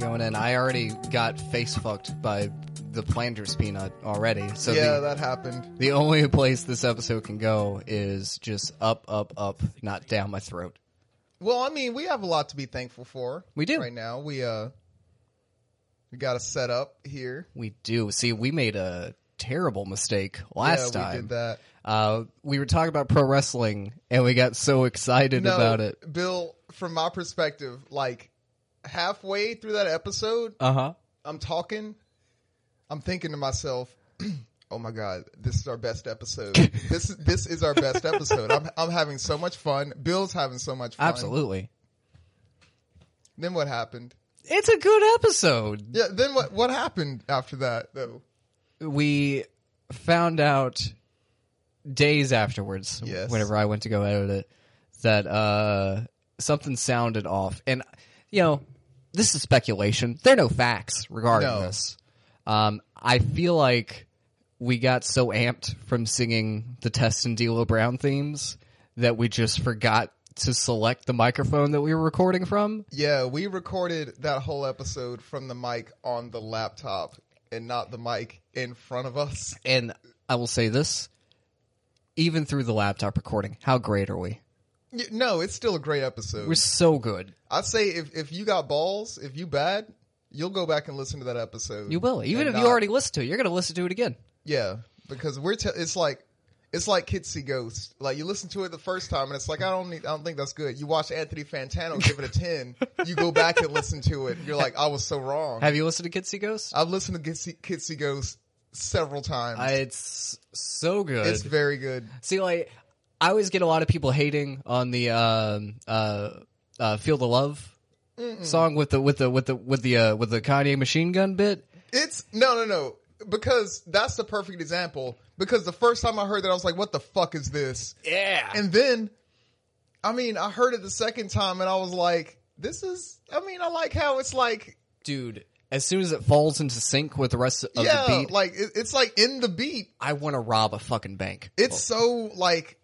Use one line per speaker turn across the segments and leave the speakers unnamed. and I already got face fucked by the Flanders peanut already. So
yeah,
the,
that happened.
the only place this episode can go is just up, up, up, not down my throat.
Well, I mean, we have a lot to be thankful for.
We do.
right now. We uh, we got a set up here.
We do. See, we made a terrible mistake last
yeah,
time.
we did that.
Uh, we were talking about pro wrestling, and we got so excited
No,
about it.
Bill. From my perspective, like halfway through that episode,
Uh huh.
I'm talking, I'm thinking to myself, "Oh my god, this is our best episode. this this is our best episode. I'm I'm having so much fun. Bill's having so much fun.
Absolutely.
Then what happened?
It's a good episode.
Yeah. Then what what happened after that though?
We found out days afterwards,
Yes.
whenever I went to go edit it, that uh, something sounded off. And, you know, this is speculation. There are no facts regarding
No.
this. Um, I feel like we got so amped from singing the Test and D'Lo Brown themes that we just forgot to select the microphone that we were recording from.
Yeah, we recorded that whole episode from the mic on the laptop and not the mic in front of us.
And I will say this, even through the laptop recording, how great are we?
Y- No, it's still a great episode.
We're so good.
I'd say if if you got balls, if you bad, you'll go back and listen to that episode.
You will. Even
and uh,
if
not-
you already listened to it, you're going to listen to it again.
Yeah, because we're te- it's like it's like Kids See Ghosts. Like you listen to it the first time and it's like I don't need I don't think that's good. You watch Anthony Fantano give it a ten. you go back and listen to it. You're like I was so wrong.
Have you listened to Kids See Ghosts?
I've listened to Kids See, Kids See Ghosts several times.
I- it's so good.
it's very Uh, good.
See, like, I always get a lot of people hating on the um, uh, uh, "Feel the Love" song with the with the with the with the uh, with the Kanye machine gun bit.
It's no no no because that's the perfect example. Because the first time I heard that I was like, what the fuck is this?
Yeah,
And then, I mean, I heard it the second time and I was like, this is. I mean, I like how it's like
dude. As soon as it falls into sync with the rest of
yeah,
the beat,
like it, it's like in the beat.
I want to rob a fucking bank.
It's so like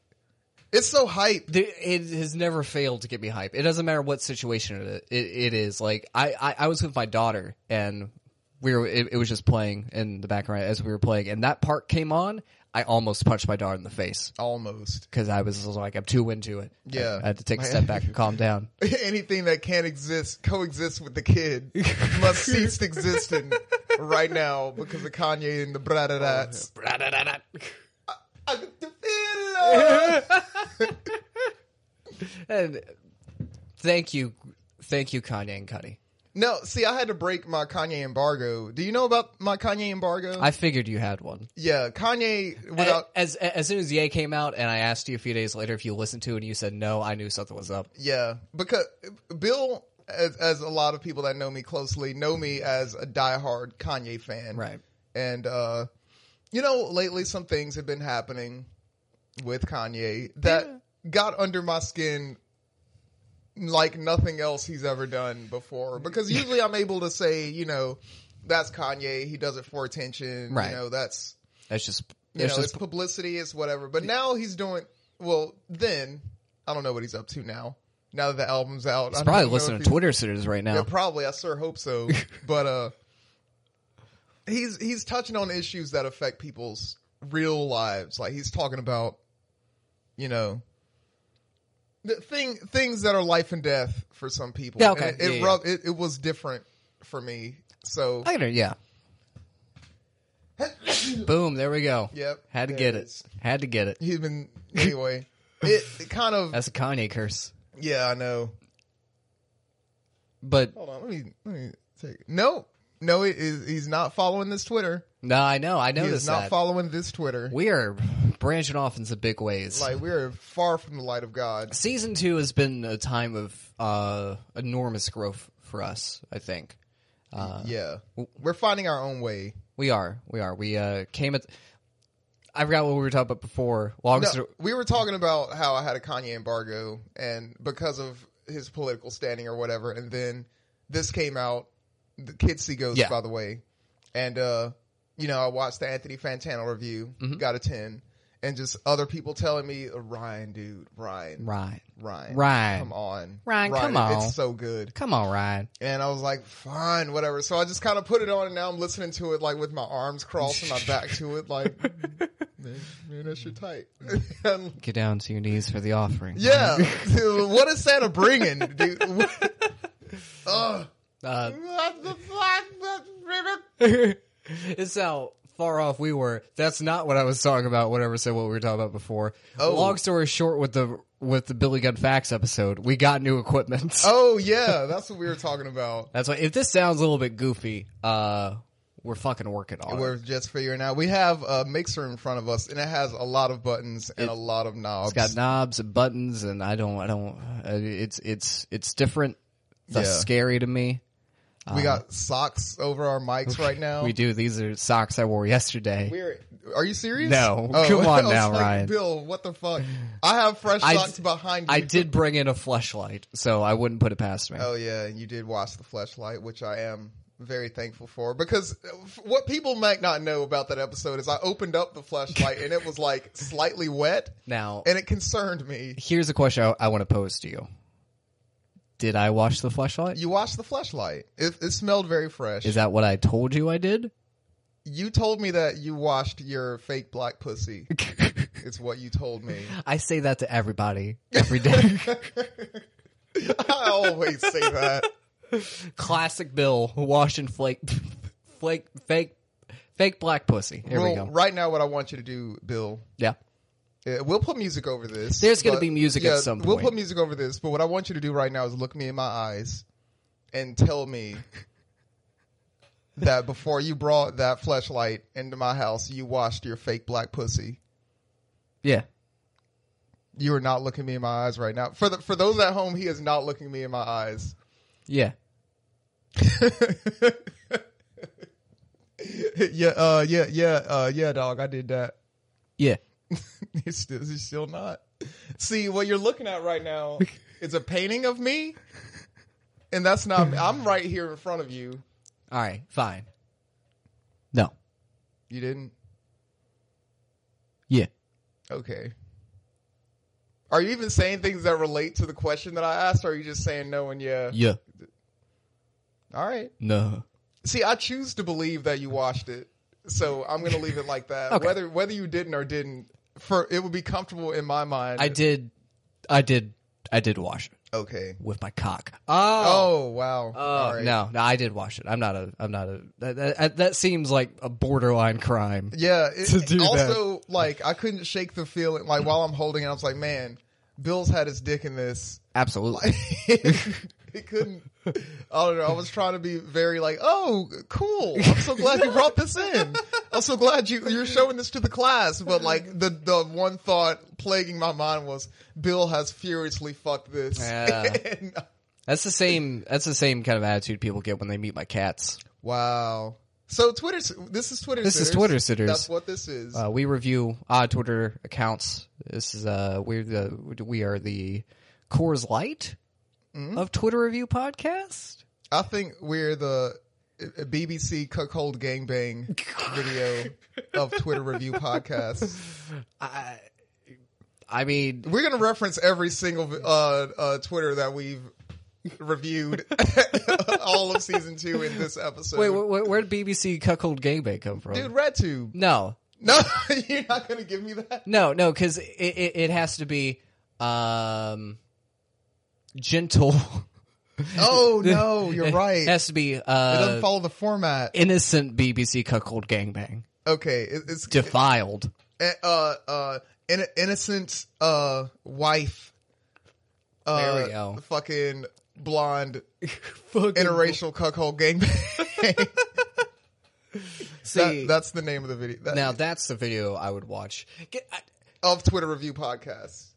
it's so hype.
There- it has never failed to get me hype. It doesn't matter what situation it, it, it is. Like I, I, I was with my daughter and we were. It, it was just playing in the background as we were playing, and that part came on. I almost punched my daughter in the face
Almost
because I was like, I'm too into it.
Yeah.
I, I had to take a step back and calm down.
anything that can't exist coexist with the kid must cease existing right now because of Kanye and the bra da dats. I get the feeling.
and thank you, thank you, Kanye and Cuddy.
No, see, I had to break my Kanye embargo. Do you know about my Kanye embargo?
I figured you had one.
yeah, Kanye without
as as soon as Ye came out, and I asked you a few days later if you listened to it, and you said no, I knew something was up.
Yeah, because Bill, as, as a lot of people that know me closely, know me as a diehard Kanye fan.
Right.
And, uh, you know, lately some things have been happening with Kanye that got under my skin like nothing else he's ever done before. Because usually I'm able to say, you know, that's Kanye. He does it for attention.
Right.
You know, that's
That's just
you
it's
know,
just
it's publicity, it's whatever. But now he's doing well. Then I don't know what he's up to now. Now that the album's out, I
He's
don't
probably
know
listening
if
to
he's-
Twitter series right
Yeah,
now.
probably. I sure hope so. but uh, he's he's touching on issues that affect people's real lives. Like he's talking about, you know, the thing things that are life and death for some people.
Yeah, okay.
And it, it,
Yeah, yeah.
rub- it it was different for me. So
I don't, yeah. Boom! There we go.
Yep,
Had to
there
get
it
it.
is.
Had to get it.
he's been anyway. It, it kind of
That's a Kanye curse.
yeah, I know.
But
Hold on, let me let me take. No, no, he is he's not following this Twitter.
no, I know. I
He
noticed
is not
that.
following this Twitter.
we are branching off in some big ways.
Like we're far from the light of God.
Season two has been a time of uh, enormous growth for us. I think Uh,
yeah, we're finding our own way.
we are. We are. We uh, came at. I forgot what we were talking about before. Long
No,
story-
we were talking about how I had a Kanye embargo, and because of his political standing or whatever, and then this came out. The Kids See Ghosts,
Yeah.
by
Mm-hmm.
the way, and uh, you know I watched the Anthony Fantano review, got a ten, and and just other people telling me, Ryan, dude, Ryan,
Ryan.
Ryan,
Ryan.
come on,
Ryan, come on."
it's so good.
Come on, Ryan.
And I was like, fine, whatever. So I just kind of put it on, and now I'm listening to it like with my arms crossed and my back to it, like, man, man that's your type. And,
Get down to your knees for the offering.
yeah, dude, what is Santa bringing, dude? What- Ugh.
Uh,
What the fuck?
it's how far off we were. That's not what I was talking about. Whatever said what we were talking about before.
Oh.
Long story short, with the with the Billy Gunn Facts episode, we got new equipment.
Oh yeah, that's what we were talking about.
That's why. If this sounds a little bit goofy, uh, we're fucking working on
We're
it.
just figuring out. We have a mixer in front of us, and it has a lot of buttons and a lot of knobs.
It's got knobs and buttons, and I don't, I don't. Uh, it's it's it's different. That's
Yeah.
scary to me.
we got socks over our mics right now.
uh, We do. These are socks I wore yesterday.
We're, are you serious? Oh,
No. Come on
I was
now,
like,
Ryan.
Bill, what the fuck? I have fresh
I-
socks behind you.
I did bring in a flashlight, so I wouldn't put it past me.
Oh yeah, and you did watch the flashlight, which I am very thankful for because uh, what people might not know about that episode is I opened up the flashlight and it was like slightly wet,
Now,
and it concerned me.
here's a question I, I want to pose to you. Did I wash the flashlight?
You watched the flashlight. It, it smelled very fresh.
Is that what I told you I did?
you told me that you washed your fake black pussy. it's what you told me.
I say that to everybody every day.
I always say that.
Classic Bill washing flake, flake, fake, fake black pussy. Here we
Well,
go.
Right now, what I want you to do, Bill,
Yeah.
Yeah, we'll put music over this.
There's gonna
but-
be music at some
We'll
point.
put music over this, but what I want you to do right now is look me in my eyes and tell me that before you brought that flashlight into my house, you washed your fake black pussy.
Yeah.
You are not looking me in my eyes right now. For the, for those at home, he is not looking me in my eyes.
Yeah.
yeah, uh, yeah, yeah, uh, yeah, dog. I did that.
Yeah.
He's still, he's still not. See, what you're looking at right now is a painting of me, and that's not. me. I'm right here in front of you.
All right. Fine. No.
You didn't.
Yeah.
Okay. Are you even saying things that relate to the question that I asked, or are you just saying no and yeah?
Yeah.
All right.
No.
See, I choose to believe that you watched it, so I'm gonna leave it like that.
Okay.
Whether whether you didn't or didn't, for it would be comfortable in my mind.
I did. I did. I did wash it
Okay.
with my cock. Oh.
Oh wow. All right.
No, no, I did wash it. I'm not a. I'm not a. That, that, that seems like a borderline crime.
Yeah. It,
to do
also, like, I couldn't shake the feeling. Like, while I'm holding it, I was like, man, Bill's had his dick in this.
Absolutely.
he couldn't. I don't know. I was trying to be very like, oh, cool. I'm so glad you brought this in. I'm so glad you you're showing this to the class. But like the the one thought plaguing my mind was, Bill has furiously fucked this.
Yeah.
And- uh,
That's the same. That's the same kind of attitude people get when they meet my cats.
wow. So Twitter's this is Twitter.
This is
sitters.
Twitter sitters.
That's what this is.
Uh, we review odd Twitter accounts. This is uh, we're the we are the Coors Light
Mm-hmm.
of Twitter review podcast.
I think we're the uh, BBC cuckold gangbang video of Twitter review podcasts.
I, I mean,
We're gonna reference every single uh, uh, Twitter that we've reviewed all of season two in this episode.
wait, where, where did BBC cuckold gangbang come from?
dude, RedTube.
No,
No, you're not gonna give me that.
No, no, because it, it, it has to be um, gentle.
Oh no, you're right.
It
It
has to be
doesn't
uh,
follow the format.
innocent BBC cuckold gangbang.
Okay, it, it's
Defiled.
uh uh in, innocent uh wife. Uh,
There we go.
Fucking blonde
Fucking
interracial cuckold gangbang.
see.
that, that's the name of the video. That,
now that's the video I would watch. Get, I,
of Twitter review podcasts.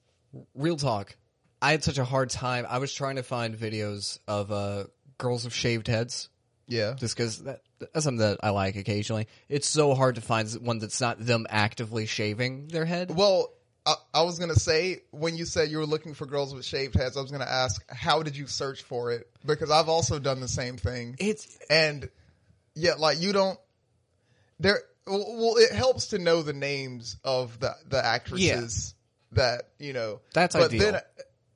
real talk. I had such a hard time. I was trying to find videos of uh, girls with shaved heads
Yeah.
just because that, that's something that I like occasionally. It's so hard to find one that's not them actively shaving their head.
Well, I, I was gonna say when you said you were looking for girls with shaved heads, I was gonna ask how did you search for it because I've also done the same thing,
It's
and yeah, like you don't there. Well, well, it helps to know the names of the the actresses that you know.
That's
but
ideal.
then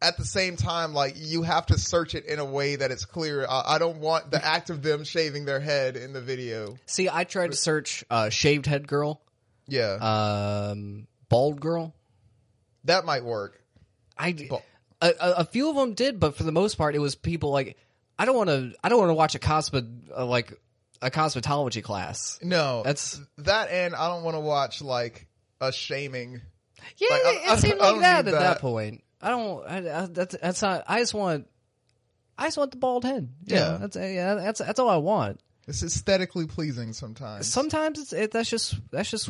at the same time, like you have to search it in a way that it's clear. I, I don't want the act of them shaving their head in the video.
See, I tried to search uh, shaved head girl,
Yeah,
um, bald girl.
Uh, that might work.
I a, a, a few of them did, but for the most part, it was people like I don't want to. I don't want to watch a cosmet uh, like a cosmetology class.
No,
That's
that, and I don't want to watch like a shaming.
yeah.
Like, I-
it,
I-
it seemed
I
like
don't
that at
need
that.
that.
point. I don't. I, I, that's that's not. I just want. I just want the bald head. You
Yeah.
know, that's yeah. That's that's all I want.
It's aesthetically pleasing sometimes.
Sometimes it's it, that's just that's just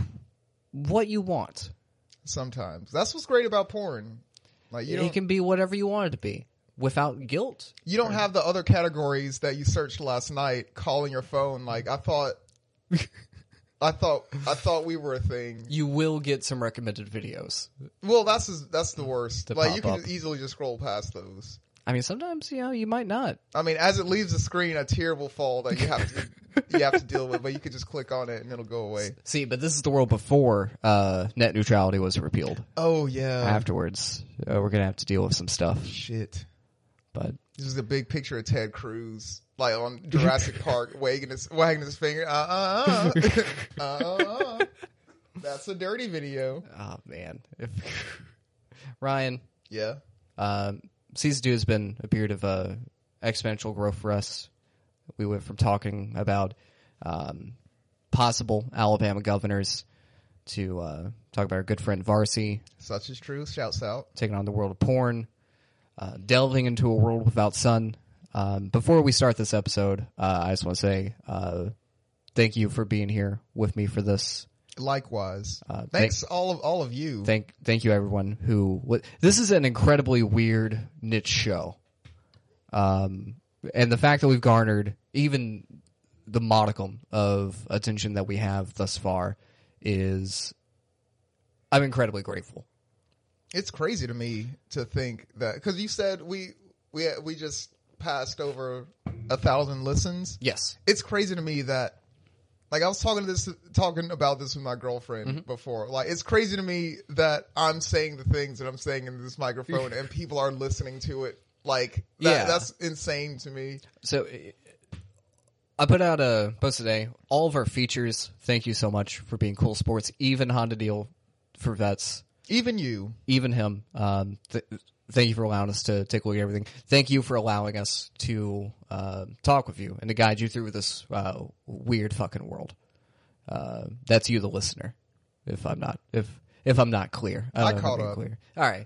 what you want.
sometimes that's what's great about porn. Like you
You
don't,
can be whatever you want it to be without guilt.
you don't have the other categories that you searched last night. Calling your phone. Like I thought. I thought I thought we were a thing.
You will get some recommended videos.
Well, that's just, that's the worst.
To
Like
pop
you can
up.
easily just scroll past those.
I mean, sometimes you know you might not.
I mean, as it leaves the screen, a tear will fall that you have to you have to deal with, but you can just click on it and it'll go away.
See, but this is the world before uh, net neutrality was repealed.
Oh yeah,
Afterwards, uh, we're gonna have to deal with some stuff.
shit.
But
This is a big picture of Ted Cruz, like on Jurassic Park, wagging his wagging his finger. Uh uh uh. uh. That's a dirty video.
oh man, if Ryan
Yeah.
um, season two has been a period of uh, exponential growth for us. We went from talking about um, possible Alabama governors to uh, talk about our good friend Varsity
Such is true. Shouts out.
taking on the world of porn, uh, delving into a world without sun. Um, before we start this episode, uh, I just want to say uh, thank you for being here with me for this.
Likewise.
Uh,
Thanks all of all of you.
Thank, thank you everyone who. wa- This is an incredibly weird niche show, um, and the fact that we've garnered even the modicum of attention that we have thus far is, I'm incredibly grateful.
it's crazy to me to think that because you said we we we just passed over a thousand listens.
Yes,
It's crazy to me that like I was talking to this talking about this with my girlfriend
Mm-hmm.
before. Like it's crazy to me that I'm saying the things that I'm saying in this microphone and people are listening to it. Like that,
Yeah.
that's insane to me.
So i- I put out a post today. All of our features. Thank you so much for being cool sports. Even Honda Deal for vets.
Even you,
Even him. Um, th- thank you for allowing us to take a look at everything. Thank you for allowing us to uh, talk with you and to guide you through this uh, weird fucking world. Uh, that's you, the listener. If I'm not, if if I'm not clear, I, don't know if I'm
caught
being
up.
Clear. All right.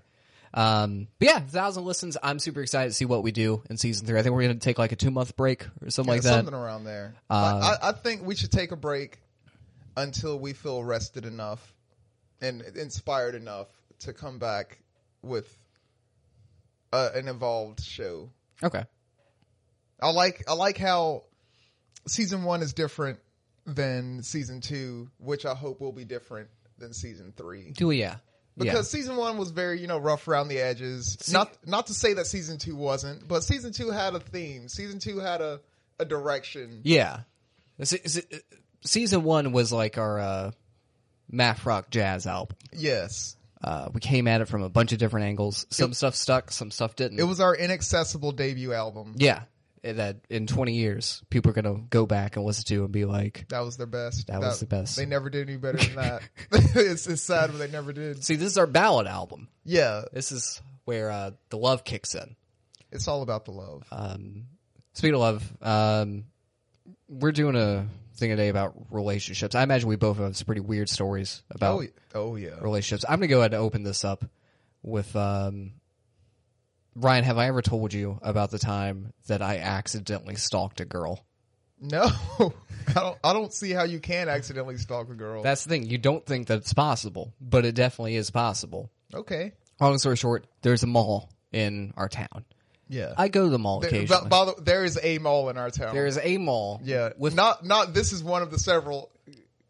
Um, but yeah, thousand listens. I'm super excited to see what we do in season three. I think we're going to take like a two month break or something like that. Uh,
something around there. Like, I, I think we should take a break until we feel rested enough and inspired enough to come back with uh, an evolved show.
Okay.
I like I like how season one is different than season two, which I hope will be different than season three.
Do we? Yeah.
Because season one was very, you know, rough around the edges. not not to say that season two wasn't, but season two had a theme. Season two had a, a direction.
yeah. yeah. Se- se- season one was like our uh, math rock jazz album.
Yes.
Uh, we came at it from a bunch of different angles. Some stuff stuck, some stuff didn't.
It was our inaccessible debut album.
yeah. eh, That in 20 years, people are going to go back and listen to and be like,
That was their best.
That was the best.
They never did any better than that. it's, it's sad, but they never did.
see, this is our ballad album.
Yeah,
This is where uh, the love kicks in.
it's all about the love.
Um, speaking of love, um, we're doing a thing today about relationships. I imagine we both have some pretty weird stories about
oh, y- oh yeah.
relationships. I'm going to go ahead and open this up with um, Ryan. Have I ever told you about the time that I accidentally stalked a girl?
No, I don't. I don't see how you can accidentally stalk a girl.
That's the thing. You don't think that it's possible, but it definitely is possible.
okay.
Long story short, there's a mall in our town.
Yeah.
I go to the mall
there,
occasionally.
by- by the- there is a mall in our town.
there is a mall.
yeah.
With
not not this is one of the several.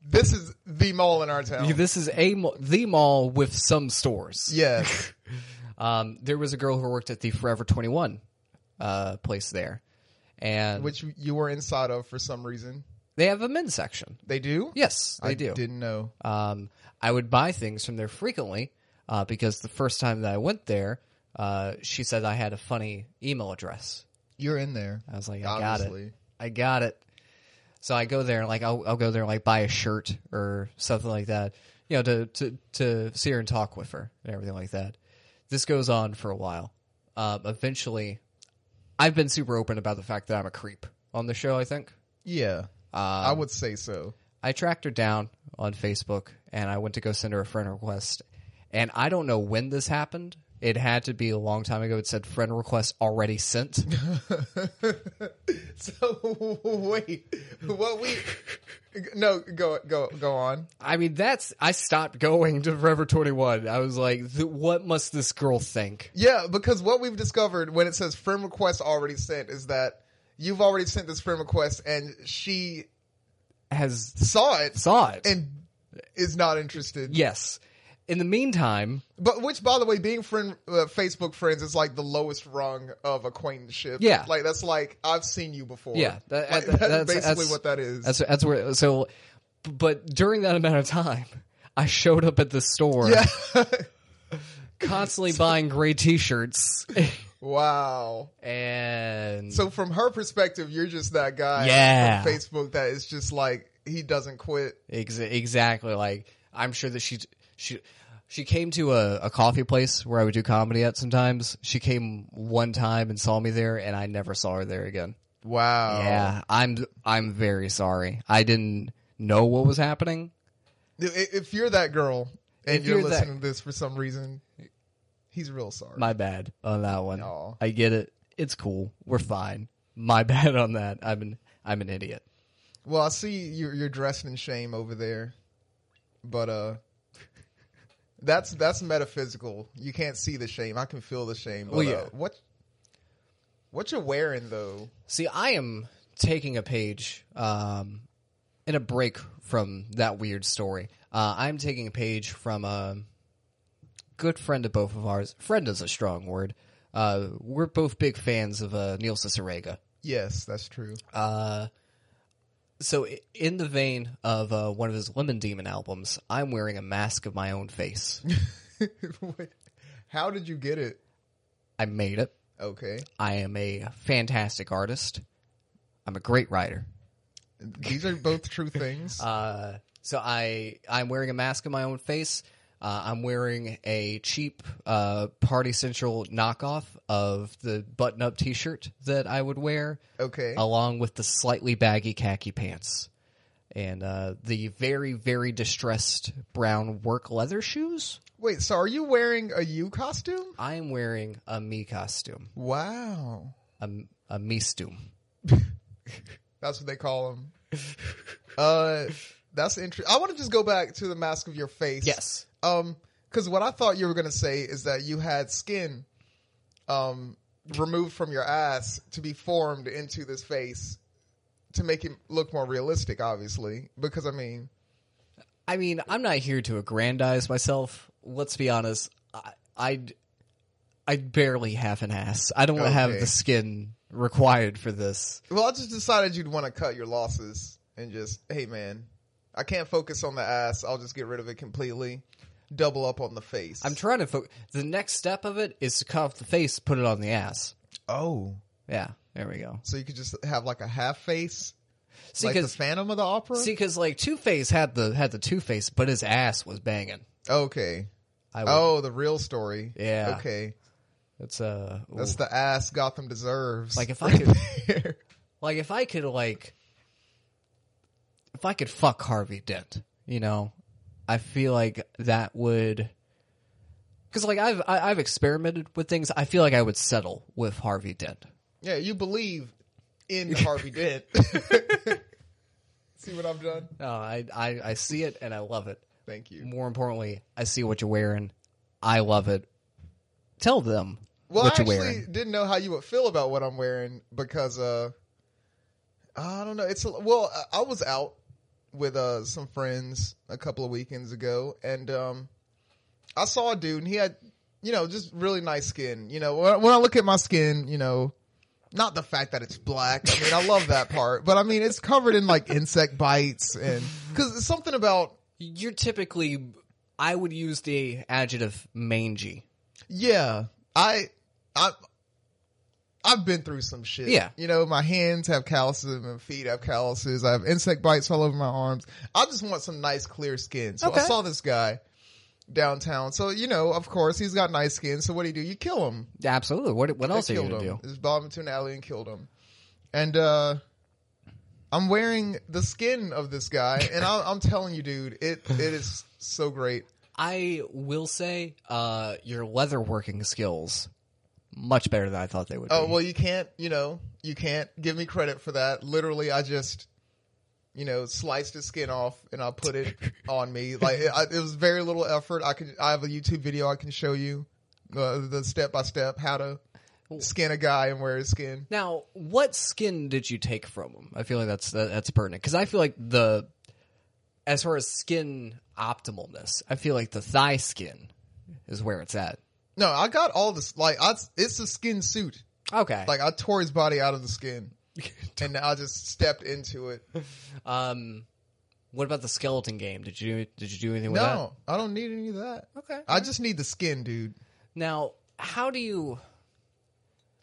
This is the mall in our town.
this is a mall, the mall with some stores.
yes.
Um, there was a girl who worked at the Forever 21 uh, place there, and
Which you were inside of for some reason.
They have a men's section.
They do?
Yes, they
I
do.
didn't know.
Um, I would buy things from there frequently uh, because the first time that I went there, uh, she said I had a funny email address.
You're in there.
I was like, I got it.
Obviously.
I got it. So I go there, and like I'll, I'll go there and like buy a shirt or something like that, you know, to, to, to see her and talk with her and everything like that. This goes on for a while. Um, eventually, I've been super open about the fact that I'm a creep on the show, I think.
Yeah.
Um,
I would say so.
I tracked her down on Facebook and I went to go send her a friend request. And I don't know when this happened. It had to be a long time ago. It said friend request already sent.
So wait, what we? No, go go go on.
I mean, that's. I stopped going to Forever 21. I was like, "Th- what must this girl think?
Yeah, because what we've discovered when it says friend request already sent is that you've already sent this friend request and she
Has
saw it
saw it.
and is not interested.
yes. In the meantime,
But which, by the way, being friend uh, Facebook friends is like the lowest rung of acquaintanceship.
Yeah.
like that's like I've seen you before.
Yeah, that-
Like,
that-
that's,
that's-
basically
that's-
what that is.
that's, that's where. So, but during that amount of time, I showed up at the store
yeah.
constantly buying gray t shirts.
wow.
and.
So from her perspective, you're just that guy.
Yeah.
On Facebook, that is just like he doesn't quit.
Ex- exactly. Like I'm sure that she she she came to a, a coffee place where I would do comedy at sometimes. She came one time and saw me there, and I never saw her there again.
Wow.
Yeah, I'm I'm very sorry. I didn't know what was happening.
If if you're that girl and
If
you're,
you're that-
listening to this for some reason, he's real sorry.
My bad on that one.
Aw.
I get it. It's cool. We're fine. My bad on that. I'm an I'm an idiot.
well, I see you're, you're dressed in shame over there, but uh, that's that's metaphysical. You can't see the shame. I can feel the shame. But,
Well, Oh, yeah.
uh, what what you're wearing though?
See, I am taking a page um, in a break from that weird story. Uh, I'm taking a page from a good friend of both of ours. Friend is a strong word. Uh, we're both big fans of uh, Neil Cicerega.
Yes, that's true.
So, i- in the vein of uh, one of his Lemon Demon albums, I'm wearing a mask of my own face.
How did you get it?
I made it.
Okay,
I am a fantastic artist. I'm a great writer.
these are both true things.
Uh, so I I'm wearing a mask of my own face. Uh, I'm wearing a cheap uh, Party Central knockoff of the button-up T-shirt that I would wear,
okay,
along with the slightly baggy khaki pants, and uh, the very very distressed brown work leather shoes.
wait. So are you wearing a you costume?
I am wearing a me costume,
Wow.
a, a me stoom.
That's what they call them. uh, that's interesting. I want to just go back to the mask of your face.
Yes.
Um, because what I thought you were gonna say is that you had skin, um, removed from your ass to be formed into this face to make it look more realistic. Obviously, because I mean,
I mean, I'm not here to aggrandize myself. Let's be honest. I I, I barely have an ass. I don't have
Okay.
the skin required for this.
well, I just decided you'd want to cut your losses and just, hey man, I can't focus on the ass. I'll just get rid of it completely. Double up on the face.
I'm trying to. Fo- the next step of it is to cut off the face, put it on the ass.
oh,
Yeah, there we go.
so you could just have like a half face
See,
like the
because
Phantom of the Opera.
like Two Face had the had the Two Face, but his ass was banging.
okay.
I would,
Oh, the real story.
Yeah.
Okay.
it's uh, ooh.
That's the ass Gotham deserves.
Like, if I could-
could.
like if I could like if I could fuck Harvey Dent, you know, I feel like that would because like I've I, I've experimented with things. I feel like I would settle with Harvey Dent.
yeah, you believe in Harvey Dent. See what I've done?
No, Uh, I, I I see it and I love it.
Thank you.
More importantly, I see what you're wearing. I love it. Tell them
Well,
what
I
you're
actually
wearing.
didn't know how you would feel about what I'm wearing because uh I don't know. It's a, well, I- I was out with uh some friends a couple of weekends ago and um I saw a dude and he had you know just really nice skin. You know, when, I- when I look at my skin, you know, Not the fact that it's black. I mean, I love that part, but I mean, it's covered in like insect bites and because something about
You're typically, I would use the adjective mangy.
Yeah, I, I, I've been through some shit.
Yeah.
you know, my hands have calluses, my feet have calluses. I have insect bites all over my arms. I just want some nice, clear skin. So
Okay.
I saw this guy downtown. So you know, of course, he's got nice skin. So what do you do? You kill him.
Absolutely. What what else
They
are you
killed
gonna
him.
do?
Just bombed him to an alley and killed him. And uh I'm wearing the skin of this guy, and I'm, I'm telling you, dude, it it is so great.
I will say, uh, your leather working skills much better than I thought they would.
Oh
be.
well, you can't. You know, you can't give me credit for that. Literally, I just, you know, sliced his skin off and I put it on me. Like it, I, it was very little effort. I can. I have a YouTube video I can show you, uh, the step by step how to skin a guy and wear his skin.
Now, what skin did you take from him? I feel like that's that, that's pertinent because I feel like the as far as skin optimalness, I feel like the thigh skin is where it's at.
No, I got all this. Like I, it's a skin suit.
Okay.
Like I tore his body out of the skin, and I just stepped into it.
um, what about the skeleton game? Did you did you do anything with
No, I don't need any of that.
that? Okay.
I just need the skin, dude,
Now, how do you?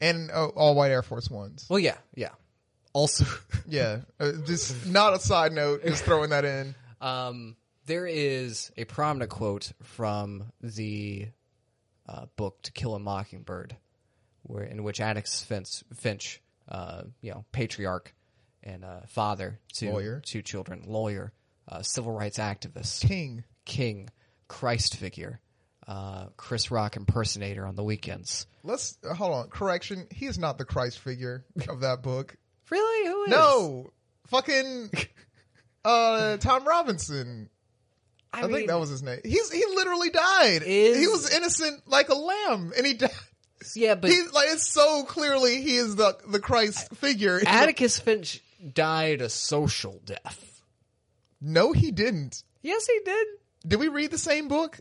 and uh, all white Air Force Ones.
Well, yeah, yeah. Also,
Yeah, uh, just not a side note. Just throwing that in.
um, there is a prominent quote from the uh, book "To Kill a Mockingbird," where in which Atticus Finch, Finch uh, you know, patriarch and uh, father to
Lawyer.
two children, lawyer, uh, civil rights activist,
King.
king, Christ figure, uh, Chris Rock impersonator on the weekends.
Let's uh, hold on. Correction. He is not the Christ figure of that book.
Really? Who is?
No, fucking uh, Tom Robinson.
I,
I,
mean,
think that was his name. He's he literally died.
Is-
He was innocent like a lamb, and he died.
yeah, but
He's like it's so clearly he is the the Christ figure.
Atticus Finch died a social death.
No, he didn't.
Yes, he did.
Did we read the same book?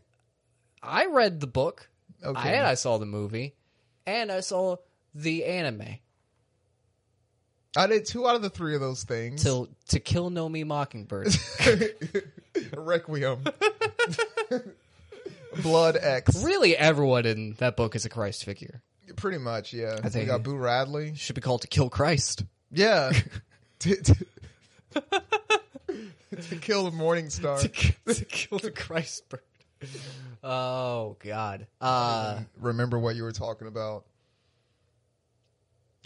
I read the book.
Okay.
And I saw the movie. And I saw the anime.
I did two out of the three of those things.
Till To Kill No Me Mockingbird.
Requiem. Blood X.
really, everyone in that book is a Christ figure.
Pretty much, yeah. I
think-
we got Boo Radley.
Should be called To Kill Christ.
Yeah. to, to- to kill the Morning Star.
to Kill the Christ Bird. Oh, God. Uh,
Remember what you were talking about.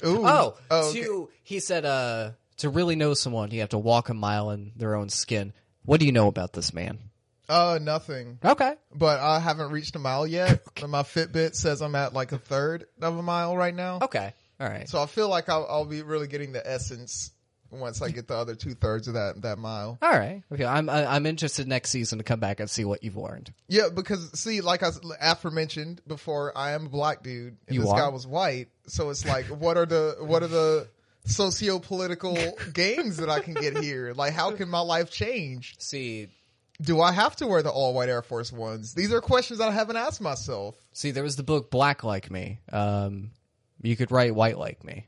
Ooh.
oh,
okay.
to, he said, uh, to really know someone, you have to walk a mile in their own skin. What do you know about this man?
Uh, nothing.
Okay.
But I haven't reached a mile yet. And My Fitbit says I'm at like a third of a mile right now.
Okay. All right.
So I feel like I'll, I'll be really getting the essence once I get the other two thirds of that that mile.
All right. Okay. I'm I- I'm interested next season to come back and see what you've learned.
Yeah, because see, like I s- aforementioned before, I am a black dude, and
You
this
are?
guy was white. So it's like, what are the what are the socio-political gains that I can get here? Like, how can my life change?
See,
Do I have to wear the all-white Air Force ones? These are questions that I haven't asked myself.
see, there was the book Black Like Me. Um, you could write White Like Me.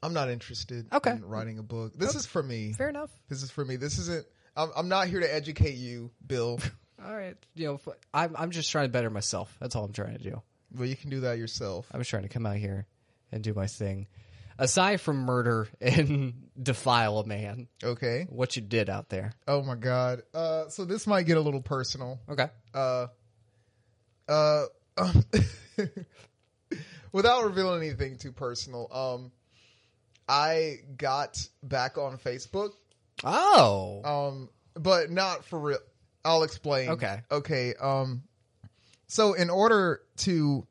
I'm not interested
Okay.
in writing a book. This is for me.
Fair enough.
This is for me. This isn't. I'm, I'm not here to educate you, Bill.
All right. You know, f- I'm I'm just trying to better myself. That's all I'm trying to do.
Well, you can do that yourself.
I'm just trying to come out here and do my thing. Aside from murder and defile a man,
Okay.
what you did out there.
Oh my God. Uh, so this might get a little personal.
Okay.
Uh, uh, without revealing anything too personal, um, I got back on Facebook,
Oh.
um, but not for real. I'll explain.
Okay.
Okay. Um, so in order to,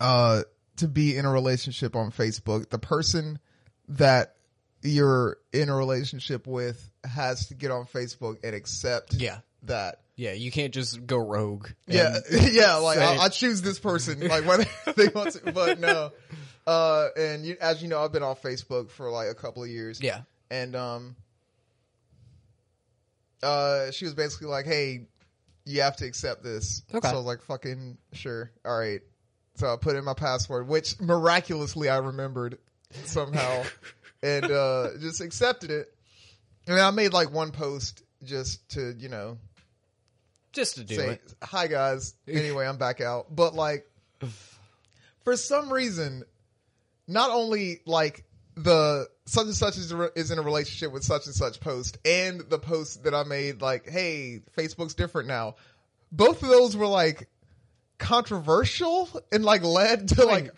uh, to be in a relationship on Facebook, the person that you're in a relationship with has to get on Facebook and accept
Yeah.
that.
Yeah. You can't just go rogue. and-
Yeah, yeah. Like
say-
I, I choose this person, like whether they want to, but no. Uh, and you, as you know, I've been off Facebook for like a couple of years.
Yeah.
and um, uh, she was basically like, "Hey, you have to accept this."
Okay.
So I was like, "Fucking sure, all right." So I put in my password, which miraculously I remembered somehow, and uh, just accepted it. And I made like one post just to you know
Just to do
say
it.
hi guys. Anyway, I'm back out. But like for some reason, not only like the such and such is, is in a relationship with such and such post and the post that I made like, hey, Facebook's different now. Both of those were like controversial and like led to like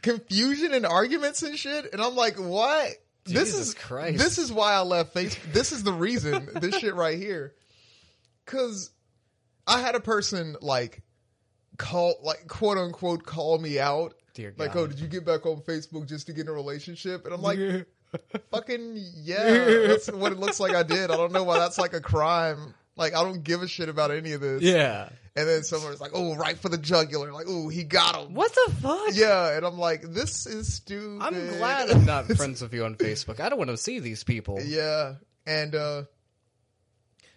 confusion and arguments and shit. And I'm like, what? this
Jesus
is
Christ.
this is why I left Facebook. this is the reason this shit right here. Cause I had a person like call like quote unquote call me out.
Dear
Like,
God.
oh, did you get back on Facebook just to get in a relationship? And I'm like, fucking yeah. That's what it looks like I did. I don't know why that's like a crime. Like I don't give a shit about any of this.
yeah.
And then someone's like, oh, right for the jugular. Like, oh, he got him.
What the fuck?
Yeah. And I'm like, this is stupid.
I'm glad I'm not friends with you on Facebook. I don't want to see these people.
yeah. And uh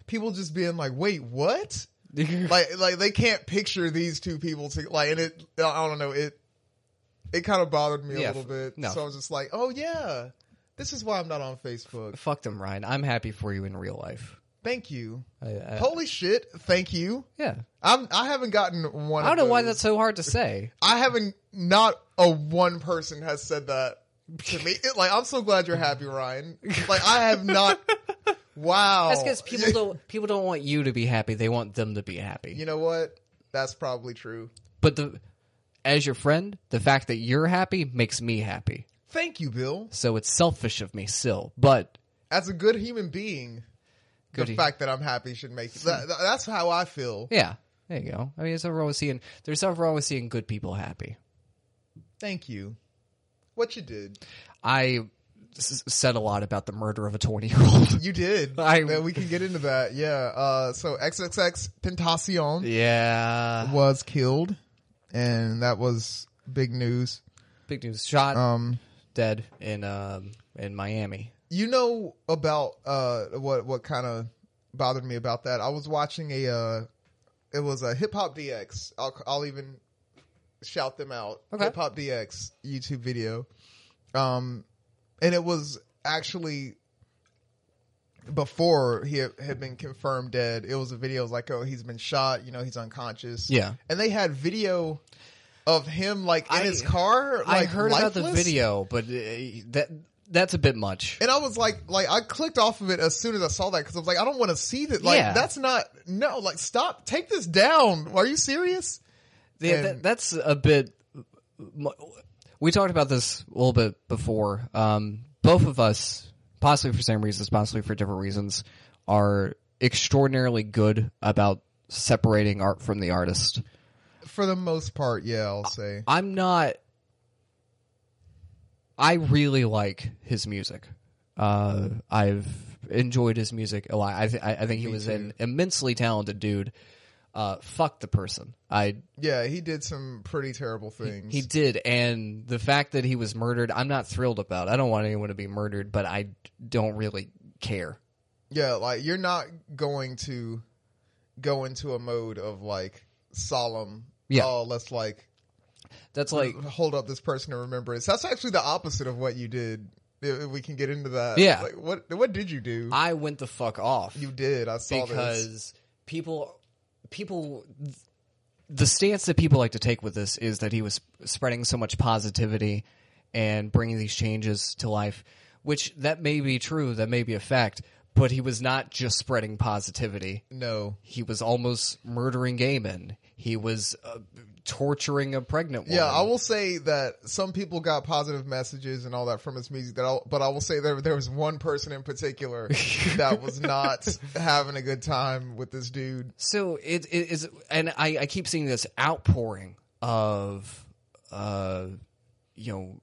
people just being like, wait, what? like like they can't picture these two people to like and it I don't know it it kind of bothered me
Yeah,
a little bit
no.
so I was just like oh yeah this is why I'm not on Facebook
Fuck them, Ryan. I'm happy for you in real life.
thank you
I, I-
holy shit thank you
yeah.
I'm I haven't gotten one
I don't
of
know why
those.
that's so hard to say.
I haven't not a one person has said that to me It- like I'm so glad you're happy Ryan like I have not wow
That's because people don't people don't want you to be happy. They want them to be happy.
you know what that's probably true
But the as your friend, the fact that you're happy makes me happy.
thank you Bill
So it's selfish of me still, but
as a good human being,
Good
the
hu-
fact that I'm happy should make that, that- that's how I feel.
yeah. There you go. I mean, there's nothing wrong with seeing there's nothing wrong with seeing good people happy.
Thank you. What you did,
I s- said a lot about the murder of a 20 year old.
you did.
I-
Yeah, we can get into that. Yeah. Uh, so XXX Tentacion
Yeah.
was killed, and that was big news.
Big news. Shot
Um,
dead in um in Miami.
you know about uh what what kind of bothered me about that? I was watching a uh, it was a Hip Hop DX. I'll I'll even shout them out.
Okay.
Hip Hop DX YouTube video, um, and it was actually before he had- had been confirmed dead. It was a video. It was like, oh, he's been shot. You know, he's unconscious.
Yeah.
and they had video of him like in
I-
his car.
I
like,
heard about the
lifeless.
video, but uh, that that's a bit much.
And I was like, like I clicked off of it as soon as I saw that because I was like, I don't want to see that. Like
Yeah.
that's not no. Like stop, take this down. Are you serious?
Yeah,
And-
that, that's a bit. We talked about this a little bit before. Um, both of us, possibly for same reasons, possibly for different reasons, are extraordinarily good about separating art from the artist.
For the most part, yeah,
Uh,
I'll say.
I'm not. I really like his music. Uh, I've enjoyed his music a lot. I, th- I, I think he was an immensely talented dude. Uh, fuck the person. I
Yeah, he did some pretty terrible things.
He did, and the fact that he was murdered, I'm not thrilled about. I don't want anyone to be murdered, but I don't really care.
yeah, like you're not going to go into a mode of like solemn.
Yeah.
Oh, let's like
That's like,
hold up this person to remembrance. That's actually the opposite of what you did. If We can get into that.
Yeah.
Like, what what did you do?
I went the fuck off
you did. I saw this.
because people, people, the stance that people like to take with this is that he was spreading so much positivity and bringing these changes to life, which that may be true, that may be a fact, but he was not just spreading positivity.
No.
he was almost murdering gay men. He was uh, torturing a pregnant woman.
Yeah, I will say that some people got positive messages and all that from his music. That, I'll, but I will say there there was one person in particular that was not having a good time with this dude.
so it, it is, and I, I keep seeing this outpouring of, uh, you know,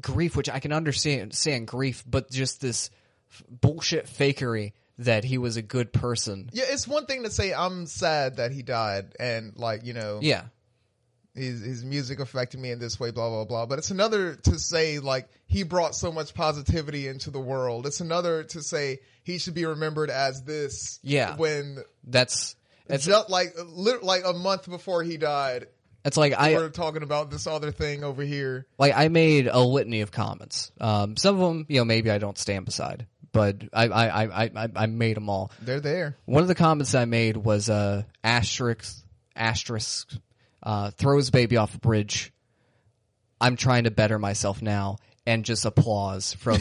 grief, which I can understand, saying grief, but just this f- bullshit fakery that he was a good person.
Yeah, it's one thing to say I'm sad that he died, and like you know,
Yeah,
his his music affected me in this way, blah blah blah. But it's another to say like he brought so much positivity into the world. It's another to say he should be remembered as this.
Yeah.
when
that's that's
just like lit- like a month before he died,
It's like I
We're talking about this other thing over here.
like I made a litany of comments. Um, some of them, you know, maybe I don't stand beside, but I I I I, I- I made them all.
They're there.
One of the comments I made was uh, asterisk asterisk uh, throws baby off a bridge. I'm trying to better myself now, and just applause from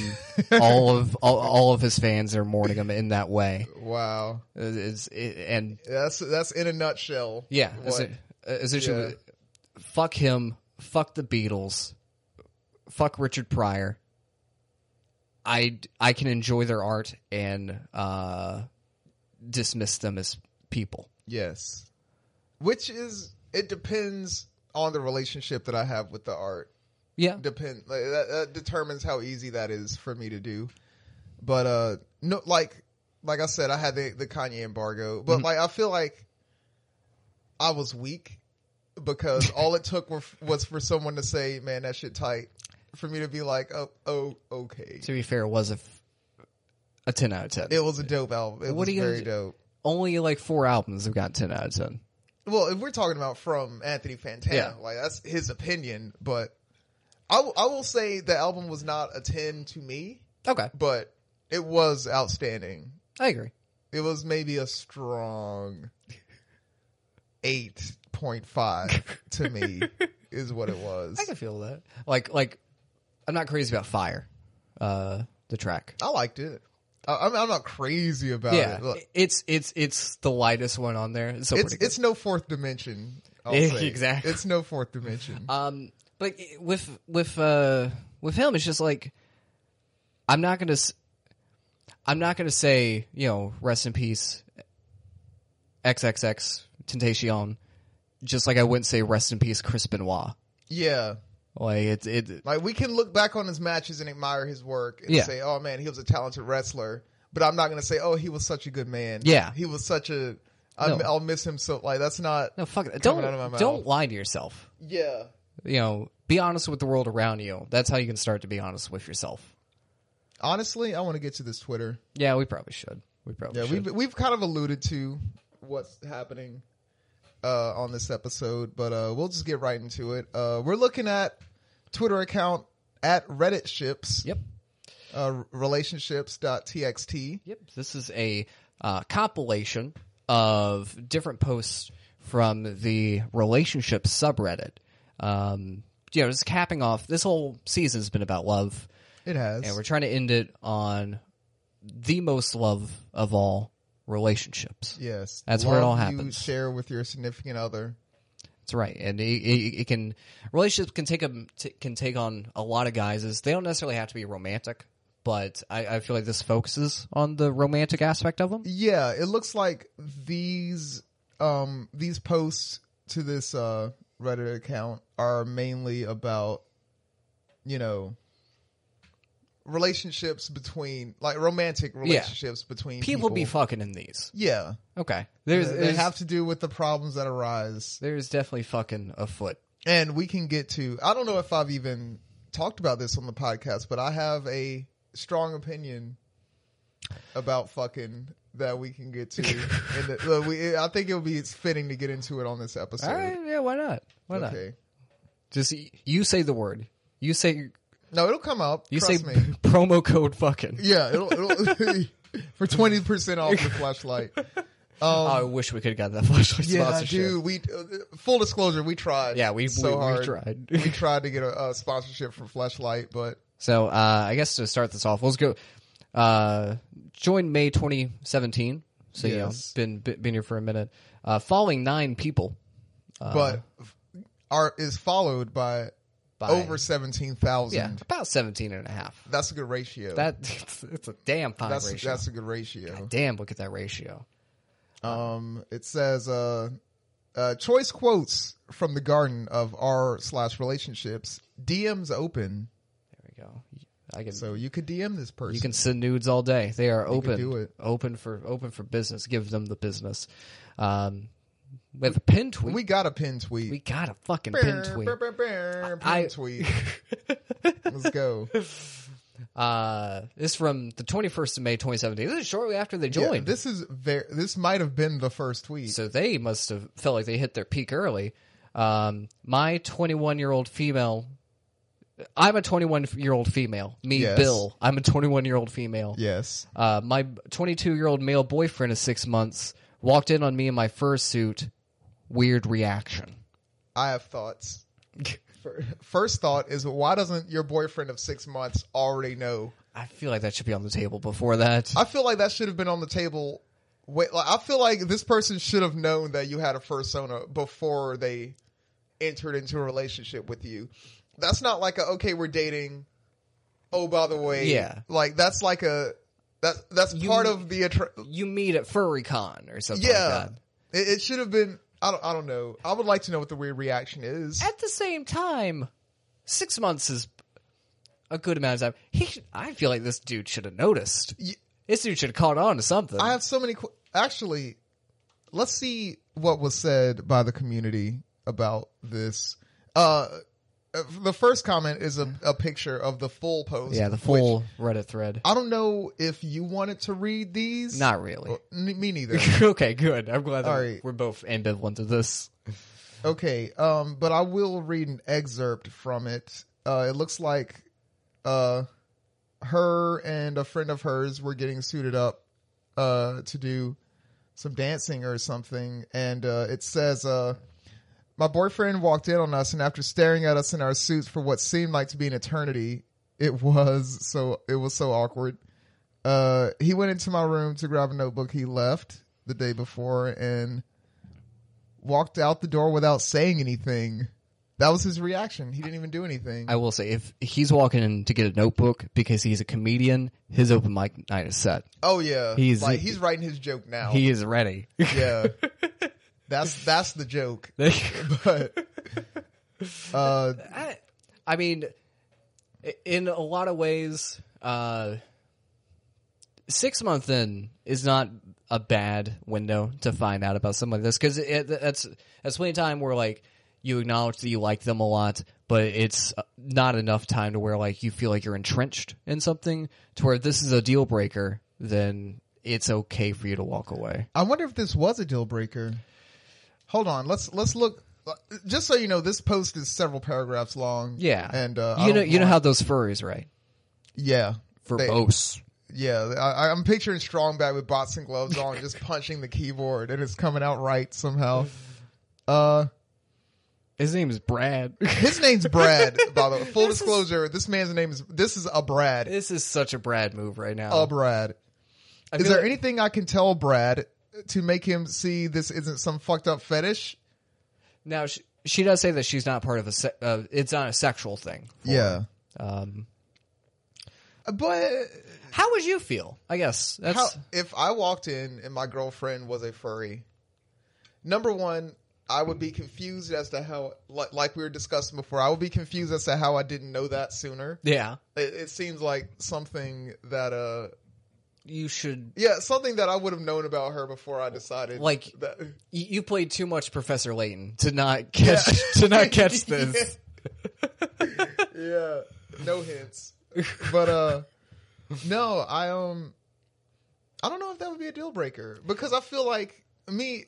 all of all, all of his fans are mourning him in that way.
Wow.
It- it's- it- and
That's that's in a nutshell.
yeah, uh,
what-
it's essentially, fuck him, fuck the Beatles, fuck Richard Pryor. I I can enjoy their art and uh, dismiss them as people.
Yes. Which is it depends on the relationship that I have with the art.
Yeah,
Depend like, that, that determines how easy that is for me to do. But uh no like like I said I had the the Kanye embargo, but like I feel like I was weak because all it took were, was for someone to say, "Man, that shit tight." For me to be like, "Oh, oh, okay."
to be fair, it was a f- a ten out of ten.
It was a dope album. It
What
was
are you gonna
very
do?
dope.
Only like four albums have got ten out of ten.
well, if we're talking about from Anthony Fantana,
Yeah.
like that's his opinion, but I w- I will say the album was not a 10 to me,
Okay,
but it was outstanding.
I agree.
It was maybe a strong 8.5 to me is what it was.
I can feel that. Like like, I'm not crazy about Fire, uh, the track.
I liked it. I, I'm, I'm not crazy about
Yeah,
it. Look,
it's it's it's the lightest one on there. It's, so
it's
pretty good.
it's no fourth dimension. I'll
Yeah,
say.
exactly.
It's no fourth dimension.
Um, but with with uh with him, it's just like I'm not gonna s- I'm not gonna say you know rest in peace XXX Temptation, just like I wouldn't say rest in peace Chris Benoit.
yeah.
Like it's it
Like we can look back on his matches and admire his work and
Yeah.
say, "Oh man, he was a talented wrestler." But I'm not going to say, "Oh, he was such a good man."
Yeah.
he was such a. I'm,
No.
I'll miss him so. Like that's not.
no fuck that.
Coming out of
don't
my
don't
mouth.
lie to yourself.
Yeah,
You know, be honest with the world around you. That's how you can start to be honest with yourself.
honestly, I want to get to this Twitter.
Yeah, we probably should. We probably
Yeah,
should.
we've we've kind of alluded to what's happening uh, on this episode, but uh, we'll just get right into it. Uh, we're looking at Twitter account at Reddit ships.
Yep.
Uh, relationships.txt.
Yep. This is a uh, compilation of different posts from the relationship subreddit. Um, you know, just capping off. This whole season's been about love,
It has.
and we're trying to end it on the most love of all relationships.
Yes,
That's where it all
Love You
happens.
share with your significant other.
That's right, and it, it, it can relationships can take a, t- can take on a lot of guises. They don't necessarily have to be romantic, but I, I feel like this focuses on the romantic aspect of them.
Yeah, it looks like these um these posts to this uh Reddit account are mainly about you know relationships between like romantic relationships between
People be fucking in these.
yeah
Okay. There's,
they
there's,
have to do with the problems that arise
there's definitely fucking afoot.
and we can get to i don't know if i've even talked about this on the podcast but i have a strong opinion about fucking that we can get to and that, look, we, i think it'll be it's fitting to get into it on this episode
All right. Yeah. Why not? Why not?
okay
Just y- you say the word. You say
no it'll come up
you
trust
say
me
promo code fucking.
yeah it'll, it'll for 20% off the flashlight
Oh, I wish we could have gotten that flashlight
yeah
sponsorship.
dude we uh, full disclosure we tried
Yeah, we- we-
so
we
hard.
tried.
we tried to get a, a sponsorship from flashlight but
So uh, I guess to start this off, let's go. Uh, join May 2017. So you know,
Yes.
been been been here for a minute. Uh, following nine people.
but are is followed by,
Uh-huh. By-
over 17,000.
Yeah, Mm. about 17 and a half.
That's a good ratio.
That it's, it's a damn fine
that's
ratio.
that's a good ratio.
damn, look at that ratio.
Um it says uh uh choice quotes from the garden of r slash relationships. DMs open.
There we go. I can
So you could DM this person.
You can send nudes all day. They are open,
do it.
open for open for business. Give them the business. Um, with a pin tweet, we,
we got a pin tweet.
got a fucking pin tweet.
Brr, brr, brr, brr,
I-
Pin tweet. Let's go.
Uh, this is from the twenty first of May, twenty seventeen. This is shortly after they
Yeah,
joined,
this is very this might have been the first tweet.
so they must have felt like they hit their peak early. Um, my 21 year old female. I'm a 21 year old female. Me,
Yes.
Bill. I'm a 21 year old female.
Yes.
Uh, my 22 year old male boyfriend of six months walked in on me in my fursuit. Weird reaction.
I have thoughts. Fir- First thought is why doesn't your boyfriend of six months already know?
I feel like that should be on the table before that.
I feel like that should have been on the table. Wait, like I feel like this person should have known that you had a persona before they entered into a relationship with you. That's not like a okay, we're dating. Oh, by the way,
Yeah.
Like that's like a that that's
You-
part of the attra-
you meet at FurryCon or something
yeah.
like that.
it, it should have been. I don't. I don't know. I would like to know what the weird reaction is.
At the same time, six months is a good amount of time. He, should, I feel like this dude should have noticed.
Y-
This dude should have caught on to something.
I have so many. Qu- Actually, let's see what was said by the community about this. Uh, uh, the first comment is a, a picture of the full post.
yeah, the
which-
full Reddit thread.
I don't know if you wanted to read these.
Not really.
N- me neither.
okay, good. I'm glad that
Oh. All right.
we're both ambivalent to this.
okay, um, but I will read an excerpt from it. Uh, it looks like uh, her and a friend of hers were getting suited up uh, to do some dancing or something, and uh, it says, uh, "My boyfriend walked in on us, and after staring at us in our suits for what seemed like to be an eternity, it was so it was so awkward. Uh, he went into my room to grab a notebook. He left the day before and walked out the door without saying anything. That was his reaction. He didn't even do anything.
I will say, if he's walking in to get a notebook because he's a comedian, his open mic night is set.
oh yeah,
He's-
he's like he's writing his joke now.
He is ready.
yeah, that's that's the joke. But uh,
I, I mean, i- in a lot of ways, uh, six month in is not a bad window to find out about something like this because that's that's plenty of time where like you acknowledge that you like them a lot, but it's uh, not enough time to where like you feel like you're entrenched in something to where if this is a deal breaker. Then it's okay for you to walk away.
I wonder if this was a deal breaker. Hold on, let's let's look. Just so you know, this post is several paragraphs long.
Yeah,
and uh, I
you know
don't
you know
want-
how those furries, right?
yeah they-
Verbose.
Yeah, I, I'm picturing Strongback with boxing gloves on, just punching the keyboard, and it's coming out right somehow. Uh,
His name is Brad.
his name's Brad. by the way, full disclosure, this man's name is this is a Brad.
this is such a Brad move right now.
A Brad.
I
Um, Is
feel
there
like-
anything I can tell Brad to make him see this isn't some fucked up fetish?
Now she, she does say that she's not part of a. Se- uh, it's not a sexual thing.
Yeah,
Um,
but
how would you feel? I guess that's
how, if I walked in and my girlfriend was a furry, number one, I would be confused as to how, like, like we were discussing before, I would be confused as to how I didn't know that sooner.
yeah.
it, it seems like something that uh
You should.
yeah something that i would have known about her before i decided
Like-
that
You, you played too much Professor Layton to not catch to not catch this.
yeah no hints but uh no i um i don't know if that would be a deal breaker because i feel like me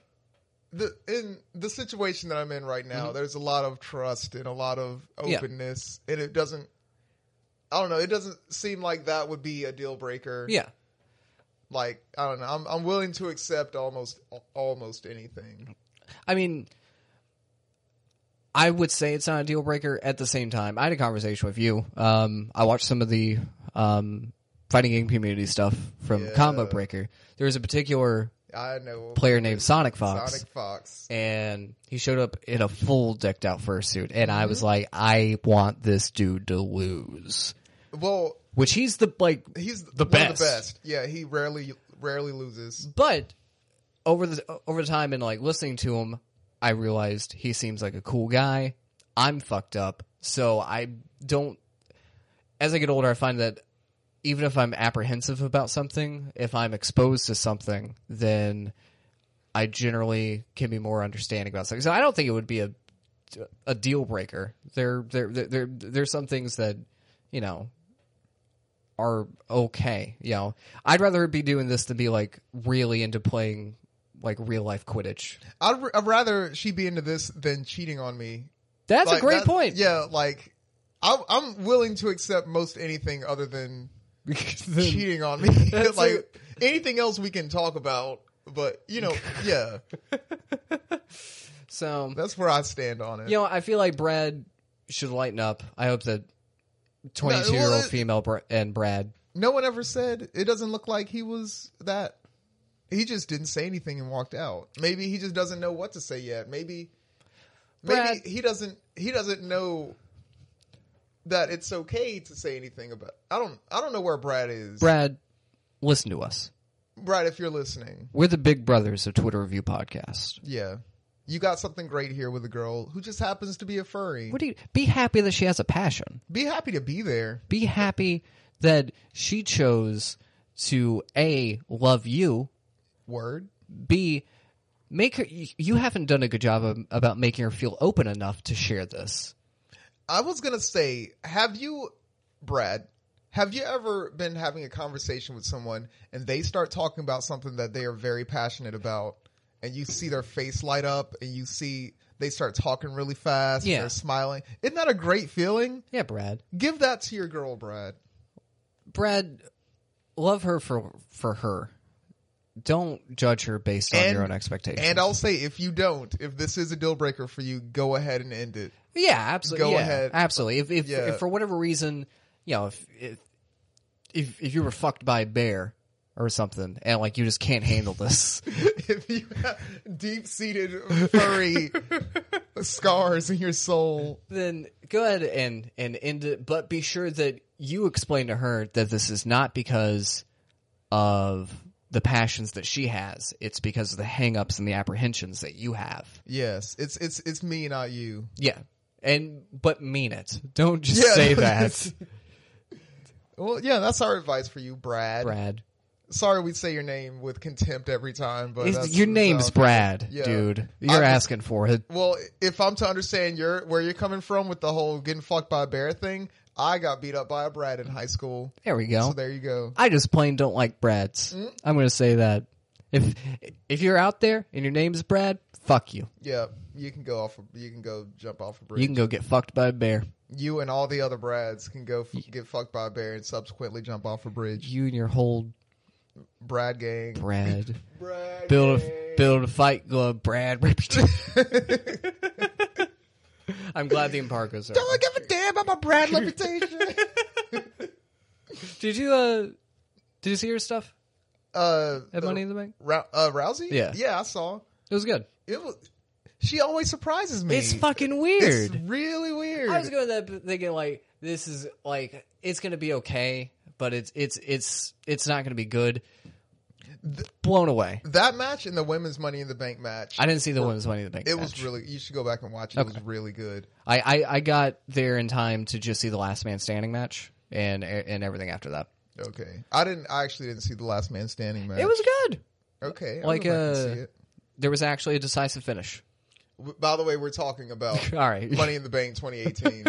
the in the situation that i'm in right now there's a lot of trust and a lot of
Mm-hmm. Yeah.
openness and it doesn't i don't know it doesn't seem like that would be a deal breaker
Yeah.
like I don't know. I'm I'm willing to accept almost almost anything.
I mean, I would say it's not a deal breaker. At the same time, I had a conversation with you. Um, I watched some of the um, fighting game community stuff from
Yeah.
Combo Breaker. There was a particular
I know
player named Sonic Fox.
Sonic Fox.
and he showed up in a full decked out fursuit and i
Mm-hmm.
was like i want this dude to lose
Well,
which he's the like
he's
The
one Of
best.
the best. Yeah, he rarely rarely loses.
but over the over the time and like listening to him i realized he seems like a cool guy i'm fucked up so i don't as i get older i find that even if i'm apprehensive about something if i'm exposed to something then i generally can be more understanding about something so i don't think it would be a a deal breaker there there there, there there's some things that you know are okay. You know, I'd rather be doing this than be like really into playing like real life Quidditch.
I'd, r- I'd rather she be into this than cheating on me.
That's
Like,
a great
that-
point.
Yeah, like I, I'm willing to accept most anything other than cheating on me.
That's
like anything else we can talk about, but you know, yeah,
so
that's where I stand on it.
you know, I feel like Brad should lighten up. I hope that twenty-two year
well,
old
it-
female Br- and Brad.
No one ever said it doesn't look like he was that. He just didn't say anything and walked out. Maybe he just doesn't know what to say yet. Maybe maybe
Brad-
he doesn't he doesn't know that it's okay to say anything about. I don't I don't know where Brad is.
Brad, listen to us.
Brad, if you're listening.
We're the big brothers of Twitter Review Podcast.
Yeah. You got something great here with a girl who just happens to be a furry.
What do you be happy that she has a passion?
be happy to be there.
Be happy that she chose to a love you,
Word.
b make her. You you haven't done a good job of, about making her feel open enough to share this.
I was gonna say, have you, Brad? Have you ever been having a conversation with someone and they start talking about something that they are very passionate about, and you see their face light up, and you see they start talking really fast,
Yeah.
and they're smiling. Isn't that a great feeling?
Yeah, Brad.
Give that to your girl, Brad.
Brad, love her for for her. Don't judge her based on
And-
your own expectations.
And I'll say, if you don't, if this is a deal breaker for you, go ahead and end it.
yeah, absolutely.
Go
yeah,
ahead.
Absolutely. If if,
Yeah.
if for whatever reason, you know, if, if if if you were fucked by a bear or something, and like you just can't handle this,
if you have deep seated furry scars in your soul,
then go ahead and and end it. But be sure that you explain to her that this is not because of the passions that she has; it's because of the hangups and the apprehensions that you have.
yes, it's it's it's me, not you.
Yeah. And but mean it. Don't just
Yeah.
say that,
Well, yeah, that's our advice for you, Brad.
Brad.
Sorry we say your name with contempt every time, but
It's-
that's-
your
that's
name's
how-
Brad,
Yeah.
dude. You're
just-
asking for it.
Well, if I'm to understand your where you're coming from with the whole getting fucked by a bear thing, I got beat up by a Brad in high school.
There we go.
So Mm-hmm. there you go.
I just plain don't like Brads. I'm going to say that. If if you're out there and your name's Brad, fuck you.
Yeah, you can go off. a- You can go jump off a bridge.
You can go get fucked by a bear.
You and all the other Brads can go f- get fucked by a bear and subsequently jump off a bridge.
You and your whole
Brad gang.
Brad.
Brad
Build
gang.
a build a fight glove, Brad. I'm glad the embargo's over.
Don't give a damn about my Brad reputation.
Did you uh did you see her stuff
uh,
at Money in the Bank?
Rou- uh, Rousey?
Yeah.
yeah, I saw.
It was good.
It was. She always surprises me.
It's fucking weird.
It's really weird.
I was going to that thinking like this is like it's going to be okay, but it's it's it's it's not going to be good. Blown away.
that match and the women's Money in the Bank match.
I didn't see the women's money in the bank.
it
match.
was really. You should go back and watch it. It was really good.
I, I I got there in time to just see the last man standing match and and everything after that.
Okay, I didn't. I actually didn't see the Last Man Standing match.
It was good.
okay. I'll
like,
go back and
uh,
see it.
There was actually a decisive finish.
W- By the way, we're talking about
All right.
Money in the Bank 2018.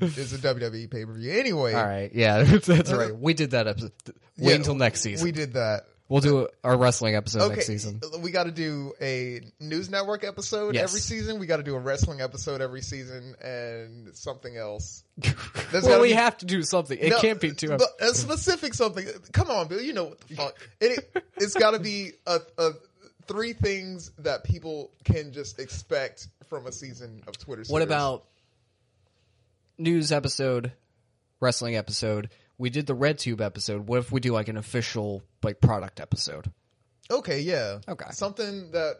It's a WWE pay per view. Anyway,
All right. Yeah, that's right. We did that episode. Wait
Yeah,
until next season.
we did that.
we'll do a, our wrestling episode next season.
We got to do a news network episode
Yes.
every season. We got to do a wrestling episode every season, and something else. There's
well,
gotta
we
be-
have to do something. It
No,
can't be too.
But a specific something. Come on, Bill. You know what the fuck. It, it's got to be a, a three things that people can just expect from a season of Twitter.
What
series.
about news episode, wrestling episode? We did the Red Tube episode. What if we do like an official like product episode?
Okay, yeah.
Okay.
Something that,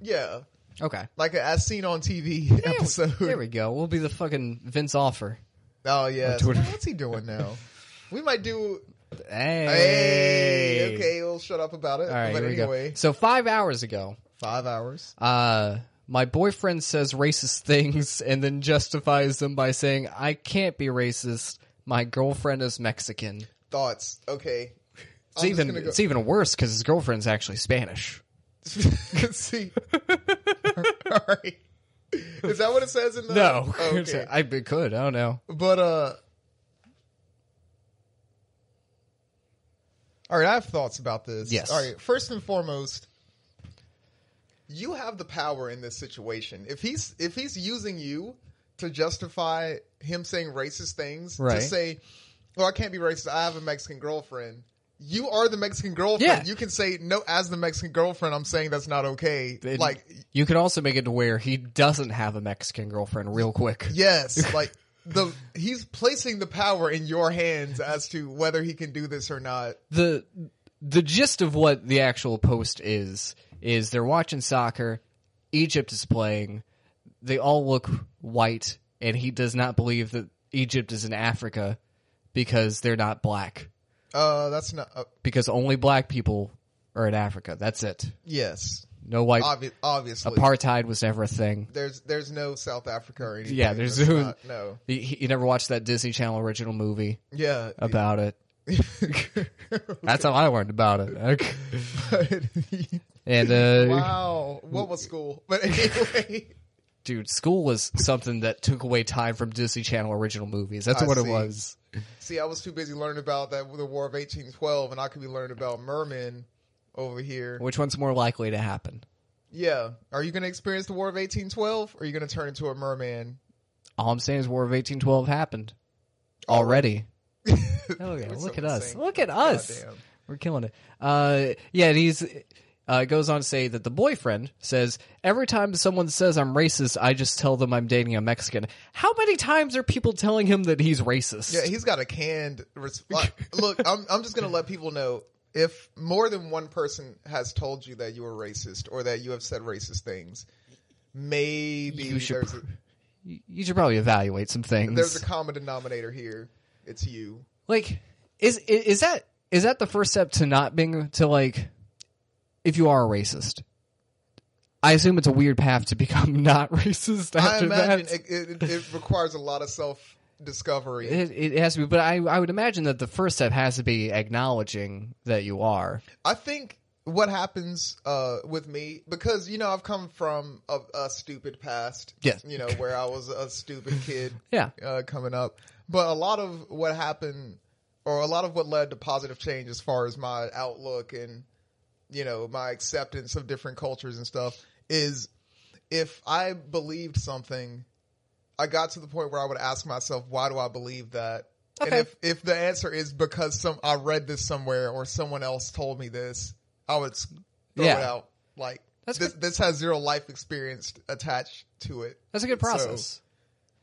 yeah,
Okay.
like a as seen on TV episode.
There we go. We'll be the fucking Vince Offer.
Oh yeah.
Twitter.
What's he doing now? We might do
Hey.
Hey, okay, we'll shut up about it.
All right.
but
here we
anyway,
go. So five hours ago,
five hours.
uh, my boyfriend says racist things and then justifies them by saying, "I can't be racist. My girlfriend is Mexican."
Thoughts? Okay.
It's
I'm just
even
gonna go-
it's even worse because his girlfriend's actually Spanish.
see. All right. Is that what it says in the?
No,
Oh, okay.
I it could. I don't know.
But uh. All right, I have thoughts about this.
Yes.
All right. First and foremost, you have the power in this situation. If he's if he's using you to justify him saying racist things, to
Right.
say, "Well, I can't be racist. I have a Mexican girlfriend." You are the Mexican girlfriend.
Yeah.
You can say no as the Mexican girlfriend. I'm saying that's not okay.
And
like
you could also make it to where he doesn't have a Mexican girlfriend real quick.
yes, like the he's placing the power in your hands as to whether he can do this or not.
the the gist of what the actual post is is they're watching soccer. Egypt is playing. They all look white, and he does not believe that Egypt is in Africa because they're not black.
Uh, that's not. Uh,
Because only black people are in Africa. That's it.
yes,
No white
Obvi- obviously.
apartheid was never a thing.
there's there's no South Africa or anything.
Yeah, there's
That's
no-
not- no.
You, you never watched that Disney Channel original movie
Yeah,
about it. That's how I learned about it. Okay. And uh,
wow, what was school? But anyway,
dude, school was something that took away time from Disney Channel original movies. That's
I
what
see.
it was.
see, I was too busy learning about that the War of eighteen twelve, and I could be learning about mermen over here.
Which one's more likely to happen?
Yeah, are you going to experience the War of eighteen twelve, or are you going to turn into a merman?
All I'm saying is War of 1812 happened already. Oh yeah,
What's
look
someone
at us.
saying?
Look at us.
Goddamn.
We're killing it. Uh, yeah, and he's uh, goes on to say that the boyfriend says every time someone says I'm racist, I just tell them I'm dating a Mexican. How many times are people telling him that he's racist?
Yeah, he's got a canned response. Look, I'm I'm just gonna let people know if more than one person has told you that you are racist or that you have said racist things, maybe
You should
there's a,
You- you should probably evaluate some things.
there's a common denominator here. It's you.
like is, is is that is that the first step to not being to like if you are a racist i assume it's a weird path to become not racist
I
after
imagine
that
it, it, it requires a lot of self discovery.
it, it has to be but I, I would imagine that the first step has to be acknowledging that you are
I think what happens uh, with me because you know I've come from a, a stupid past.
Yes.
you know where I was a stupid kid.
yeah
uh, coming up. But a lot of what happened, or a lot of what led to positive change as far as my outlook and, you know, my acceptance of different cultures and stuff, is if I believed something, I got to the point where I would ask myself, why do I believe that?
Okay.
And if, if the answer is because some I read this somewhere or someone else told me this, I would s- throw it
Yeah.
out. Like,
That's
this,
good.
this has zero life experience attached to it.
that's a good
So-
process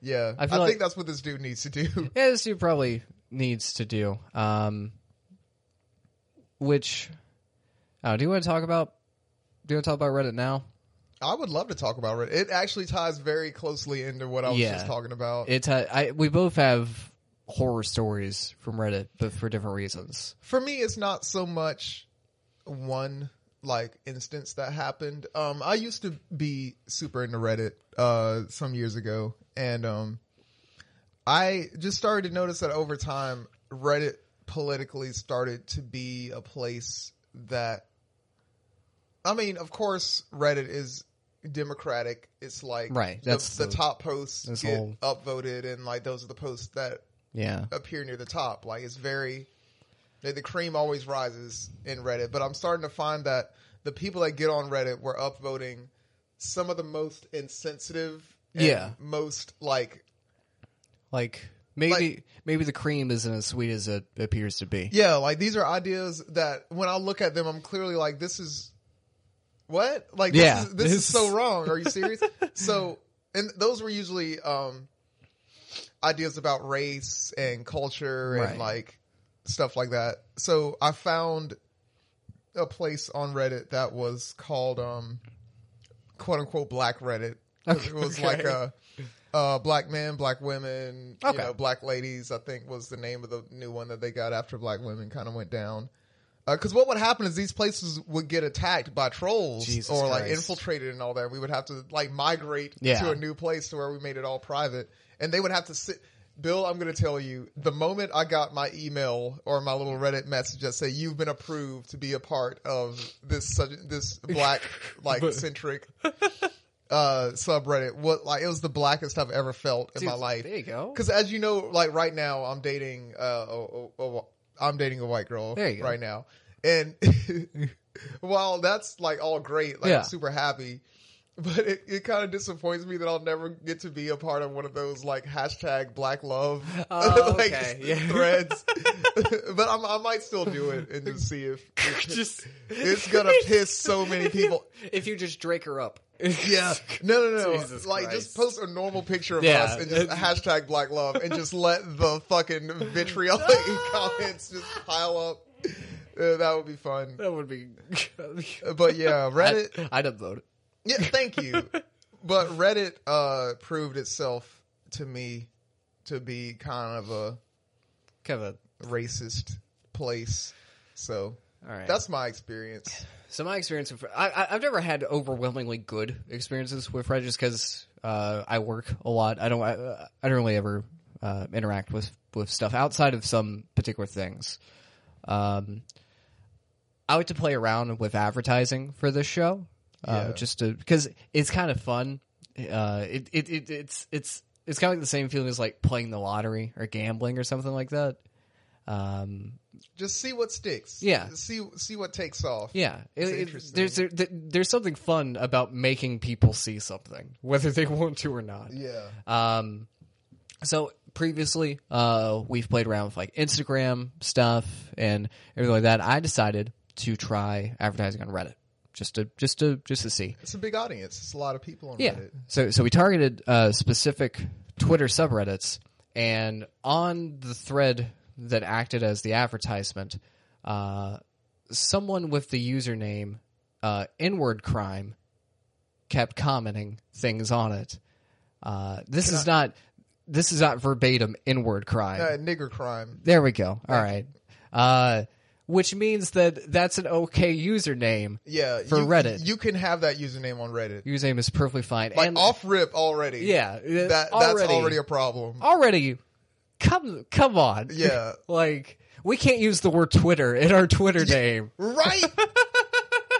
yeah, I,
I feel like-
think that's what this dude needs to do.
yeah this dude probably needs to do um which oh do you want to talk about do you want to talk about reddit now
I would love to talk about it. It actually ties very closely into what I was
Yeah.
just talking about.
It's uh, I we both have horror stories from Reddit, but for different reasons.
For me, it's not so much one like instance that happened. Um, I used to be super into Reddit uh, some years ago, and um, I just started to notice that over time, Reddit politically started to be a place that. I mean, of course, Reddit is democratic. It's like
Right,
the-
that's
the,
the-
top posts
this
get
whole-
upvoted, and like those are the posts that
Yeah,
appear near the top. Like it's very the the cream always rises in Reddit, but I'm starting to find that the people that get on Reddit were upvoting some of the most insensitive, and
Yeah.
most like
like maybe
Like-
maybe the cream isn't as sweet as it appears to be.
yeah, like these are ideas that when I look at them, I'm clearly like, this is what? Like,
Yeah,
this, is, this is
this-
so wrong. Are you serious? so, and those were usually um, ideas about race and culture and
Right.
like stuff like that. So I found a place on Reddit that was called um, quote unquote black Reddit. 'Cause It was like
Okay.
a uh, black men, black women,
Okay.
you know, black ladies. I think was the name of the new one that they got after black women kind of went down. Because what would happen is these places would get attacked by trolls
Jesus
or like
Christ.
infiltrated and all that. We would have to like migrate
Yeah.
to a new place to where we made it all private, and they would have to sit. Bill, I'm going to tell you, the moment I got my email or my little Reddit message that say you've been approved to be a part of this such this black like centric uh subreddit, what like it was the blackest I've ever felt in my
Dude,
life
There you go.
because as you know, like right now, I'm dating uh, a, a, a, I'm dating a white girl
There you go.
right now, and while that's like all great, like
Yeah.
I'm super happy, but it, it kind of disappoints me that I'll never get to be a part of one of those like hashtag Black Love
Oh,
like
okay, yeah.
threads. but I'm, I might still do it and just see if
just
it's gonna piss so many people.
if you just drake her up.
Yeah, no, no, no.
Jesus
like, just post a normal picture of
Yeah.
us and just hashtag Black Love and just let the fucking vitriolic comments just pile up. Uh, that would be fun.
That would be.
But yeah, Reddit.
I, I'd upvote it.
Yeah, thank you. but Reddit uh, proved itself to me to be kind of a
Kind of.
racist place. So
a- All right.
that's my experience.
So my experience, with, I, I, I've never had overwhelmingly good experiences with Reddit just because uh, I work a lot. I don't, I, I don't really ever uh, interact with with stuff outside of some particular things. Um, I like to play around with advertising for this show, uh,
Yeah.
just to because it's kind of fun. Uh, it, it, it it's it's it's kind of like the same feeling as like playing the lottery or gambling or something like that. Um,
Just see what sticks.
Yeah.
See see what takes off.
yeah, it,
It's
it-
interesting.
there's there, there- there's something fun about making people see something, whether they want to or not.
Yeah.
Um, so previously, uh, we've played around with like Instagram stuff and everything like that. I decided to try advertising on Reddit just to just to just to see.
It's a big audience. It's a lot of people on
Yeah.
Reddit.
So so we targeted uh, specific Twitter subreddits, and on the thread that acted as the advertisement, uh, someone with the username uh, inward crime kept commenting things on it. Uh, this is not this is not verbatim inward crime.
Uh, nigger crime.
There we go. All right. Uh, which means that that's an okay username.
Yeah.
For
you-
Reddit.
You can have that username on Reddit.
Username is perfectly fine.
Like
and
off rip already.
yeah,
That that's already a problem.
already come come on
Yeah.
like we can't use the word twitter in our twitter name
Right.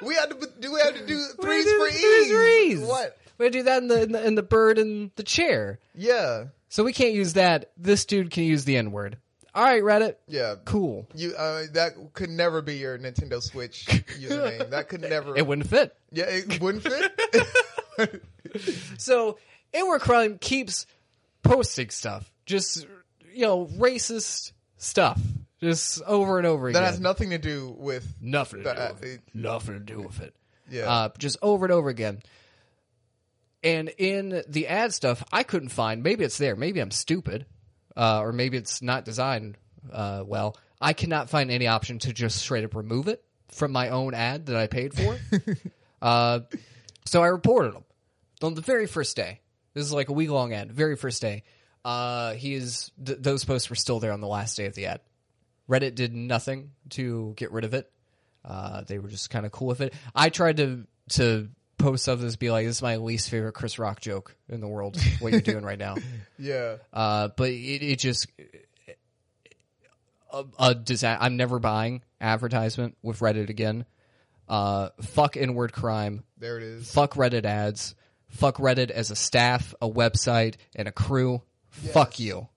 we had to do we had to do threes
Three
for
threes for
ease.
ease.
What?
we do that in the, in the in the bird and the chair
Yeah.
so we can't use that this dude can use the n-word all right reddit
Yeah.
cool
You uh, that could never be your Nintendo Switch username. That could never.
it wouldn't fit
yeah, it wouldn't fit.
so inward crime keeps posting stuff just you know racist stuff just over and over again
that has nothing to do with.
nothing to do
That-
with it. nothing to do with it
Yeah.
uh, just over and over again. And in the ad stuff, I couldn't find. Maybe it's there. Maybe I'm stupid, uh, or maybe it's not designed uh, well. I cannot find any option to just straight up remove it from my own ad that I paid for. uh, so I reported him on the very first day. This is like a week long ad. Very first day, uh, he is. Th- those posts were still there on the last day of the ad. Reddit did nothing to get rid of it. Uh, they were just kind of cool with it. I tried to to post something to be like, "This is my least favorite Chris Rock joke in the world." What you're doing right now,
yeah.
uh, but it, it just a, a disa- I'm never buying advertisement with Reddit again. Uh, fuck inward crime.
There it is.
Fuck Reddit ads. Fuck Reddit as a staff, a website, and a crew. Fuck you.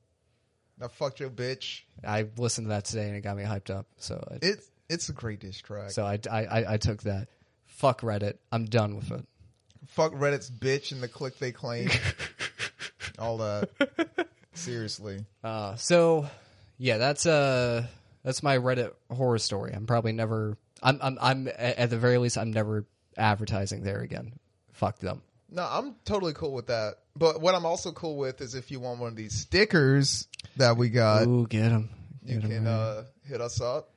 Now fuck your bitch.
I listened to that today and it got me hyped up. So I,
It's it's a great diss track.
So I, I, I- I took that. Fuck Reddit. I'm done with it.
fuck Reddit's bitch and the click they claim. All that. Seriously.
Uh, so, yeah, that's uh, that's my Reddit horror story. I'm probably never. I'm I'm I'm a- at the very least. I'm never advertising there again. Fuck them.
No, I'm totally cool with that. But what I'm also cool with is if you want one of these stickers that we got,
Ooh, get them.
you can uh, hit us up.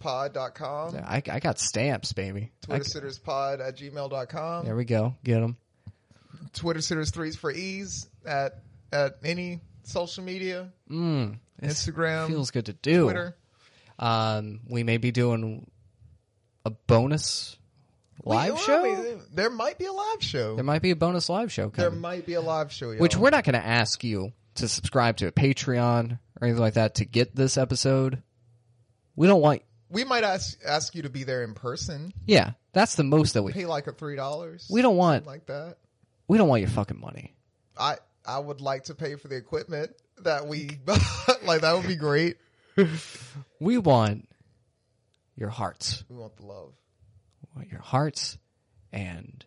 TwitterSittersPod.com.
I I got stamps, baby. I c-
TwitterSittersPod at gmail.com.
there we go. Get them.
Twitter sitters threes for ease at at any social media,
Mm, this
Instagram,
feels good to do.
Twitter.
Um, we may be doing a bonus live
We-
show.
we- there might be a live show.
there might be a bonus live show
There
coming.
might be a live show. Y'all.
which we're not going to ask you to subscribe to a Patreon or anything like that to get this episode. We don't want.
we might ask ask you to be there in person.
Yeah, that's the most that we
Pay like a three dollars.
we don't want.
like that.
We don't want your fucking money.
I I would like to pay for the equipment that we like. That would be great.
We want your hearts.
We want the love.
what, your hearts and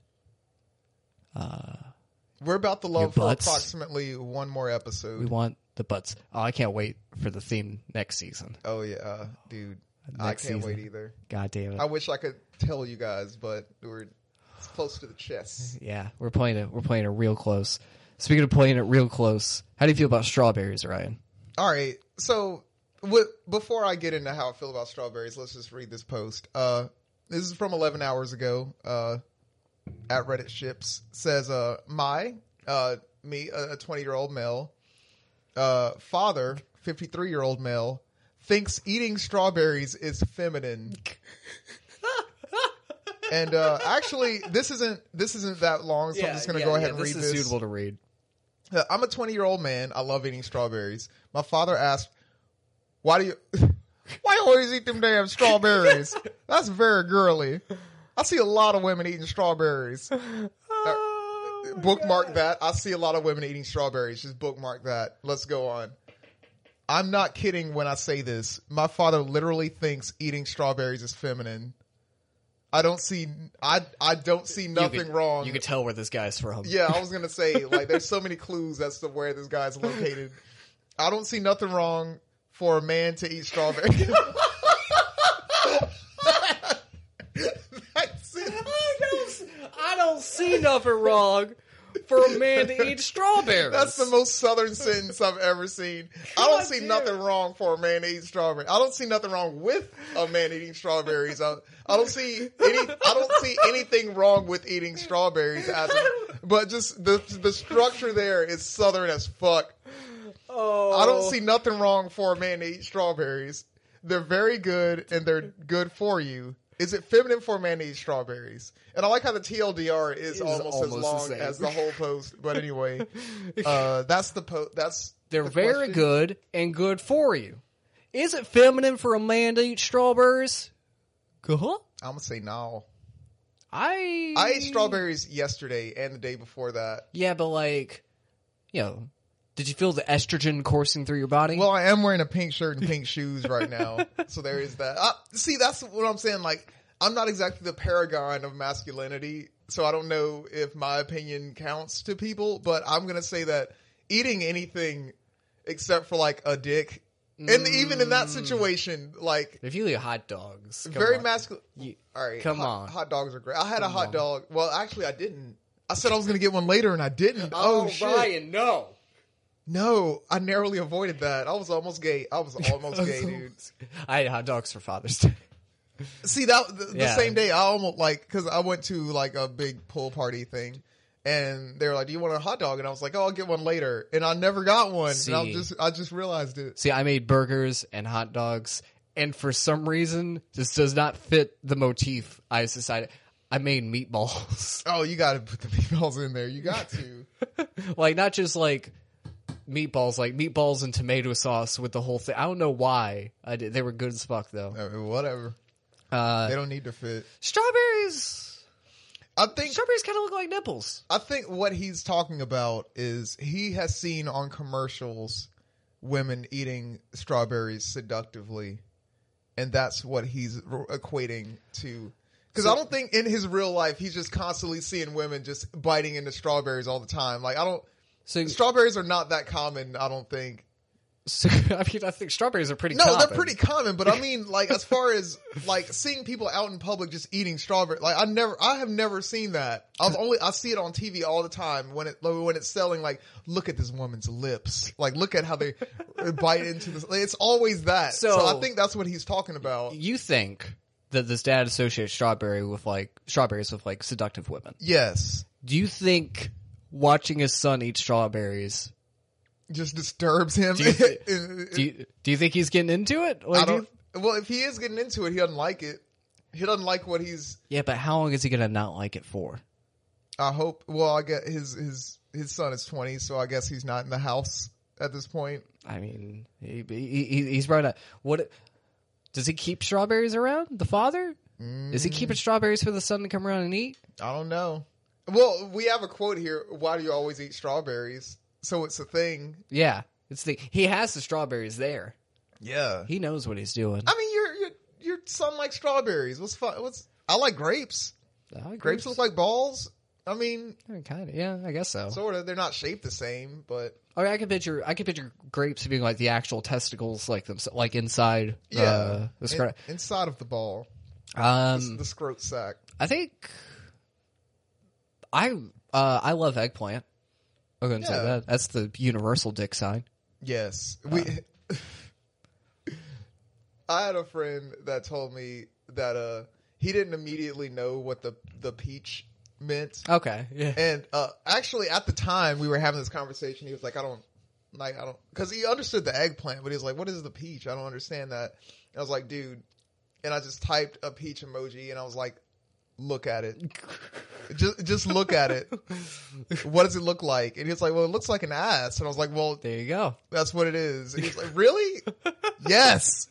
We're about to
Your
love for
butts.
approximately one more episode.
we want the butts. Oh, I can't wait for the theme next season.
oh yeah, uh, dude, I can't
Next
wait
season.
either.
God damn it.
I wish I could tell you guys, but we're it's close to the chest.
Yeah, we're playing it. We're playing it real close. Speaking of playing it real close, how do you feel about strawberries, Ryan?
All right. So w- before I get into how I feel about strawberries, let's just read this post. Uh, this is from 11 hours ago. Uh, at Reddit ships says, uh, my, uh, me, a a 20 year old male, uh, father, 53 year old male, thinks eating strawberries is feminine. and uh, actually, this isn't this isn't that long, so I'm just going to go ahead and read
this
this.
is suitable to read.
Uh, I'm a 20 year old man. I love eating strawberries. My father asked, "Why do you, why you always eat them damn strawberries? That's very girly." I see a lot of women eating strawberries. Uh, bookmark that. I see a lot of women eating strawberries. Just bookmark that. Let's go on. I'm not kidding when I say this. My father literally thinks eating strawberries is feminine. I don't see. I I don't see nothing wrong.
You could tell where this guy's from.
Yeah, I was gonna say like there's so many clues as to where this guy's located. I don't see nothing wrong for a man to eat strawberry. That's it.
I don't see nothing wrong for a man to eat strawberries.
That's the most southern sentence I've ever seen. I don't see nothing wrong for a man to eat strawberries. I don't see nothing wrong with a man eating strawberries. I, I don't see any. I don't see anything wrong with eating strawberries. As a- but just the the structure there is southern as fuck.
Oh,
I don't see nothing wrong for a man to eat strawberries. They're very good and they're good for you. Is it feminine for a man to eat strawberries? And I like how the TLDR is, almost,
almost
as
the
long
same.
as the whole post. But anyway, uh, that's the post. That's
they're
the
very
question.
good and good for you. Is it feminine for a man to eat strawberries? Huh?
I'm gonna say no.
I
I ate strawberries yesterday and the day before that.
Yeah, but like, you know, did you feel the estrogen coursing through your body?
Well, I am wearing a pink shirt and pink shoes right now, so there is that. Uh, see, that's what I'm saying. Like, I'm not exactly the paragon of masculinity, so I don't know if my opinion counts to people. But I'm gonna say that eating anything except for like a dick, and even in that situation, like
if you eat hot dogs, Mm. come
very
on.
masculine.
You-
All right,
come
hot,
on.
hot dogs are great. I had a hot dog. Well, actually, I didn't. I said I was gonna get one later, and I didn't. Oh,
oh,
shit!
Ryan, no.
No, I narrowly avoided that. I was almost gay. I was almost gay, dude.
I ate hot dogs for Father's Day.
See that the, the
Yeah.
same day I almost like because I went to like a big pool party thing, and they were like, "Do you want a hot dog?" And I was like, "Oh, I'll get one later." And I never got one. And I
See.
just I just realized it.
See, I made burgers and hot dogs, and for some reason, this does not fit the motif I decided. I made meatballs.
Oh, you got to put the meatballs in there. You got to.
like, not just like meatballs, like meatballs and tomato sauce with the whole thing. I don't know why. I did. They were good as fuck, though.
I mean, whatever.
Uh,
They don't need to fit.
strawberries.
I think
Strawberries kind of look like nipples.
I think what he's talking about is he has seen on commercials women eating strawberries seductively, and that's what he's r- equating to. Because I don't think in his real life he's just constantly seeing women just biting into strawberries all the time. Like I don't,
So,
strawberries are not that common. I don't think.
so I mean, I think strawberries are pretty.
No,
common.
they're pretty common, but I mean, like as far as like seeing people out in public just eating strawberry, like I never, I have never seen that. I've only I see it on TV all the time when it like, when it's selling. Like, look at this woman's lips. Like, look at how they bite into this. Like, it's always that. So,
So-
I think that's what he's talking about.
You think that this dad associates strawberry with like strawberries with like seductive women?
Yes,
Do you think watching his son eat strawberries?
just disturbs him.
you thi- Do you, do you think he's getting into it? Like,
I
do you-
don't. Well, if he is getting into it, he doesn't like it. He doesn't like what he's.
yeah, but how long is he gonna not like it for?
I hope. Well, I get his his his son is twenty, so I guess he's not in the house at this point.
I mean, he, he, he- he's right. up. What does he keep strawberries around? The father is he
Mm.
keeping strawberries for the son to come around and eat?
I don't know. Well, we have a quote here. Why do you always eat strawberries? So it's a thing.
Yeah, it's the he has the strawberries there.
Yeah.
He knows what he's doing.
Ah, I mean, your your your son likes strawberries. What's fun? What's I like grapes.
Uh,
Grapes look like balls. I mean,
kind of. Yeah, I guess so.
sort of. They're not shaped the same, but
I mean, I could picture I could picture grapes being like the actual testicles, like them, like inside.
yeah.
uh, the
In-
scra-
inside of the ball,
um,
the scrot sack.
I think I uh, I love eggplant. I'm gonna
Yeah.
say that that's the universal dick sign.
Yes, we. I had a friend that told me that uh he didn't immediately know what the the peach meant,
Okay, yeah,
and uh actually at the time we were having this conversation, he was like, "I don't like I don't," because he understood the eggplant, but he was like, "What is the peach? I don't understand that." And I was like, "Dude," and I just typed a peach emoji, and I was like, "Look at it." Just, just look at it. What does it look like? And he was like, "Well, it looks like an ass." And I was like, "Well,
there you go.
that's what it is. And he's like, really? yes.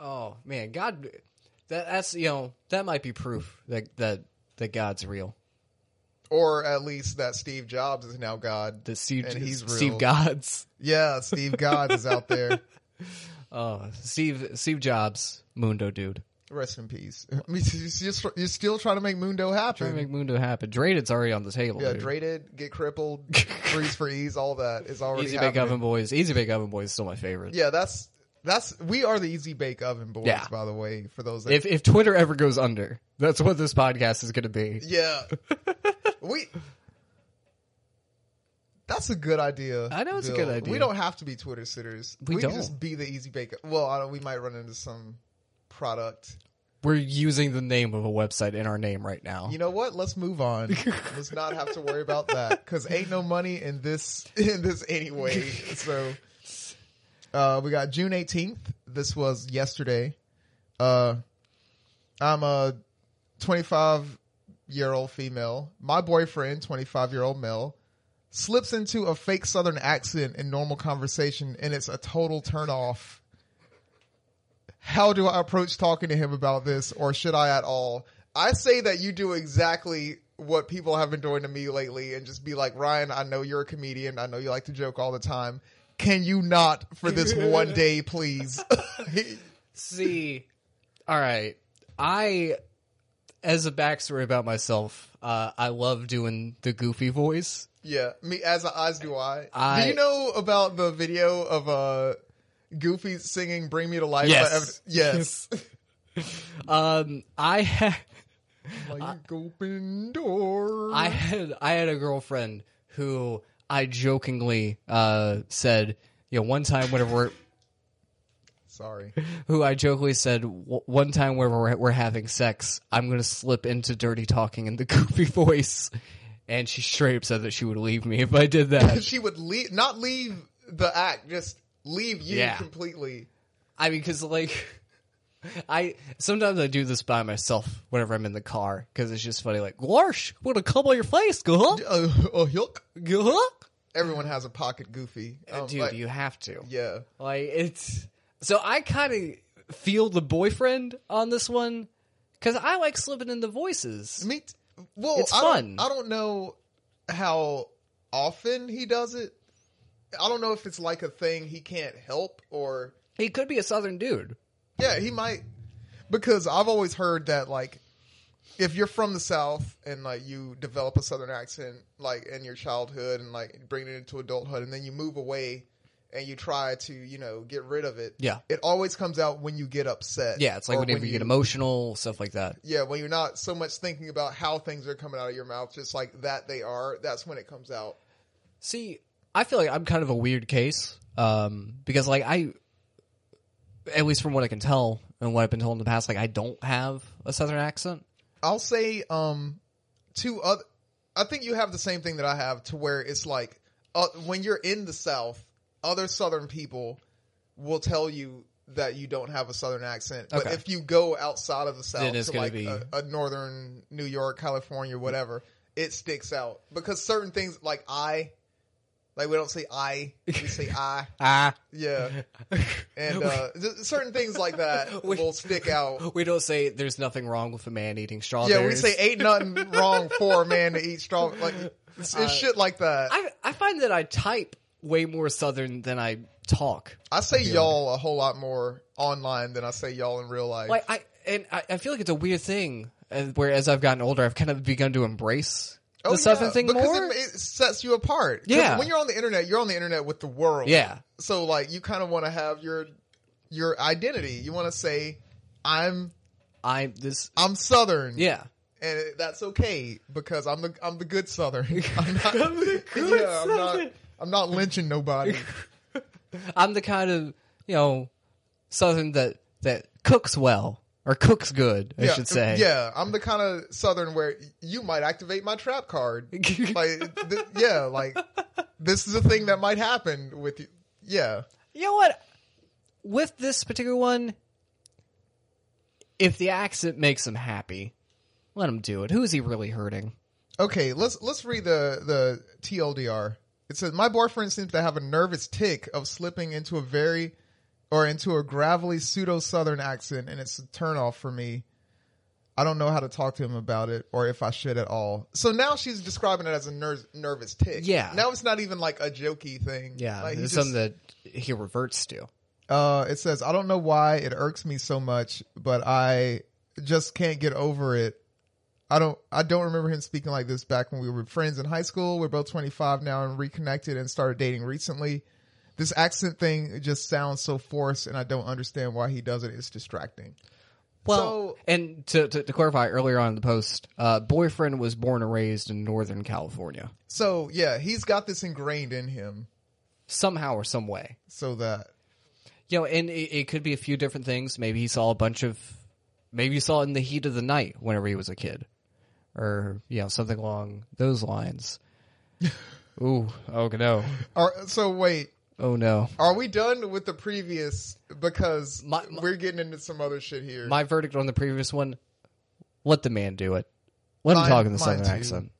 Oh man, God, that that's you know that might be proof that that that God's real.
Or at least that Steve Jobs is now God.
That Steve
And he's
Steve
real.
God's.
Yeah, Steve Jobs is out there.
Oh, Steve Steve Jobs, Mundo dude.
Rest in peace. I mean, you're still- you're still trying to make Mundo
Trying
happen.
to make Mundo happen. Draden's already on the table.
yeah,
dude.
drated, get crippled, freeze for ease, all that is already
Easy Bake
happening.
Oven Boys. Easy Bake Oven Boys is still my favorite.
Yeah, that's that's we are the Easy Bake Oven boys,
Yeah.
by the way, for those that
If if Twitter ever goes under, that's what this podcast is going to be.
Yeah. we That's a good idea.
I know it's a
Bill.
good idea.
We don't have to be Twitter sitters.
We
can
don't.
just be the easy bake. Well, I don't, we might run into some product.
We're using the name of a website in our name right now.
You know what? Let's move on. Let's not have to worry about that cuz ain't no money in this in this anyway. So uh we got June 18th. This was yesterday. Uh I'm a 25 year old female. My boyfriend, 25 year old male, slips into a fake southern accent in normal conversation and it's a total turn off. How do I approach talking to him about this or should I at all? I say that you do exactly what people have been doing to me lately and just be like, Ryan, I know you're a comedian. I know you like to joke all the time. Can you not for this one day, please?
See, all right. I, as a backstory about myself, uh, I love doing the goofy voice.
Yeah, me as as do I.
I-
Do you know about the video of uh Goofy singing "Bring Me to Life"?
Yes.
by Ev- yes.
Um, I had
like open door.
I had I had a girlfriend who I jokingly uh, said, you know, one time whenever we're
Sorry.
who I jokingly said w- one time where we're, we're having sex, I'm going to slip into dirty talking in the goofy voice. And she straight up said that she would leave me if I did that.
she would leave, not leave the act, just leave you
Yeah.
completely.
I mean, because like, I sometimes I do this by myself whenever I'm in the car because it's just funny. Like, Larsh, what a cum on your face, guh
Uh, oh, yuck.
guh.
Everyone has a pocket Goofy. Um,
Uh, Dude,
like-
you have to.
yeah.
Like it's so I kind of feel the boyfriend on this one because I like slipping in the voices.
Me. T- well,
It's
I
fun.
Don't, I don't know how often he does it. I don't know if it's like a thing he can't help or.
He could be a southern dude.
Yeah, he might because I've always heard that like if you're from the South and like you develop a Southern accent like in your childhood and like bring it into adulthood and then you move away and you try to you know get rid of it,
Yeah.
it always comes out when you get upset.
Yeah, it's like
or
whenever you get emotional, stuff like that.
Yeah, when you're not so much thinking about how things are coming out of your mouth, just like that they are. That's when it comes out.
See, I feel like I'm kind of a weird case um, because, like, I, at least from what I can tell and what I've been told in the past, like, I don't have a southern accent.
I'll say um two other I think you have the same thing that I have to where it's like uh, when you're in the south other southern people will tell you that you don't have a southern accent but
Okay.
if you go outside of the south
Then it's
to
gonna
like
be-
a, a northern New York, California, whatever, it sticks out because certain things like I like we don't say I, we say I.
Ah,
Yeah. And uh th- certain things like that
We-
will stick out.
we don't say there's nothing wrong with a man eating strawberries.
Yeah, we say ain't nothing wrong for a man to eat straw. Like it's, it's shit like that. I,
I, I find that I type way more southern than I talk.
say y'all a whole lot more online than I say y'all in real life.
Like, I and I, I feel like it's a weird thing. uh, Where as I've gotten older, I've kind of begun to embrace the Southern thing
Oh, because
more.
It, it sets you apart. 'Cause
Yeah.
when you're on the internet, you're on the internet with the world.
Yeah.
So like, you kind of want to have your your identity. You want to say, "I'm
I this
I'm Southern."
yeah.
and it, that's okay because I'm the I'm the good Southern. I'm not,
I'm the good
yeah, I'm not
Southern.
I'm not lynching nobody.
I'm the kind of you know Southern that that cooks well or cooks good. I
yeah,
should say.
Yeah, I'm the kind of Southern where you might activate my trap card. like, th- yeah, like this is a thing that might happen with you. Yeah,
You know what? With this particular one, if the accent makes him happy, let him do it. Who is he really hurting?
Okay, let's let's read the the TLDR. It says my boyfriend seems to have a nervous tick of slipping into a very or into a gravelly pseudo southern accent and it's a turnoff for me. I don't know how to talk to him about it or if I should at all. So now she's describing it as a ner- nervous tick.
Yeah.
Now it's not even like a jokey thing.
Yeah,
Like, he
it's
just-
something that he reverts to.
uh, it says, I don't know why it irks me so much, but I just can't get over it. I don't I don't remember him speaking like this back when we were friends in high school. We're both 25 now and reconnected and started dating recently. This accent thing just sounds so forced and I don't understand why he does it. It's distracting.
Well,
So-
and to, to, to clarify earlier on in the post, uh, boyfriend was born and raised in Northern California,
So, yeah, he's got this ingrained in him
somehow or some way.
so that
You know, and it, it could be a few different things. Maybe he saw a bunch of, maybe he saw it in the heat of the night whenever he was a kid, or you know something along those lines. Ooh, oh no,
are so wait,
oh no.
are we done with the previous because
My- my-
we're getting into some other shit here.
My verdict on the previous one: let the man do it. Let
Mine-
him talk in the
mine
southern
too.
accent.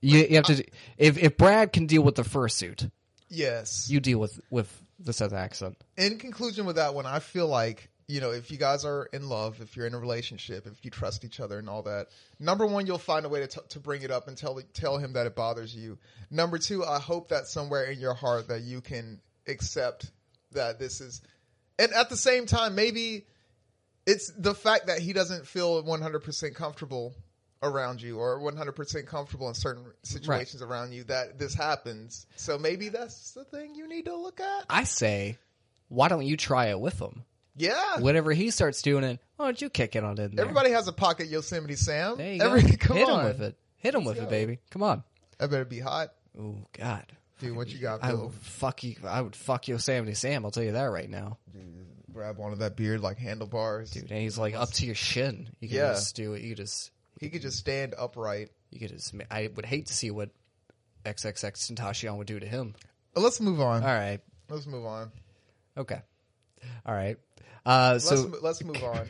You, you have to. If if Brad can deal with the fursuit,
yes.
you deal with with the southern accent.
in conclusion with that one, I feel like, you know, if you guys are in love, if you're in a relationship, if you trust each other and all that, number one, you'll find a way to, t- to bring it up and tell, tell him that it bothers you. Number two, I hope that somewhere in your heart that you can accept that this is, and at the same time, maybe it's the fact that he doesn't feel 100% comfortable around you or 100% comfortable in certain situations around you that this happens. So maybe that's the thing you need to look at.
I say, why don't you try it with him?
Yeah.
Whenever he starts doing it, why don't you kick it on in there?
Everybody has a pocket Yosemite Sam.
there you
Every-
go.
Come
Hit
on.
him with it. Hit him with it, baby. Come on.
That better be hot.
Oh God,
Dude, what you got,
I
Phil?
would fuck you. I would fuck Yosemite Sam. I'll tell you that right now,
Grab onto that beard like handlebars.
dude. And he's like up to your shin. You can
Yeah.
just do it. You just
He could just stand upright.
You could just. I would hate to see what XXX Tentacion would do to him.
Uh, Let's move on.
All right.
Let's move on.
Okay. All right. Uh,
Let's,
so,
mo- let's move on.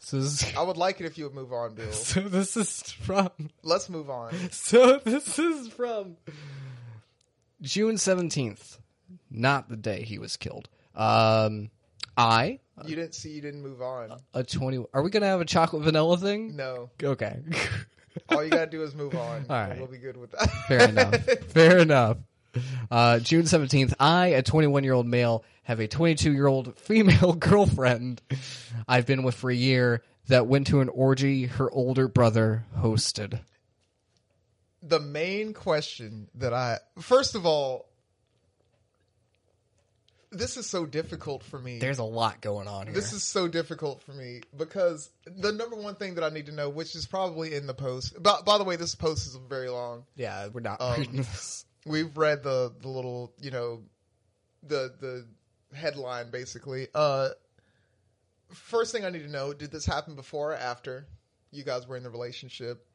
so, this,
I would like it if you would move on, Bill.
so this is from.
Let's move on.
So this is from June seventeenth, not the day he was killed. Um, I
You didn't see. You didn't move on.
a twenty. Are we gonna have a chocolate vanilla thing?
No.
Okay.
All you gotta do is move on.
All right.
We'll be good with that.
Fair enough. Fair enough. Uh, June 17th, I, a 21 year old male, have a 22 year old female girlfriend I've been with for a year that went to an orgy her older brother hosted.
the main question that I first of all, this is so difficult for me.
There's a lot going on here.
This is so difficult for me because the number one thing that I need to know, which is probably in the post. By, by the way, this post is very long.
yeah, we're not
Um,
reading this.
We've read the the little, you know, the the headline basically. Uh First thing I need to know: Did this happen before or after you guys were in the relationship?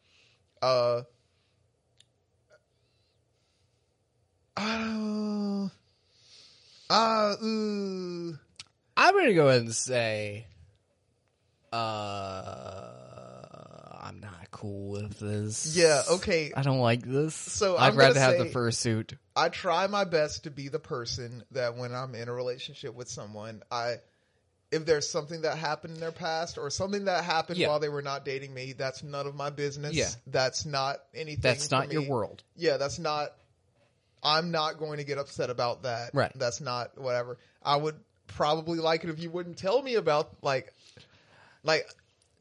Uh, I don't. Ah, ooh.
I'm going to go ahead and say, uh, I'm not cool with this.
Yeah. Okay.
I don't like this. So
So
I'd
I'm gonna
rather have the
say-
fursuit.
I try my best to be the person that when I'm in a relationship with someone, I if there's something that happened in their past or something that happened
Yeah.
while they were not dating me, that's none of my business.
Yeah.
That's not anything.
That's
for
not your
me.
world.
Yeah, that's not I'm not going to get upset about that.
Right.
That's not whatever. I would probably like it if you wouldn't tell me about like like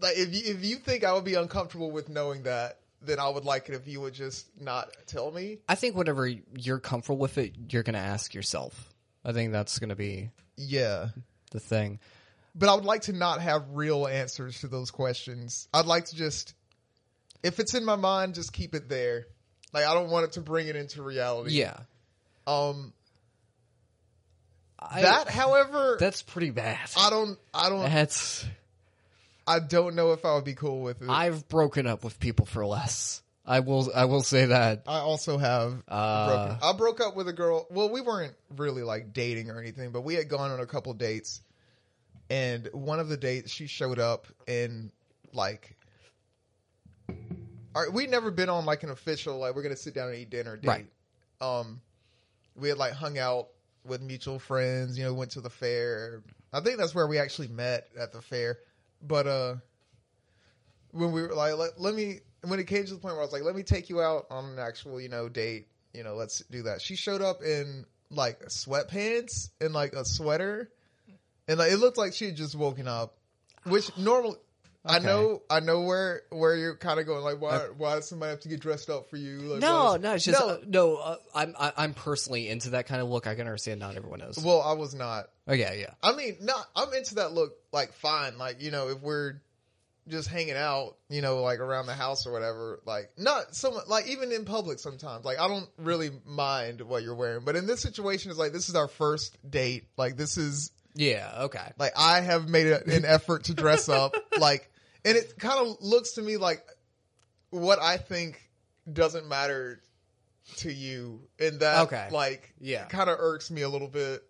Like if you, if you think I would be uncomfortable with knowing that, then I would like it if you would just not tell me.
I think whenever you're comfortable with it, you're going to ask yourself. I think that's going to be
Yeah.
the thing.
But I would like to not have real answers to those questions. I'd like to just if it's in my mind, just keep it there. Like I don't want it to bring it into reality.
Yeah.
Um
I-
that however
that's pretty bad.
I don't I don't
That's
I don't know if I would be cool with it. I,
I've broken up with people for less. I will I will say that.
also have
Uh,
broken. I broke up with a girl. Well, we weren't really like dating or anything, but we had gone on a couple dates. And one of the dates, she showed up in like. All right, we'd never been on like an official like we're gonna sit down and eat dinner date.
Right.
Um, we had like hung out with mutual friends. You know, went to the fair. I think that's where we actually met at the fair. But uh, when we were like, let, let me, when it came to the point where I was like, let me take you out on an actual, you know, date, you know, let's do that. She showed up in like sweatpants and like a sweater. And like, it looked like she had just woken up, which normally, I
Okay. Uh,
know, I know where, where you're kind of going, like, why, why does somebody have to get dressed up for you? Like, why
No,
does-
no, it's just
No.
no. Uh, no uh, I'm I, I'm personally into that kind of look. I can understand not everyone is.
well, I was not.
oh yeah, yeah.
I mean, no, I'm into that look, like, fine. Like, you know, if we're just hanging out, you know, like around the house or whatever, like, not someone, like, even in public sometimes, like, I don't really mind what you're wearing. But in this situation, it's like, this is our first date. Like, this is,
Yeah, okay.
like, I have made a, an effort to dress up. Like, and it kind of looks to me like what I think doesn't matter to you. And that,
Okay.
like,
Yeah.
kind of irks me a little bit.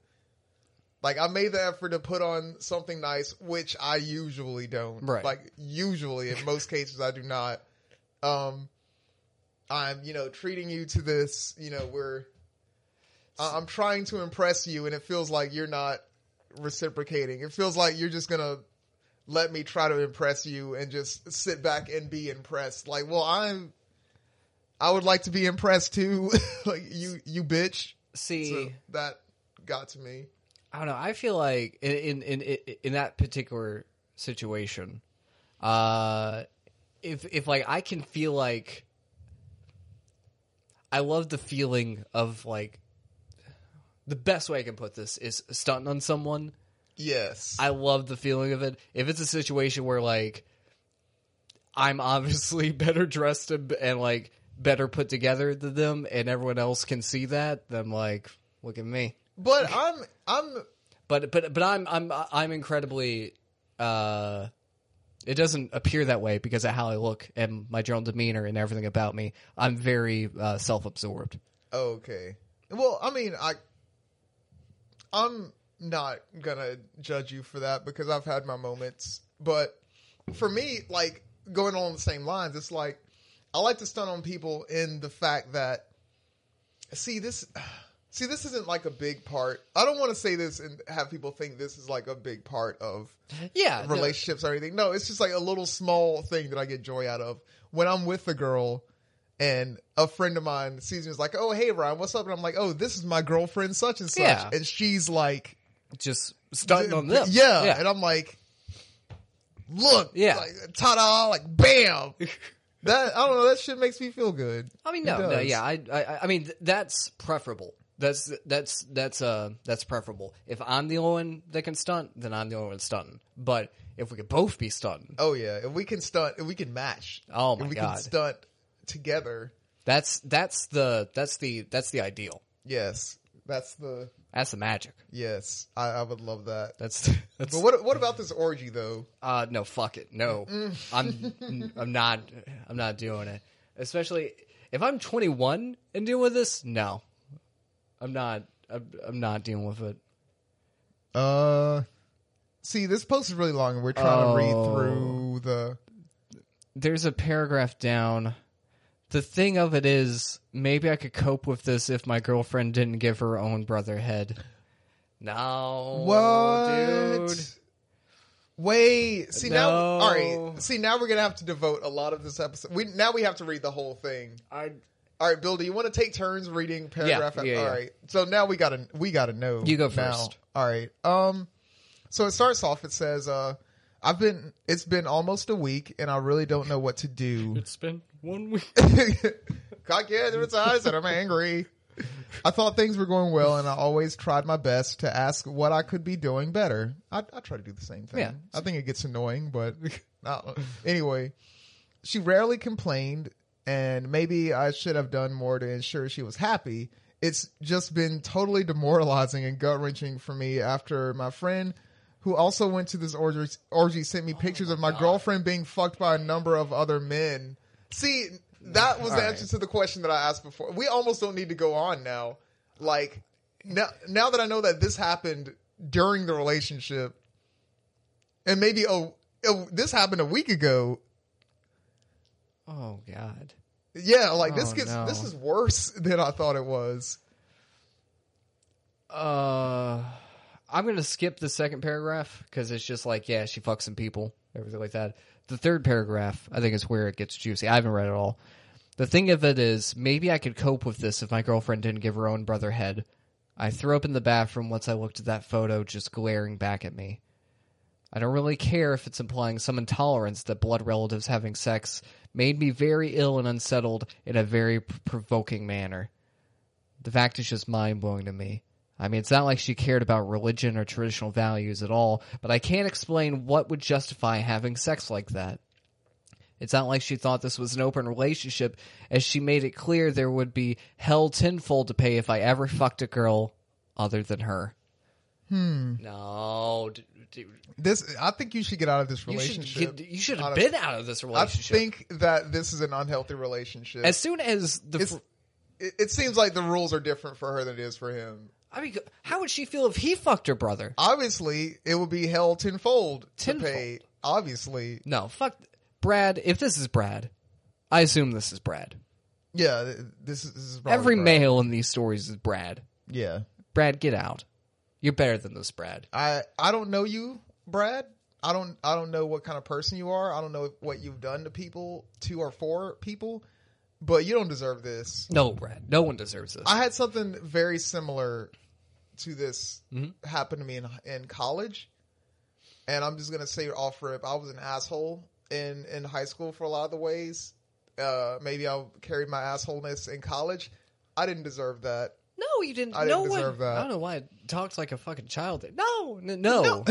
Like I made the effort to put on something nice, which I usually don't.
Right.
Like usually, in most cases, I do not. Um, I'm you know treating you to this. You know we're. I- I'm trying to impress you, and it feels like you're not reciprocating. It feels like you're just gonna let me try to impress you and just sit back and be impressed. Like, well, I'm. I would like to be impressed too. like you, you bitch.
See,
So that got to me.
I don't know. I feel like in in in, in- in that particular situation, uh, if if like I can feel like I love the feeling of like the best way I can put this is stunting on someone.
Yes.
I love the feeling of it. If it's a situation where like I'm obviously better dressed and, and like better put together than them, and everyone else can see that, then like look at me
but I'm I'm
but but but I'm I'm I'm incredibly. Uh, it doesn't appear that way because of how I look and my general demeanor and everything about me. I'm very uh, self-absorbed.
oh, okay. Well, I mean, I I'm not going to judge you for that because I've had my moments, but for me, like going along the same lines, it's like I like to stun on people in the fact that see this see this isn't like a big part. I don't want to say this and have people think this is like a big part of
Yeah, Uh, no,
relationships or anything. No, it's just like a little small thing that I get joy out of when I'm with a girl and a friend of mine sees me is like, "Oh, hey Ryan, what's up?" And I'm like, "Oh, this is my girlfriend such and such,"
Yeah.
and she's like,
just stunting on them.
Yeah.
yeah,
and I'm like, "Look,
Yeah.
like, ta-da!" Like, bam. that I don't know. That shit makes me feel good.
I mean,
It
no, no,
does.
yeah. I, I, I mean, th- that's preferable. That's that's that's uh that's preferable. If I'm the only one that can stunt, then I'm the only one stunting. But if we could both be stunting,
Oh yeah, if we can stunt, if we can match.
Oh, my
if we
God.
can stunt together.
that's that's the that's the that's the ideal.
Yes, that's the
That's the magic.
yes. I, I would love that.
That's that's
But what what about this orgy though?
uh no fuck it no i'm i'm not i'm not doing it especially if i'm 21 and dealing with this no i'm not i'm, I'm not dealing with it
Uh, see, this post is really long, and we're trying to read
Oh.
through the.
there's a paragraph down the thing of it is maybe i could cope with this if my girlfriend didn't give her own brother head no
What?
Oh, dude
Wait. See now.
No.
All right. See now we're gonna have to devote a lot of this episode. We now we have to read the whole thing.
I,
All right, Bill. Do you want to take turns reading paragraph?
yeah,
all
yeah.
right. So now we gotta we gotta know.
You go
now.
first.
All right. Um. So it starts off. It says, uh, I've been. It's been almost a week, and I really don't know what to do.
It's been one week.
Cock your head to its eyes, and I'm angry. I thought things were going well, and I always tried my best to ask what I could be doing better. I, I try to do the same thing.
Yeah.
I think it gets annoying, but uh, anyway, she rarely complained, and maybe I should have done more to ensure she was happy. It's just been totally demoralizing and gut wrenching for me after my friend. Who also went to this orgy, orgy sent me pictures of my girlfriend being fucked by a number of other men. See, that was the
All
answer
right.
to the question that I asked before. We almost don't need to go on now. Like now, now that I know that this happened during the relationship, and maybe oh, oh this happened a week ago.
Oh God.
Yeah, like this
Oh,
gets
no.
this is worse than I thought it was.
Uh, I'm gonna skip the second paragraph because it's just like, yeah, she fucks some people, everything like that. The third paragraph, I think, is where it gets juicy. I haven't read it all. The thing of it is, maybe I could cope with this if my girlfriend didn't give her own brother head. I threw up in the bathroom once I looked at that photo, just glaring back at me. I don't really care if it's implying some intolerance that blood relatives having sex made me very ill and unsettled in a very p- provoking manner. The fact is just mind blowing to me. I mean, it's not like she cared about religion or traditional values at all, but I can't explain what would justify having sex like that. It's not like she thought this was an open relationship, as she made it clear there would be hell tenfold to pay if I ever fucked a girl other than her. Hmm. No, d- d-
This I think you should get out of this
you should
relationship.
get, you should
Out
have
of-
been out of this
I
relationship.
think that this is an unhealthy relationship.
as soon as the,
It's-
fr-
it, it seems like the rules are different for her than it is for him.
I mean, how would she feel if he fucked her brother?
Obviously, it would be hell tenfold,
Tenfold.
to pay. Obviously,
No, fuck Brad. If this is Brad, I assume this is Brad.
yeah. th- This is, this is probably
Every
right.
male in these stories is Brad.
Yeah,
Brad, get out. You're better than this, Brad.
I I don't know you, Brad. I don't I don't know what kind of person you are. I don't know what you've done to people, to or for people, but you don't deserve this.
No, Brad. No one deserves this.
I had something very similar to this happen to me in in college, and I'm just gonna say off rip, I was an asshole in in high school for a lot of the ways. Uh, maybe I carried my assholeness in college. I didn't deserve that.
no, you didn't.
I
no
didn't deserve
one.
that.
I don't know why I talked like a fucking child. No, n- no.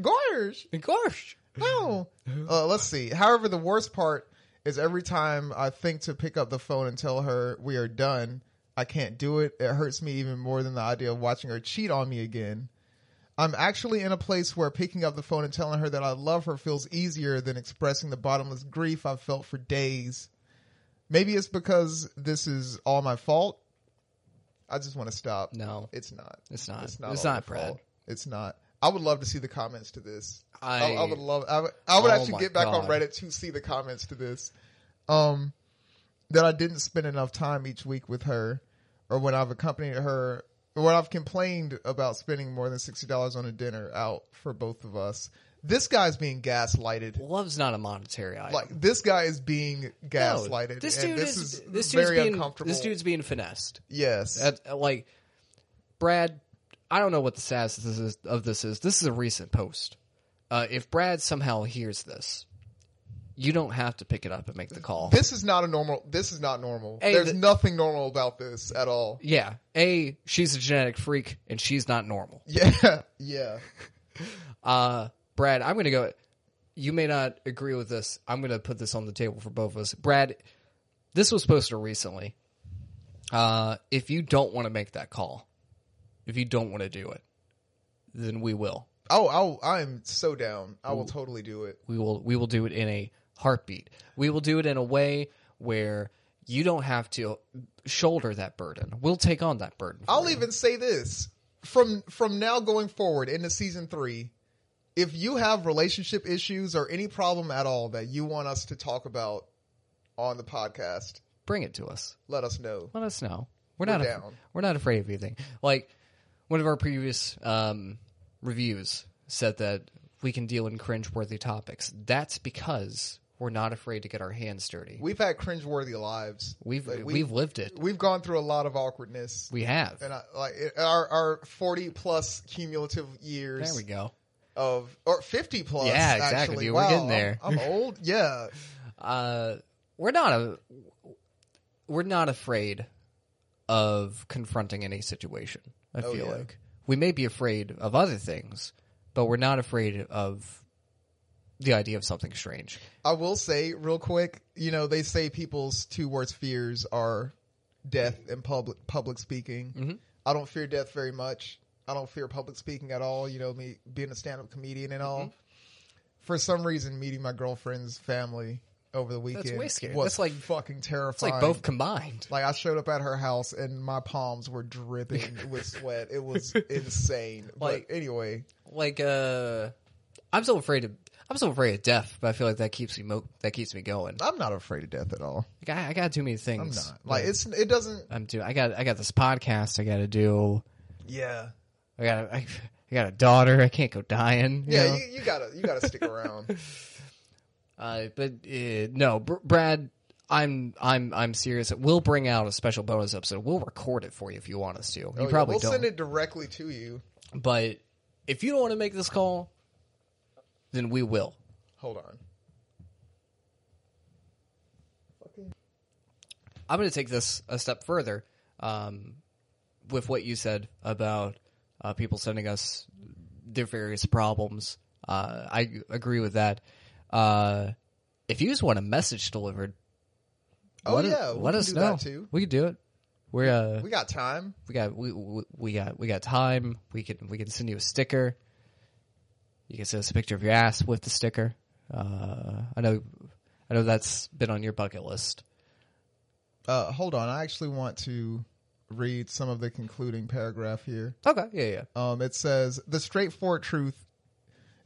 Gorge.
Of course.
No. Uh, let's see. However, the worst part is every time I think to pick up the phone and tell her we are done, I can't do it. It hurts me even more than the idea of watching her cheat on me again. I'm actually in a place where picking up the phone and telling her that I love her feels easier than expressing the bottomless grief I've felt for days. Maybe it's because this is all my fault. I just want to stop.
No,
It's not.
it's not. It's
It's
not,
not.
it's
all your
Brad.
fault. It's not. I would love to see the comments to this. I, I
I-
would love. I would, I would
Oh my
actually get back on
God.
Reddit to see the comments to this. Um, that I didn't spend enough time each week with her, or when I've accompanied her, or when I've complained about spending more than sixty dollars on a dinner out for both of us. This guy's being gaslighted.
Love's not a monetary item.
Like this guy is being
No,
gaslighted.
This
and
dude
this
is,
is,
this dude's
very
being,
uncomfortable.
This dude's being finessed.
yes,
At, at, uh, like Brad, I don't know what the status of this is. Of this, is. this is a recent post. Uh, if Brad somehow hears this, you don't have to pick it up and make the call.
this is not a normal. This is not normal.
Hey,
There's
the-
nothing normal about this at all.
Yeah, a she's a genetic freak and she's not normal.
Yeah, yeah.
Uh, Brad, I'm gonna go. You may not agree with this. I'm gonna put this on the table for both of us. Brad, this was posted recently. Uh, if you don't want to make that call, if you don't want to do it, then we will.
Oh, I'll, I'm so down. I will totally do it.
We will we will do it in a heartbeat. We will do it in a way where you don't have to shoulder that burden. We'll take on that burden. for
I'll
you.
even say this from from now going forward into season three. If you have relationship issues or any problem at all that you want us to talk about on the podcast,
bring it to us.
let us know.
Let us know. We're not
We're
af-
down.
we're not afraid of anything. Like one of our previous um, reviews said that we can deal in cringe-worthy topics. That's because we're not afraid to get our hands dirty.
We've had cringeworthy lives.
We've
Like,
we've, lived it.
we've gone through a lot of awkwardness.
We have.
and I, like it, our our forty plus cumulative years.
There we go.
of or 50 plus.
Yeah, exactly,
Actually.
dude. We're
Wow, I'm-
getting there.
I'm, old. Yeah.
Uh, we're not a we're not afraid of confronting any situation. I
Oh,
feel
yeah.
like we may be afraid of other things, but we're not afraid of the idea of something strange.
I will say real quick. You know, they say people's two worst fears are death and public public speaking.
Mm-hmm.
I don't fear death very much. I don't fear public speaking at all. You know, me being a stand up comedian and
Mm-hmm.
all. For some reason, meeting my girlfriend's family over the weekend
way scary.
was
That's like-
fucking
It's
terrifying.
like both combined.
Like I showed up at her house and my palms were dripping with sweat. It was insane.
Like-
but anyway,
Like uh, I'm so afraid of I'm so afraid of death, but I feel like that keeps me mo- that keeps me going.
I'm not afraid of death at all.
Like, I, I got too many
I'm
things.
not. Like it's it doesn't.
I'm too. I got I got this podcast I got to do.
Yeah.
I got a, I, I got a daughter. I can't go dying. you
Yeah.
know?
You, you gotta you gotta stick around. Oh,
Uh, but uh, no, Br- Brad, I'm I'm I'm serious. We'll bring out a special bonus episode. We'll record it for you if you want us to. You
Oh, yeah,
probably
we'll
don't.
send it directly to you.
But if you don't want to make this call, then we will.
Hold on.
I'm going to take this a step further um, with what you said about uh, people sending us their various problems. Uh, I agree with that. Uh, if you just want a message delivered,
Oh
let, us-
yeah. we
let
can
us
do
know.
That too.
We can do it. We're uh,
We got time.
we got we, we we got we got time. We can we can send you a sticker. You can send us a picture of your ass with the sticker. Uh, I know, I know that's been on your bucket list.
Uh, hold on. I actually want to read some of the concluding paragraph here.
Okay, yeah, yeah.
Um, it says the straightforward truth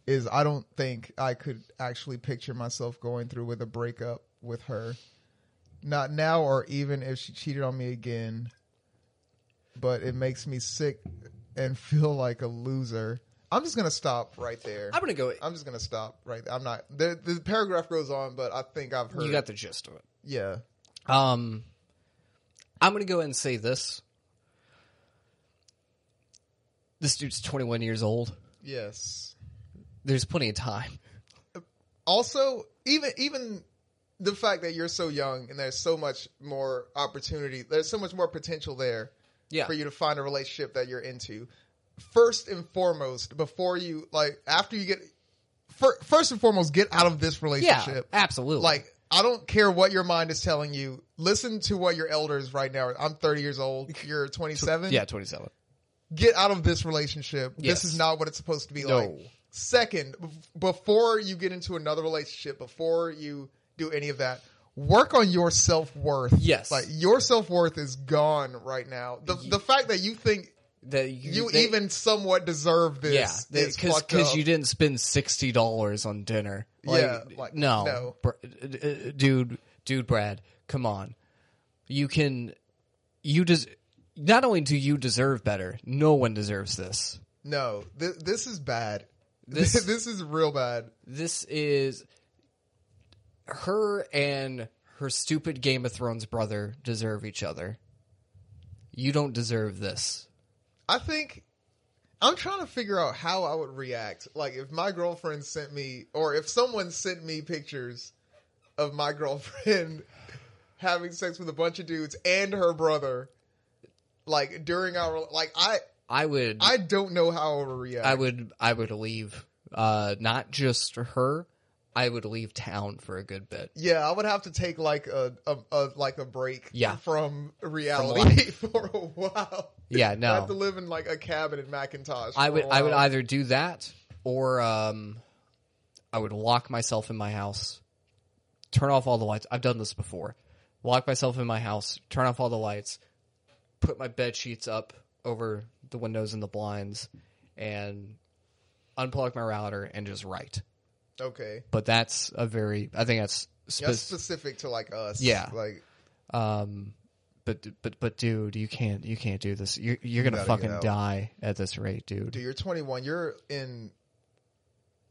is I don't think I could actually picture myself going through with a breakup with her, not now or even if she cheated on me again. But it makes me sick and feel like a loser. I'm just gonna stop right there.
I'm gonna go.
I'm just gonna stop right. There. I'm not. The, the paragraph goes on, but I think I've heard.
You got the gist of it.
yeah.
Um, I'm gonna go ahead and say this. This dude's 21 years old.
Yes.
There's plenty of time.
also even even the fact that you're so young and there's so much more opportunity there's so much more potential there
Yeah.
for you to find a relationship that you're into first and foremost before you like after you get fir- first and foremost get out of this
Yeah,
relationship
absolutely.
like i don't care what your mind is telling you listen to what your elders right now i'm 30 years old you're 27
yeah, 27.
get out of this relationship.
Yes.
This is not what it's supposed to be
No.
like. Second, b- before you get into another relationship, before you do any of that, work on your self worth.
Yes.
like your self worth is gone right now. The the fact that you think
That
you
they-
even somewhat deserve this,
Yeah,
is
because
fucked up.
you didn't spend sixty dollars on dinner. Like,
Yeah, like,
no,
no.
Br- uh, uh, dude, dude, Brad, come on. You can, you des- Not only do you deserve better, no one deserves this.
no, th- this is bad.
This-
This this is real bad.
This is her and her stupid Game of Thrones brother deserve each other. You don't deserve this.
I think I'm trying to figure out how I would react. Like if my girlfriend sent me, or if someone sent me pictures of my girlfriend having sex with a bunch of dudes and her brother, like during our, like I,
I would.
I don't know how I would react.
I would I would leave uh not just her, I would leave town for a good bit.
yeah, I would have to take like a, a, a like a break
Yeah.
from reality for a while.
Yeah,
I have to
no.
live in like a cabin in Macintosh.
I
for a
would I would
while.
either do that or um I would lock myself in my house, turn off all the lights. I've done this before. Lock myself in my house, turn off all the lights, put my bed sheets up over the windows and the blinds and unplug my router and just write.
Okay,
But that's a very I think that's
that's
spec-
specific to like us.
Yeah.
like
Um, but but but dude, you can't you can't do this. You're you're gonna
gotta get
fucking
out.
die at this rate, dude.
dude, you're 21. You're in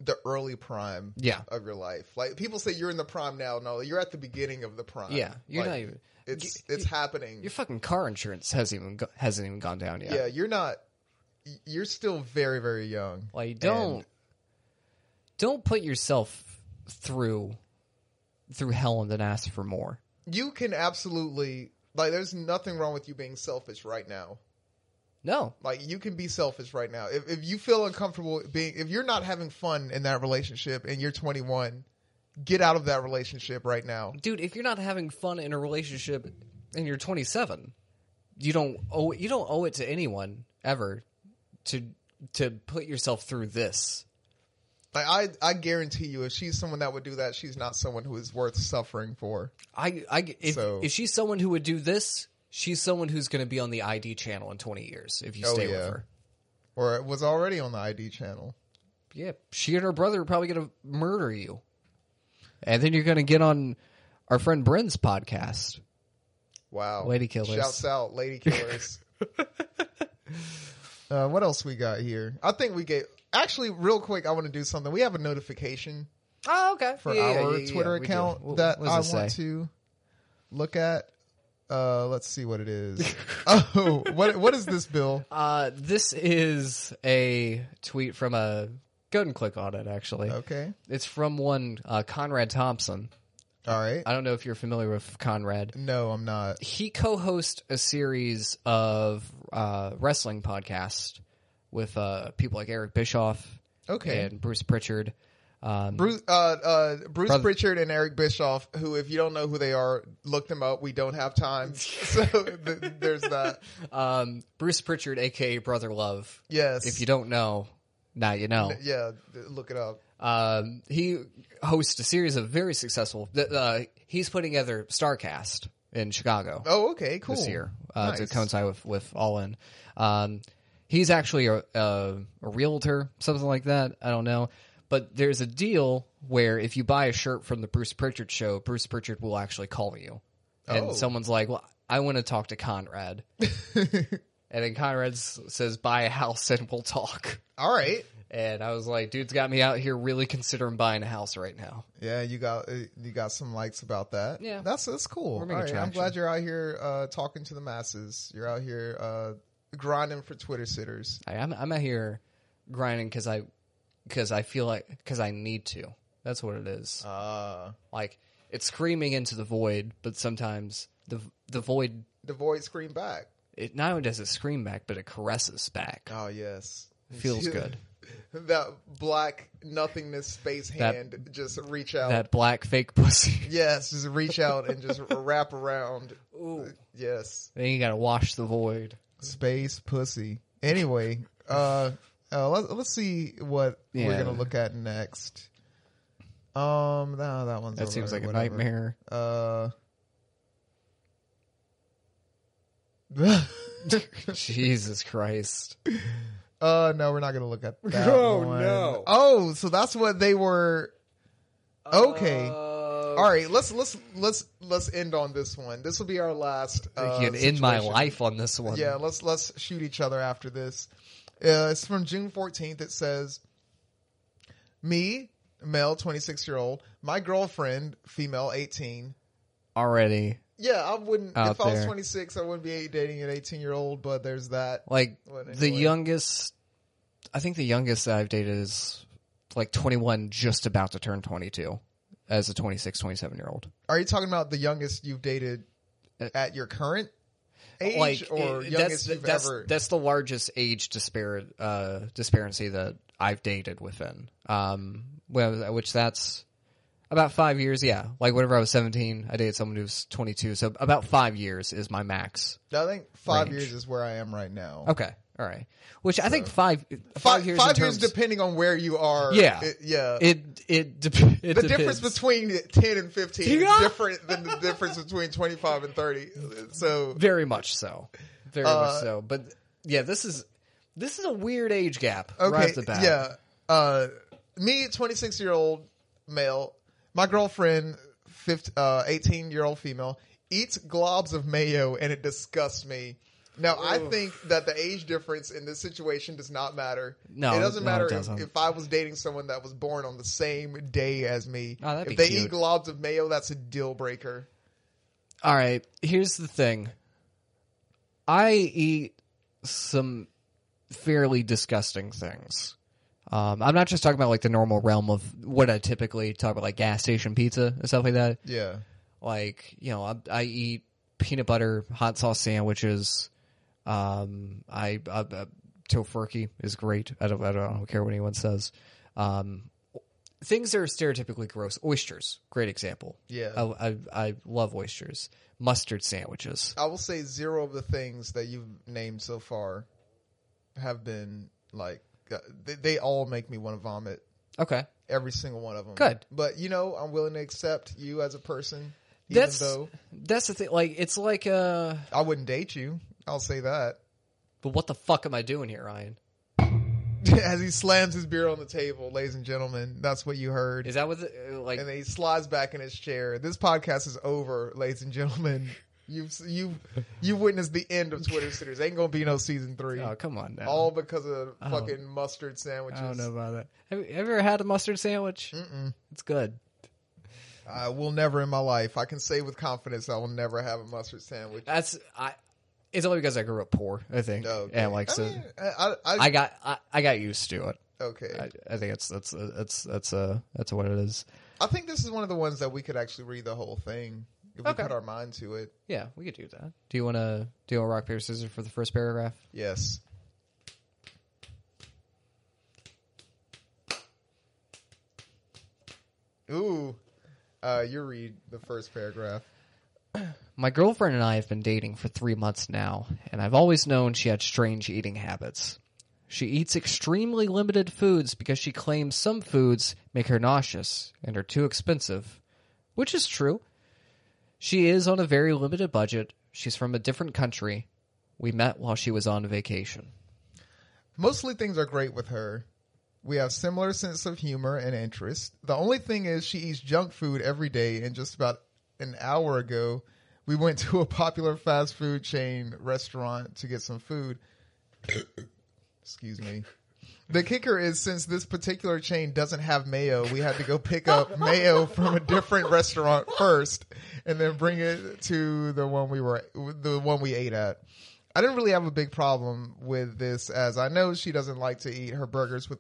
the early prime
Yeah,
of your life. Like people say you're in the prime now. No, you're at the beginning of the prime.
yeah. You're
uh, Like,
not even.
It's
you-
it's happening.
Your fucking car insurance hasn't even go, hasn't even gone down yet.
yeah. you're not. You're still very very young.
Like don't don't put yourself through through hell and then ask for more.
You can absolutely like. There's nothing wrong with you being selfish right now.
No,
Like you can be selfish right now. If if you feel uncomfortable being if you're not having fun in that relationship and you're 21, get out of that relationship right now.
dude, if you're not having fun in a relationship and you're 27, you don't owe you don't owe it to anyone ever to to put yourself through this.
Like I I guarantee you if she's someone that would do that, she's not someone who is worth suffering for.
I I if,
So-
if she's someone who would do this, she's someone who's going to be on the ID channel in 20 years if you
Oh,
stay with
yeah.
her.
Or was already on the ID channel.
Yeah, she and her brother are probably going to murder you. And then you're going to get on our friend Bryn's podcast.
Wow.
Lady killers.
Shouts out lady killers. uh, what else we got here? I think we get actually real quick I want to do something. We have a notification
Oh, okay.
for our Twitter account that I want to look at. Uh, let's see what it is. oh, what what is this bill?
Uh, this is a tweet from a. Go ahead and click on it, actually.
Okay,
It's from one uh, Conrad Thompson.
all right.
I don't know if you're familiar with Conrad.
No, I'm not.
He co hosts a series of uh, wrestling podcasts with uh, people like Eric Bischoff
Okay,
and Bruce Pritchard. Um,
Bruce uh, uh, Bruce
Brother-
Pritchard and Eric Bischoff. Who, if you don't know who they are, look them up. We don't have time, so th- there's that.
um, Bruce Pritchard, aka Brother Love.
Yes,
If you don't know, now you know.
yeah, th- look it up.
Um, he hosts a series of very successful. th- Uh, he's putting together Starcast in Chicago
Oh, okay, cool.
this year uh, to
Nice.
coincide with, with All In. Um, he's actually a, a, a realtor, something like that. I don't know. But there's a deal where if you buy a shirt from the Bruce Pritchard show, Bruce Pritchard will actually call you. And
Oh.
someone's like, well, I want to talk to Conrad. and then Conrad s- says, buy a house and we'll talk.
All right.
And I was like, dude's got me out here really considering buying a house right now.
Yeah, you got uh, you got some likes about that.
Yeah.
that's that's cool.
We're making
All right, I'm
traction.
glad you're out here uh, talking to the masses. You're out here uh, grinding for Twitter sitters.
I, I'm, I'm out here grinding because I, because I feel like, because I need to. That's what it is.
Uh,
like it's screaming into the void, but sometimes the the void
the void scream back.
it not only does it scream back, but it caresses back.
Oh yes,
Feels good.
that black nothingness space
That-
hand just reach out.
That black fake pussy.
yes, just reach out and just wrap around.
Ooh.
Yes,
Then you gotta wash the void.
space pussy. Anyway, uh, uh let, let's see what we're
Yeah.
gonna look at next. Um, no, that one's
That
over,
seems like a
whatever.
nightmare.
Uh.
Jesus Christ.
uh no, we're not gonna look at that.
Oh,
one.
no.
Oh, so that's what they were. Okay.
Oh.
Uh,
All right, let's let's let's let's end on this one. This will be our last. Uh,
you can end my
situation.
life on this one.
Yeah, let's let's shoot each other after this. Uh, it's from June fourteenth. It says, "Me, male, twenty six year old. My girlfriend, female, eighteen.
Already.
Yeah, I wouldn't.
Out
if I was
there.
twenty six, I wouldn't be dating an eighteen year old. But there's that.
Like
Well,
the
anyway.
youngest I think the youngest that I've dated is like 21 just about to turn 22 as a 26 27 year old.
Are you talking about the youngest you've dated at your current age, or
Uh, it-
youngest
the-
you've
that's,
ever?
That's the largest age dispar uh, disparity that I've dated within. Um, well, which that's about five years. Yeah, like whenever I was seventeen, I dated someone who was twenty-two. So about five years is my max.
I think five
range.
years is where I am right now.
Okay, all right. Which I think five five
Five,
years.
five
in
years,
terms,
depending on where you are.
Yeah.
It- yeah.
It it, dep it
the difference between 10 and 15
Yeah.
is different than the difference between 25 and 30 so
very much so, very
Uh,
much so. But yeah, this is this is a weird age gap.
okay
right off the bat.
yeah uh me 26 year old male my girlfriend 15, uh 18 year old female eats globs of mayo and it disgusts me now I think that the age difference in this situation does not matter.
No,
it doesn't
no, it
matter if-
doesn't.
if I was dating someone that was born on the same day as me.
Oh, that'd
if
be
they eat
cute.
globs of mayo, that's a deal breaker.
All right, here's the thing. I eat some fairly disgusting things. Um, I'm not just talking about like the normal realm of what I typically talk about, like gas station pizza and stuff like that.
Yeah.
Like you know, I, I eat peanut butter hot sauce sandwiches. Um, I, I, I tofurkey is great. I don't, I don't, I don't care what anyone says. Um, things that are stereotypically gross. Oysters, great example.
Yeah.
I, I, I love oysters. Mustard sandwiches.
I will say zero of the things that you've named so far have been like uh, they, they all make me want to vomit.
Okay.
Every single one of them.
Good.
But you know, I'm willing to accept you as a person, even
That's
though
that's the thing. Like it's like uh,
I wouldn't date you. I'll say that.
but what the fuck am I doing here, Ryan?
as he slams his beer on the table, ladies and gentlemen, that's what you heard.
Is that what the, uh, like?
and then he slides back in his chair. This podcast is over, ladies and gentlemen. You've you you witnessed the end of Twitter sitters. Ain't gonna be no season three.
Oh come on now.
All because of fucking mustard sandwiches.
Oh. I don't know about that. Have you have you ever had a mustard sandwich?
Mm-mm.
It's good.
I will never in my life. I can say with confidence I will never have a mustard sandwich.
That's I. It's only because I grew up poor. I think.
Oh, Okay.
And like
I
so,
mean, I, I,
I got I, I got used to it.
okay.
I, I think it's that's that's that's uh that's what it is.
I think this is one of the ones that we could actually read the whole thing if
Okay.
we put our mind to it.
Yeah, we could do that. Do you want to do you want rock paper scissors for the first paragraph?
Yes. Ooh. Uh, you read the first paragraph.
My girlfriend and I have been dating for three months now, and I've always known she had strange eating habits. She eats extremely limited foods because she claims some foods make her nauseous and are too expensive, which is true. She is on a very limited budget. She's from a different country. We met while she was on vacation.
Mostly things are great with her. We have similar sense of humor and interest. The only thing is she eats junk food every day and just about an hour ago we went to a popular fast food chain restaurant to get some food. Excuse me. The kicker is since this particular chain doesn't have mayo, we had to go pick up mayo from a different restaurant first and then bring it to the one we were the one we ate at. I didn't really have a big problem with this as I know she doesn't like to eat her burgers with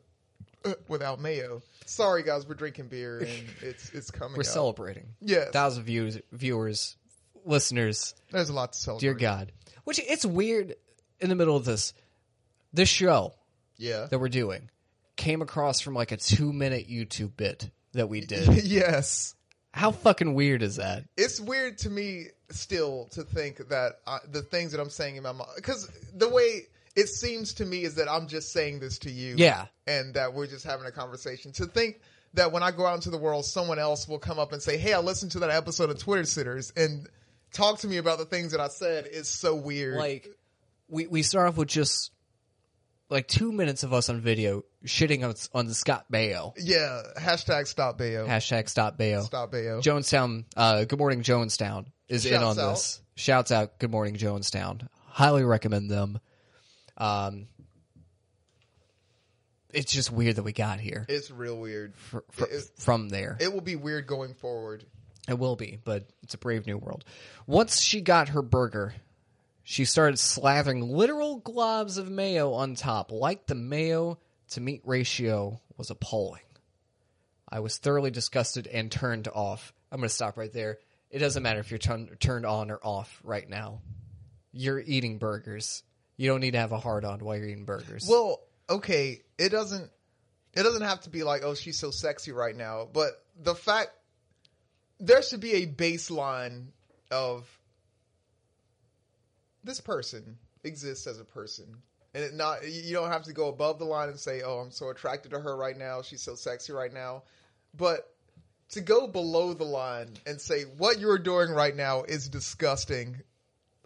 uh, without mayo. Sorry guys, we're drinking beer and it's it's coming
We're
up.
celebrating.
Yes.
Thousand views, viewers, listeners,
There's a lot to celebrate.
dear God. Which it's weird in the middle of this this show
Yeah.
that we're doing came across from like a two minute YouTube bit that we did.
yes.
How fucking weird is that?
It's weird to me still to think that I, the things that I'm saying in my mind, because the way it seems to me is that I'm just saying this to you.
Yeah.
And that we're just having a conversation. To think that when I go out into the world, someone else will come up and say, Hey, I listened to that episode of Twitter Sitters and talk to me about the things that I said is so weird.
Like, we, we start off with just like two minutes of us on video shitting on, on Scott Baio.
yeah. Hashtag stop Bayo.
Hashtag stop Baio.
stop Bayo.
Jonestown, uh, Good Morning Jonestown is in
Shouts
on
out.
this. Shouts out Good Morning Jonestown. Highly recommend them. Um, it's just weird that we got here
it's real weird.
fr- fr-
it-
from there.
It will be weird going forward.
It will be, but it's a brave new world. Once she got her burger, she started slathering literal globs of mayo on top, like the mayo to meat ratio was appalling. I was thoroughly disgusted and turned off. I'm going to stop right there. It doesn't matter if you're turn- turned on or off right now. You're eating burgers. You don't need to have a hard on while you're eating burgers.
Well, okay, it doesn't it doesn't have to be like, oh, she's so sexy right now, but the fact there should be a baseline of this person exists as a person. And it not you you don't have to go above the line and say, "Oh, I'm so attracted to her right now. She's so sexy right now." But to go below the line and say what you're doing right now is disgusting,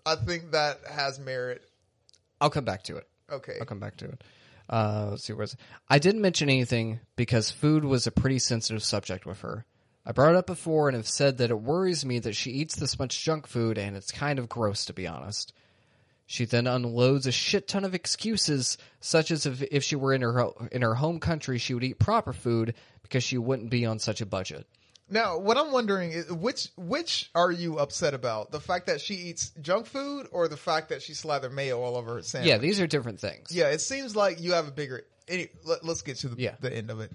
I think that has merit.
I'll come back to it.
Okay.
I'll come back to it. Uh, let's see where it's. I didn't mention anything because food was a pretty sensitive subject with her. I brought it up before and have said that it worries me that she eats this much junk food and it's kind of gross to be honest. She then unloads a shit ton of excuses, such as if, if she were in her ho- in her home country, she would eat proper food because she wouldn't be on such a budget.
Now, what I'm wondering is which which are you upset about? The fact that she eats junk food or the fact that she slathered mayo all over her sandwich?
Yeah, these are different things.
Yeah, it seems like you have a bigger any, let, us get to the,
Yeah.
the end of it.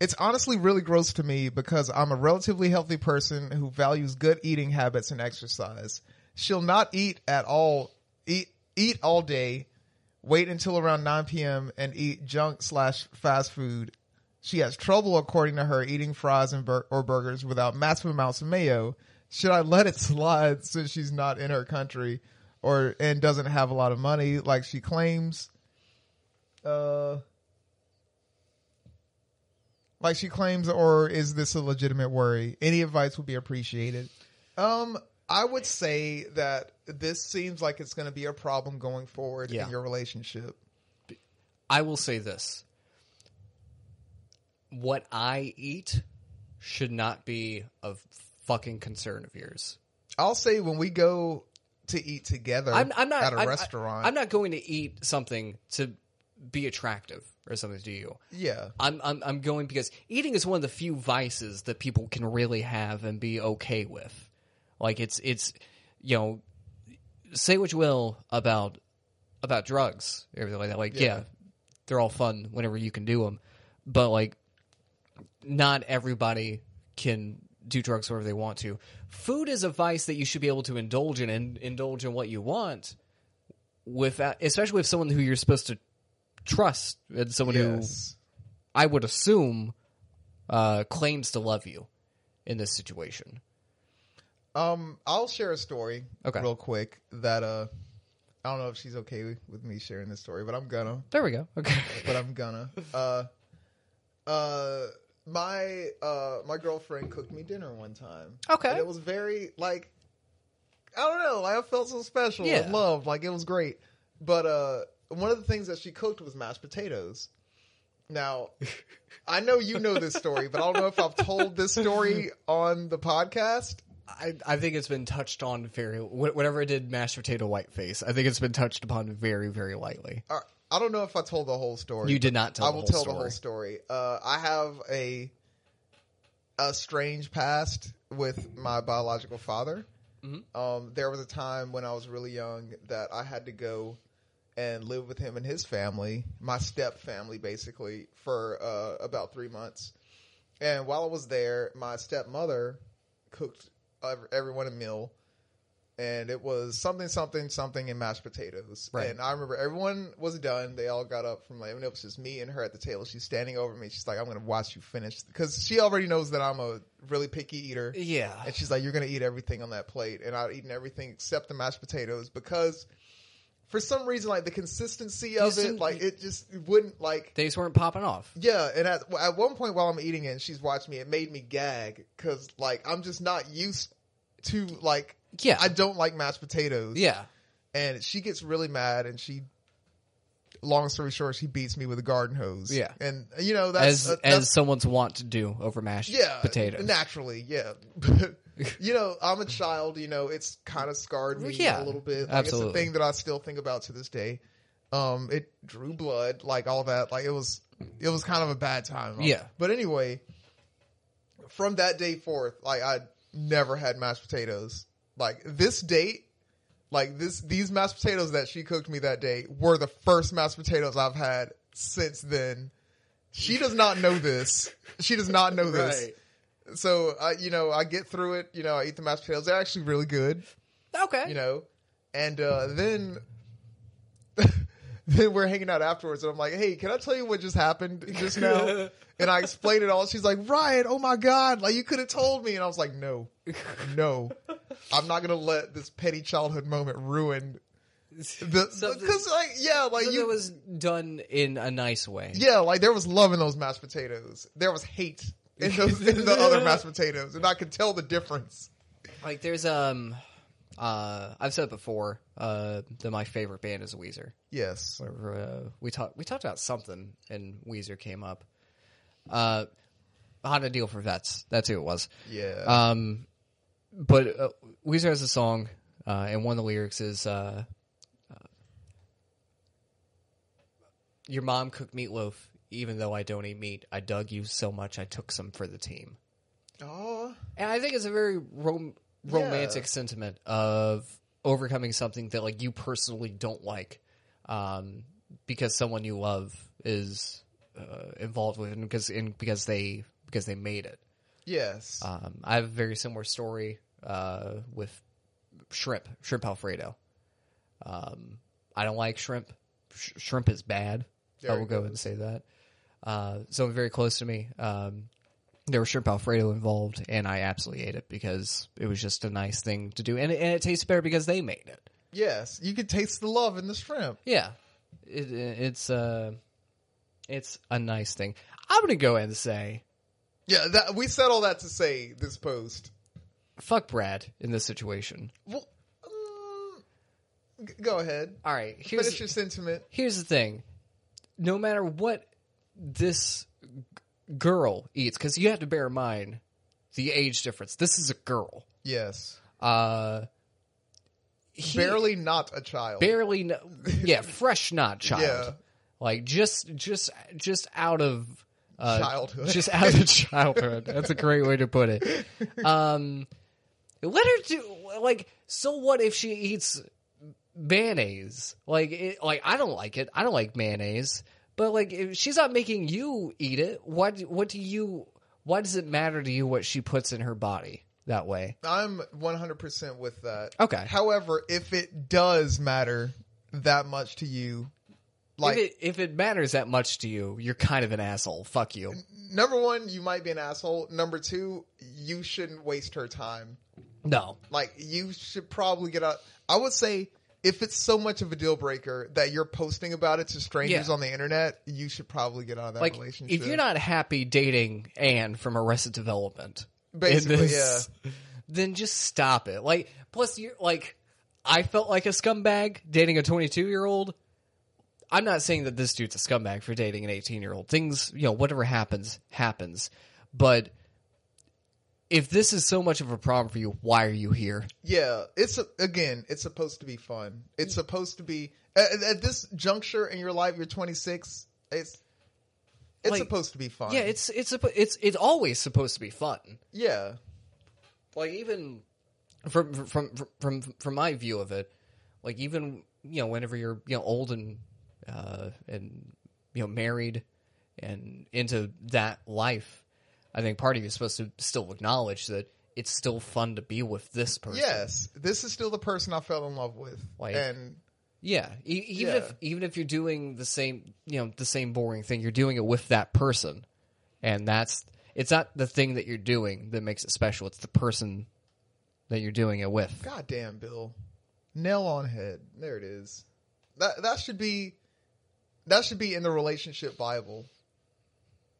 It's honestly really gross to me because I'm a relatively healthy person who values good eating habits and exercise. She'll not eat at all, eat, eat all day, wait until around 9 p.m. and eat junk slash fast food. She has trouble, according to her, eating fries and bur- or burgers without massive amounts of mayo. Should I let it slide since she's not in her country or and doesn't have a lot of money like she claims? Uh, like she claims, or is this a legitimate worry? Any advice would be appreciated. Um, I would say that this seems like it's going to be a problem going forward
Yeah.
in your relationship.
I will say this. What I eat should not be a fucking concern of yours.
I'll say when we go to eat together
I'm, I'm not
at a
I'm-
restaurant.
I, am not going to eat something to be attractive or something to you.
yeah.
I'm, I'm I'm going because eating is one of the few vices that people can really have and be okay with. Like it's it's you know say what you will about about drugs everything like that. Like yeah. they're all fun whenever you can do them, but like not everybody can do drugs wherever they want to. Food is a vice that you should be able to indulge in and indulge in what you want without especially with someone who you're supposed to trust and someone who
Yes.
I would assume, uh, claims to love you in this situation.
Um, I'll share a story
Okay.
real quick that uh I don't know if she's okay with me sharing this story, but I'm gonna.
There we go. Okay.
but I'm gonna. Uh, uh, my uh, my girlfriend cooked me dinner one time.
Okay.
and it was very like, I don't know. Like I felt so special
Yeah.
and loved. Like it was great. But uh, one of the things that she cooked was mashed potatoes. Now, I know you know this story, but I don't know if I've told this story on the podcast.
I, I think it's been touched on very, wh- whatever it did, mashed potato white face. I think it's been touched upon very, very lightly.
Or- Uh, I don't know if I told the whole story.
You did not tell
I
the
will
whole
tell
story.
the whole story. Uh, I have a a strange past with my biological father. Um, there was a time when I was really young that I had to go and live with him and his family, my step family, basically, for uh, about three months. And while I was there, my stepmother cooked ev- everyone a meal, and it was something, something, something, and mashed potatoes.
Right.
And I remember everyone was done. They all got up from like, and it was just me and her at the table. She's standing over me. She's like, "I'm going to watch you finish," because she already knows that I'm a really picky eater.
Yeah.
And she's like, "You're gonna eat everything on that plate," and I'd eaten everything except the mashed potatoes because, for some reason, like the consistency of
Isn't-
it, like it just wouldn't like.
Things weren't popping off.
Yeah, and at, at one point while I'm eating it, and she's watching me. It made me gag because like I'm just not used to like.
Yeah.
I don't like mashed potatoes.
Yeah.
and she gets really mad, and she. Long story short, she beats me with a garden hose.
Yeah.
and you know that's
As,
uh, that's
as someone's want to do over mashed
yeah,
potatoes.
Naturally, yeah. you know, I'm a child. You know, it's kind of scarred me a
Yeah,
little bit. Like,
absolutely.
It's a thing that I still think about to this day. Um, it drew blood, like all that. Like it was, it was kind of a bad time.
Yeah.
But anyway, from that day forth, like I never had mashed potatoes. Like this date, like this, these mashed potatoes that she cooked me that day were the first mashed potatoes I've had since then. She does not know this. She does not know this so I, you know, I get through it. You know, I eat the mashed potatoes. They're actually really good.
Okay.
You know, and uh, then then we're hanging out afterwards, and I'm like, "Hey, can I tell you what just happened just now?" and I explained it all. She's like, "Ryan, oh my god, like you could have told me." And I was like, "No, no, I'm not gonna let this petty childhood moment ruin the
Something-
because like yeah, like
Something
you
that was done in a nice way.
yeah, like there was love in those mashed potatoes. There was hate in those in the other mashed potatoes, and I could tell the difference.
Like there's, um, uh, I've said it before, uh, that my favorite band is Weezer.
Yes.
where, uh, we talked we talked about something and Weezer came up. Uh, how to deal for vets? That's who it was.
Yeah.
Um, but uh, Weezer has a song, uh, and one of the lyrics is, uh, uh, "Your mom cooked meatloaf, even though I don't eat meat. I dug you so much, I took some for the team."
oh,
And I think it's a very rom- romantic sentiment of overcoming something that like you personally don't like, um, because someone you love is uh, involved with, and because in, because they because they made it.
Yes.
Um, I have a very similar story uh, with shrimp, shrimp Alfredo. Um, I don't like shrimp. Sh- shrimp is bad. I
There
will
it
go ahead and say that. Uh, someone very close to me, um, there was shrimp Alfredo involved, and I absolutely ate it because it was just a nice thing to do, and it, and it tastes better because they made it.
yes. You could taste the love in the shrimp.
Yeah, it, it's uh, it's a nice thing. I'm gonna go ahead and say
Yeah, that we said all that to say this post.
fuck Brad in this situation.
Well, um, g- go ahead.
All right, here's
Finish your sentiment.
here's the thing no matter what this g- girl eats because you have to bear in mind the age difference this is a girl
Yes.
uh he-
Barely not a child.
barely no, yeah fresh not child
Yeah.
like just just just out of uh,
Childhood.
just out of childhood that's a great way to put it um let her do like so what if she eats mayonnaise like it, like i don't like it i don't like mayonnaise but like if she's not making you eat it what what do you why does it matter to you what she puts in her body that way
I'm 100% with that.
Okay.
However, if it does matter that much to you, like,
if it if it matters that much to you you're kind of an asshole fuck you
number one, you might be an asshole. Number two, you shouldn't waste her time.
no
Like, you should probably get out. I would say if it's so much of a deal breaker that you're posting about it to strangers
Yeah.
on the internet, you should probably get out of that
like
relationship.
if you're not happy dating Anne from Arrested Development, in
Basically,
this, then just stop it. Like, plus you're like, I felt like a scumbag dating a 22 year old. I'm not saying that this dude's a scumbag for dating an 18 year old. Things, you know, whatever happens, happens. But if this is so much of a problem for you, why are you here?
Yeah, it's again, it's supposed to be fun. It's supposed to be at, at this juncture in your life. You're 26. It's it's
Like-
supposed to be fun.
Yeah, it's it's suppo- it's it's always supposed to be fun.
yeah,
like even from from from from from my view of it, like even you know whenever you're you know old and uh and you know married and into that life, I think part of you is supposed to still acknowledge that it's still fun to be with this person.
yes. This is still the person I fell in love with,
Like-
and
Yeah. E- even
Yeah.
if even if you're doing the same, you know, the same boring thing, you're doing it with that person, and that's it's not the thing that you're doing that makes it special. It's the person that you're doing it with.
goddamn, Bill, nail on head. There it is. That that should be that should be in the relationship bible.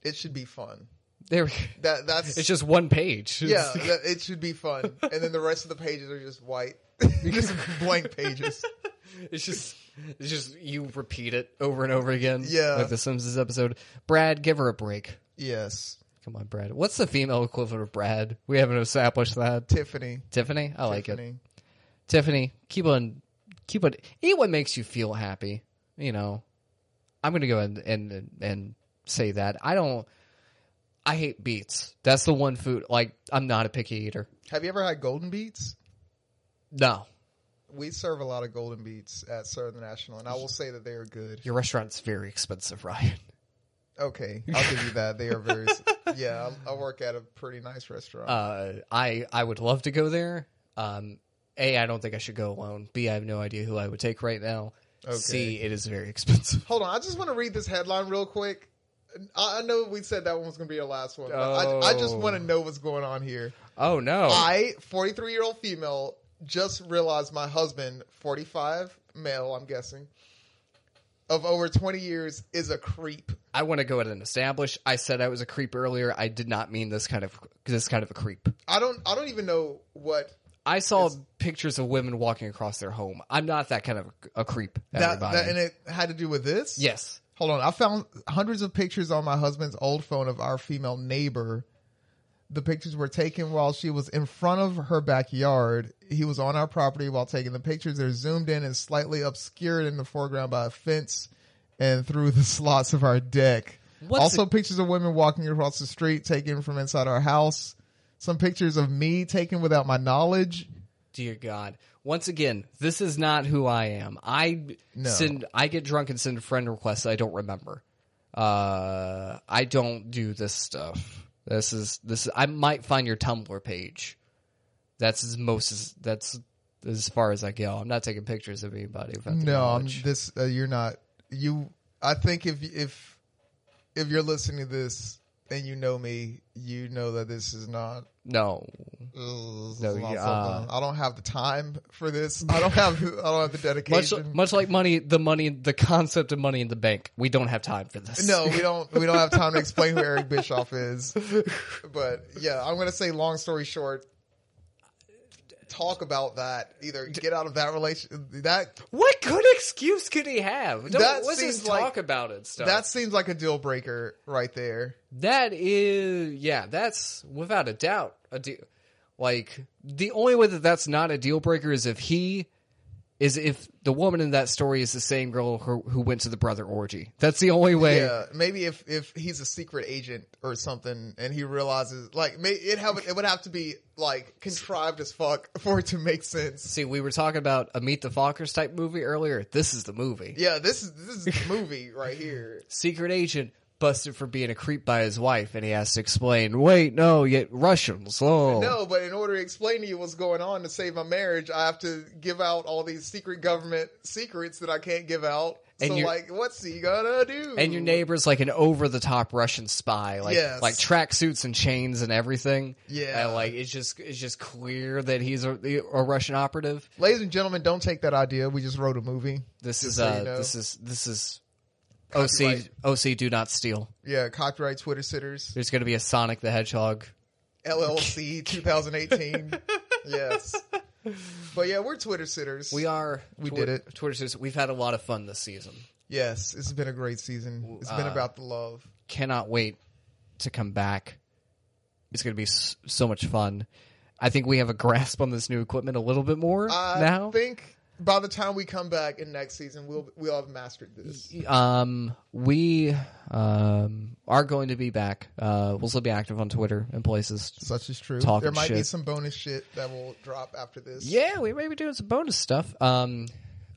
It should be fun.
There. We go.
That that's
It's just one page.
yeah.
It's-
that, it should be fun, and then the rest of the pages are just white, just blank pages.
It's just it's just you repeat it over and over again.
Yeah.
Like the Simpsons episode. Brad, give her a break.
Yes.
Come on, Brad. What's the female equivalent of Brad? We haven't established that.
Tiffany.
Tiffany? I like it.
Tiffany.
Tiffany, keep on keep on eat what makes you feel happy. You know. I'm gonna go and and and say that. I don't I hate beets. That's the one food like I'm not a picky eater.
Have you ever had golden beets?
No.
We serve a lot of golden beets at Southern National, and I will say that they are good.
Your restaurant's very expensive, Ryan.
Okay, I'll give you that. They are very. yeah, I, I work at a pretty nice restaurant.
uh, I I would love to go there. Um, a, I don't think I should go alone. B, I have no idea who I would take right now. C, it is very expensive.
Hold on, I just want to read this headline real quick. I, I know we said that one was going to be our last one, but I, I just
Oh.
want to know what's going on here.
Oh no!
I, 43 year old female, just realized my husband, 45 male, I'm guessing, of over 20 years, is a creep.
I want to go ahead and establish. I said I was a creep earlier. I did not mean this kind of this kind of a creep.
I don't. I don't even know what
I saw pictures of women walking across their home. I'm not that kind of a creep.
that,
Everybody.
that and it had to do with this.
yes.
Hold on. I found hundreds of pictures on my husband's old phone of our female neighbor. The pictures were taken while she was in front of her backyard. He was on our property while taking the pictures. They're zoomed in and slightly obscured in the foreground by a fence and through the slots of our deck.
What's
also, pictures of women walking across the street taken from inside our house. Some pictures of me taken without my knowledge.
Dear God. Once again, this is not who I am. I
No.
send I get drunk and send friend requests I don't remember. Uh I don't do this stuff. This is this I might find your Tumblr page. That's as most as that's as far as I go. I'm not taking pictures of anybody. If I have to
No, I'm
acknowledge.
this. Uh, you're not. You. I think if if if you're listening to this and you know me, you know that this is not.
no.
No,
you- uh,
I don't have the time for this. I don't have. I don't have the
Much
dedication.
much like money, the money, the concept of money in the bank. We don't have time for this.
no, we don't. We don't have time to explain who Eric Bischoff is. But yeah, I'm gonna say. Long story short, talk about that. Either get out of that relation. That
What good excuse could he have? Don't,
That
let's just
seems like-
talk about it. Stuff.
that seems like a deal breaker right there.
that is yeah. That's without a doubt a deal. Like the only way that that's not a deal breaker is if he is if the woman in that story is the same girl who, who went to the brother orgy. That's the only way.
Yeah, maybe if if he's a secret agent or something, and he realizes like may, it have it would have to be like contrived as fuck for it to make sense.
See, we were talking about a Meet the Fockers type movie earlier. This is the movie.
Yeah, this is this is the movie right here.
Secret agent busted for being a creep by his wife, and he has to explain. Wait, no, yet Russians. Oh
No, but in order to explain to you what's going on to save my marriage, I have to give out all these secret government secrets that I can't give out.
And
so
you're-
like, what's he gonna do?
and your neighbor's like an over the top Russian spy, like
Yes.
like tracksuits and chains and everything.
Yeah.
and like it's just it's just clear that he's a, a Russian operative.
Ladies and gentlemen, don't take that idea. We just wrote a movie.
This is
so
uh,
you know.
this is this is
Copyright.
OC OC. Do not steal.
Yeah, copyright Twitter sitters.
There's going to be a Sonic the Hedgehog.
LLC 2018. yes. But yeah, we're Twitter sitters.
We are
We did it.
Twitter says we've had a lot of fun this season.
Yes, it's been a great season. It's been
uh,
about the love.
Cannot wait to come back. It's going to be s- so much fun. I think we have a grasp on this new equipment a little bit more
I
now.
think by the time we come back in next season, we'll we'll have mastered this.
um, we um, are going to be back. Uh, we'll still be active on Twitter and places.
Such is true.
Talking
there might be
shit.
some bonus shit that will drop after this.
Yeah, we may be doing some bonus stuff. Um,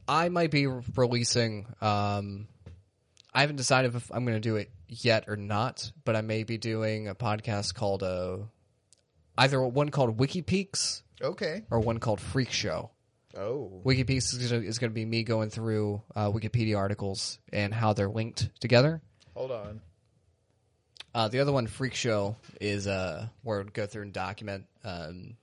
I might be re- releasing. Um, I haven't decided if I'm going to do it yet or not, but I may be doing a podcast called uh, either one called Wiki Peaks
Okay.
or one called Freak Show.
Oh.
Wikipedia is gonna- is going to be me going through uh, Wikipedia articles and how they're linked together.
Hold on.
Uh, the other one, Freak Show, is uh, where I'd go through and document um,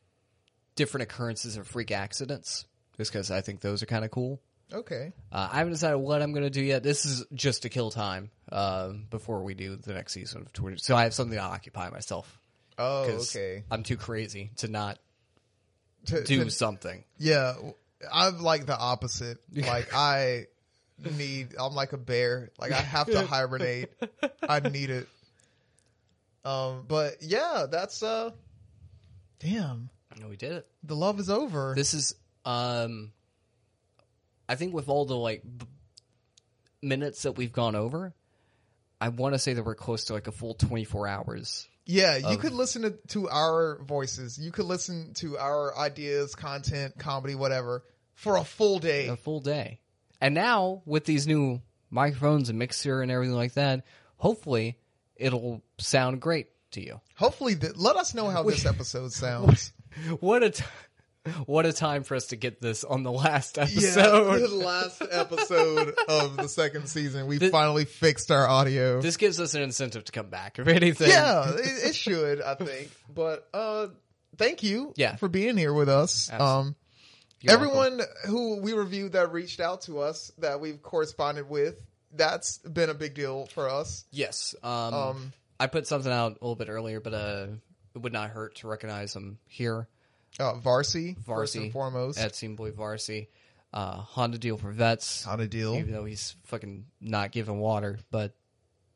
different occurrences of freak accidents, just because I think those are kind of cool.
Okay.
Uh, I haven't decided what I'm going to do yet. This is just to kill time uh, before we do the next season of Twitter. So I have something to occupy myself.
Oh,
'cause
okay.
I'm too crazy to not
To-
do
to-
something.
yeah, I'm like the opposite. Like I need. I'm like a bear. Like I have to hibernate. I need it. Um. But yeah, that's uh. Damn,
No, we did it.
the love is over.
This is, um, I think with all the like b- minutes that we've gone over, I want to say that we're close to like a full 24 hours.
Yeah, you could listen to, to our voices. You could listen to our ideas, content, comedy, whatever, for a full day.
a full day. And now with these new microphones and mixer and everything like that, hopefully it'll sound great to you.
Hopefully, th- let us know how this episode sounds.
What a t- what a time for us to get this on the last
Yeah,
episode.
the last episode of the second season, we finally fixed our audio.
This gives us an incentive to come back, if anything.
yeah, it, it should, I think. But uh, thank you,
Yeah.
for being here with us. Um,
You're welcome.
everyone who we reviewed that reached out to us that we've corresponded with, that's been a big deal for us.
Yes. Um,
Um,
I put something out a little bit earlier, but uh, it would not hurt to recognize them here.
uh, Varsity, first
Varsity.
and foremost.
At Team Boy Varsity, uh, Honda deal for vets.
Not a deal.
Even though he's fucking not giving water, but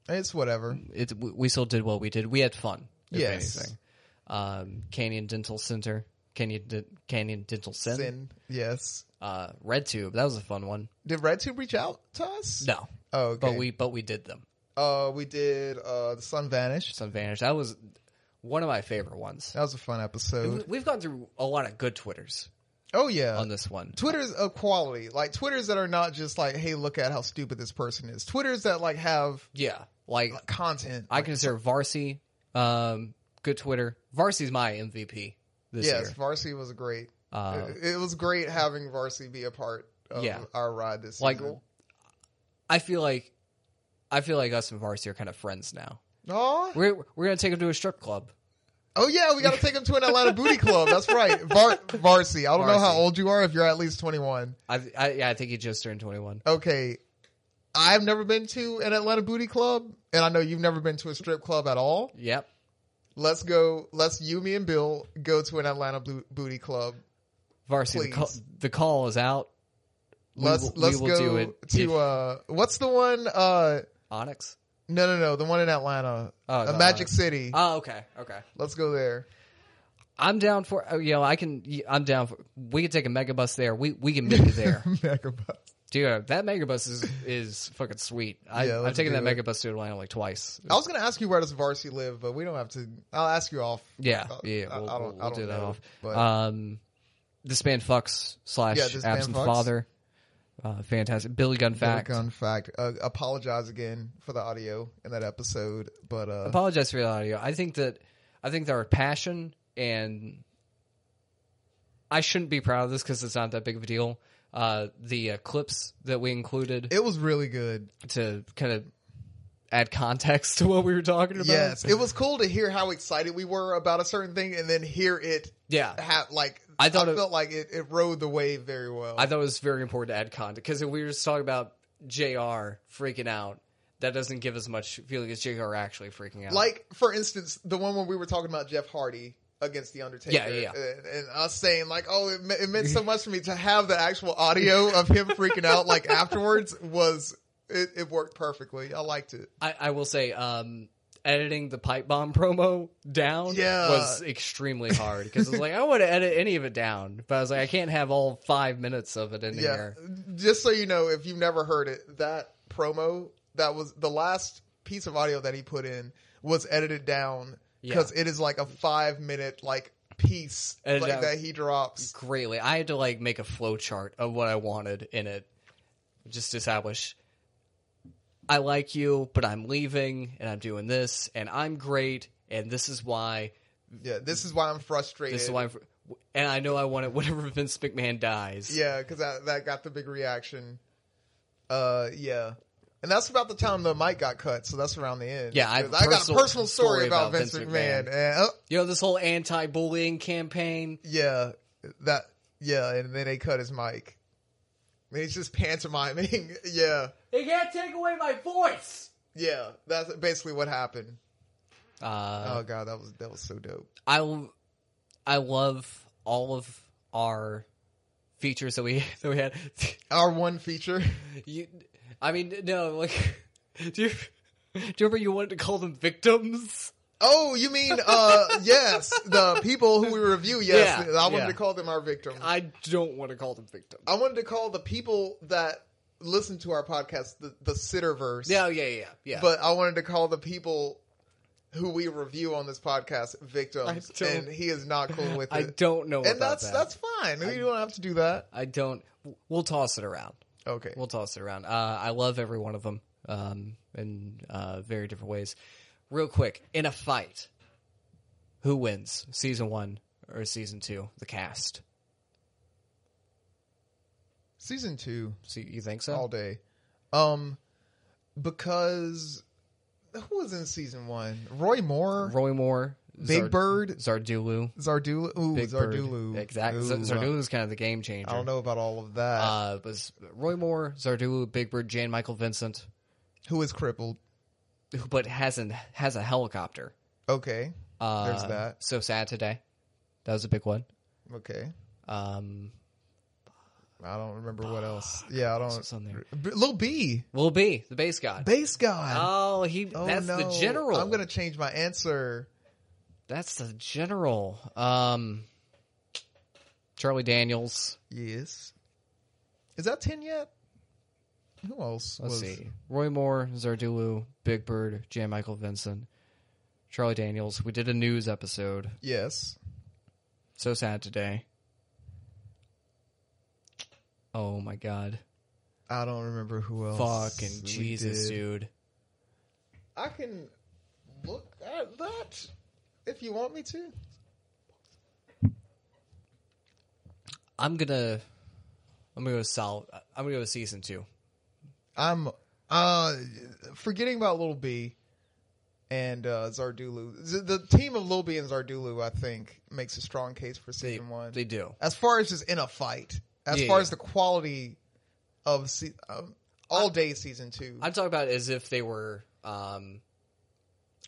It's whatever.
it we- we still did what we did. We had fun. If
Yes.
Anything. Um, Canyon Dental Center, Canyon De- Canyon Dental Center,
Sin. Yes.
uh, Red Tube. That was a fun one.
Did RedTube reach out to us?
No,
Oh, okay.
but we but we did them.
uh, we did uh, the Sun Vanished.
Sun Vanish. That was one of my favorite ones.
That was a fun episode.
We- We've gone through a lot of good Twitters.
Oh yeah.
on this one.
Twitter's of quality, like Twitters that are not just like, "Hey, look at how stupid this person is." Twitters that like have
Yeah, like
content.
I consider Varsity um, good Twitter. Varsity's my MVP this
yes,
year.
Varsity was great.
Uh,
it, it was great having Varsity be a part of
Yeah.
our ride this
Like-
season.
I feel like I feel like us and Varsity are kind of friends now.
Aw.
We're we're gonna take him to a strip club.
Oh yeah, we got to take him to an Atlanta booty club. That's right, Var- Varsity. I don't know how
Varsity.
old you are if you're at least 21.
I, I yeah, I think he just turned twenty one.
Okay, I've never been to an Atlanta booty club, and I know you've never been to a strip club at all.
Yep.
Let's go. Let's you, me, and Bill go to an Atlanta bo- booty club.
Varsity, the call,
Please.
the call is out. We
Let's
will- we
let's
will
go
do it
to
if-
uh, what's the one? Uh,
Onyx.
no, no, no, the one in Atlanta,
Oh,
uh,
the-
Magic City.
Oh, okay, okay.
let's go there.
I'm down for. Oh, you know, I can. I'm down for. We can take a megabus there. We we can meet you there,
Megabus.
dude. uh, That megabus is is fucking sweet. I,
Yeah,
I've
let's
taken
do
that
it.
megabus to Atlanta like twice.
I was going to ask you where does Varsity live, but we don't have to. I'll ask you off.
Yeah,
Uh,
yeah,
I-
we'll,
I don't-
we'll-
I
we'll
don't
do that
know,
off.
but-
um, this man fucks slash
Yeah, This Man
absent
Fucks.
father. Uh, fantastic. Billy Gun fact.
Gun fact. Uh, apologize again for the audio in that episode, but uh,
Apologize for the audio. I think that I think that our passion and I shouldn't be proud of this because it's not that big of a deal. Uh, the uh, clips that we included
it was really good.
to kind of add context to what we were talking about.
Yes, it was cool to hear how excited we were about a certain thing, and then hear it.
Yeah.
ha- like
I thought it-
felt like it, it rode the wave very well.
I thought it was very important to add content because if we were just talking about JR freaking out, that doesn't give as much feeling as JR actually freaking out.
like for instance, the one where we were talking about Jeff Hardy against the Undertaker,
Yeah, yeah, yeah.
And, and us saying like, "Oh, it, me- it meant so much to me to have the actual audio of him freaking out." Like afterwards was it, it worked perfectly. I liked it.
I, I will say, um, editing the pipe bomb promo down
Yeah.
was extremely hard because I was like, I want to edit any of it down, but I was like, I can't have all five minutes of it in
Yeah.
here.
Just so you know, if you've never heard it, that promo that was the last piece of audio that he put in was edited down because it is like a five minute like piece
Edited
like,
out.
that he drops.
Greatly, I had to like make a flow chart of what I wanted in it, just to establish. I like you, but I'm leaving, and I'm doing this, and I'm great, and this is why.
Yeah, this is why I'm frustrated.
This is why, I'm, and I know I want it whenever Vince McMahon dies.
Yeah, because that, that got the big reaction. Uh, yeah, and that's about the time the mic got cut, so that's around the end.
Yeah, I have
'Cause I, got a
personal
personal story,
story
about,
about
Vince
Vince
McMahon.
McMahon.
And, oh,
you know this whole anti-bullying campaign.
yeah, that yeah, and then they cut his mic. And he's just pantomiming. yeah,
They can't take away my voice.
yeah, that's basically what happened.
Uh,
Oh god, that was that was so dope.
I I love all of our features that we that we had.
Our one feature.
you, I mean, no, like, do you, do you remember you wanted to call them victims?
Oh, you mean uh yes, the people who we review, yes.
Yeah,
I wanted
yeah.
to call them our victims.
I don't want to call them victims.
I wanted to call the people that listen to our podcast the, the Sitterverse.
Yeah, yeah, yeah, yeah.
But I wanted to call the people who we review on this podcast victims.
I don't-
And he is not cool with
I
it.
don't know.
and
about
that's
that.
that's fine. we don't have to do that.
I don't. We'll toss it around.
Okay.
We'll toss it around. Uh, I love every one of them um, in uh, very different ways. Real quick, in a fight, who wins? Season one or season two? The cast.
Season two,
So you think so?
all day. Um because who was in season one? Roy Moore,
Roy Moore,
Big
Zard-
Bird,
Zardulu,
Zardulu. Ooh,
Big Bird.
Zardulu.
Exactly.
Ooh,
Zardulu is kind of the game changer.
I don't know about all of that.
Uh, it was Roy Moore, Zardulu, Big Bird, Jan Michael Vincent,
who is crippled?
who but hasn't has a helicopter.
Okay.
Uh,
There's that.
So sad today. That was a big one.
Okay.
Um,
I don't remember what else. Yeah, I don't.
something.
B- Lil B,
Will B, the base god.
base god.
Oh, he.
oh
that's
no,
the general.
I'm gonna change my answer.
That's the general. Um, Charlie Daniels.
Yes. Is that ten yet? Who else?
Let's
was,
see. Roy Moore, Zardulu, Big Bird, Jan Michael Vincent, Charlie Daniels. We did a news episode.
Yes.
So sad today. Oh my god.
I don't remember who else.
Fucking
we
Jesus,
did.
dude.
I can look at that if you want me to.
I'm gonna I'm gonna go solid I'm gonna go to season two.
I'm uh forgetting about Little B and uh Zardulu. Z- The team of Little B and Zardulu, I think, makes a strong case for
They,
season one.
they do.
as far as just in a fight, as
Yeah,
far
yeah.
as the quality of se- um, all day season two.
I'm talking about as if they were um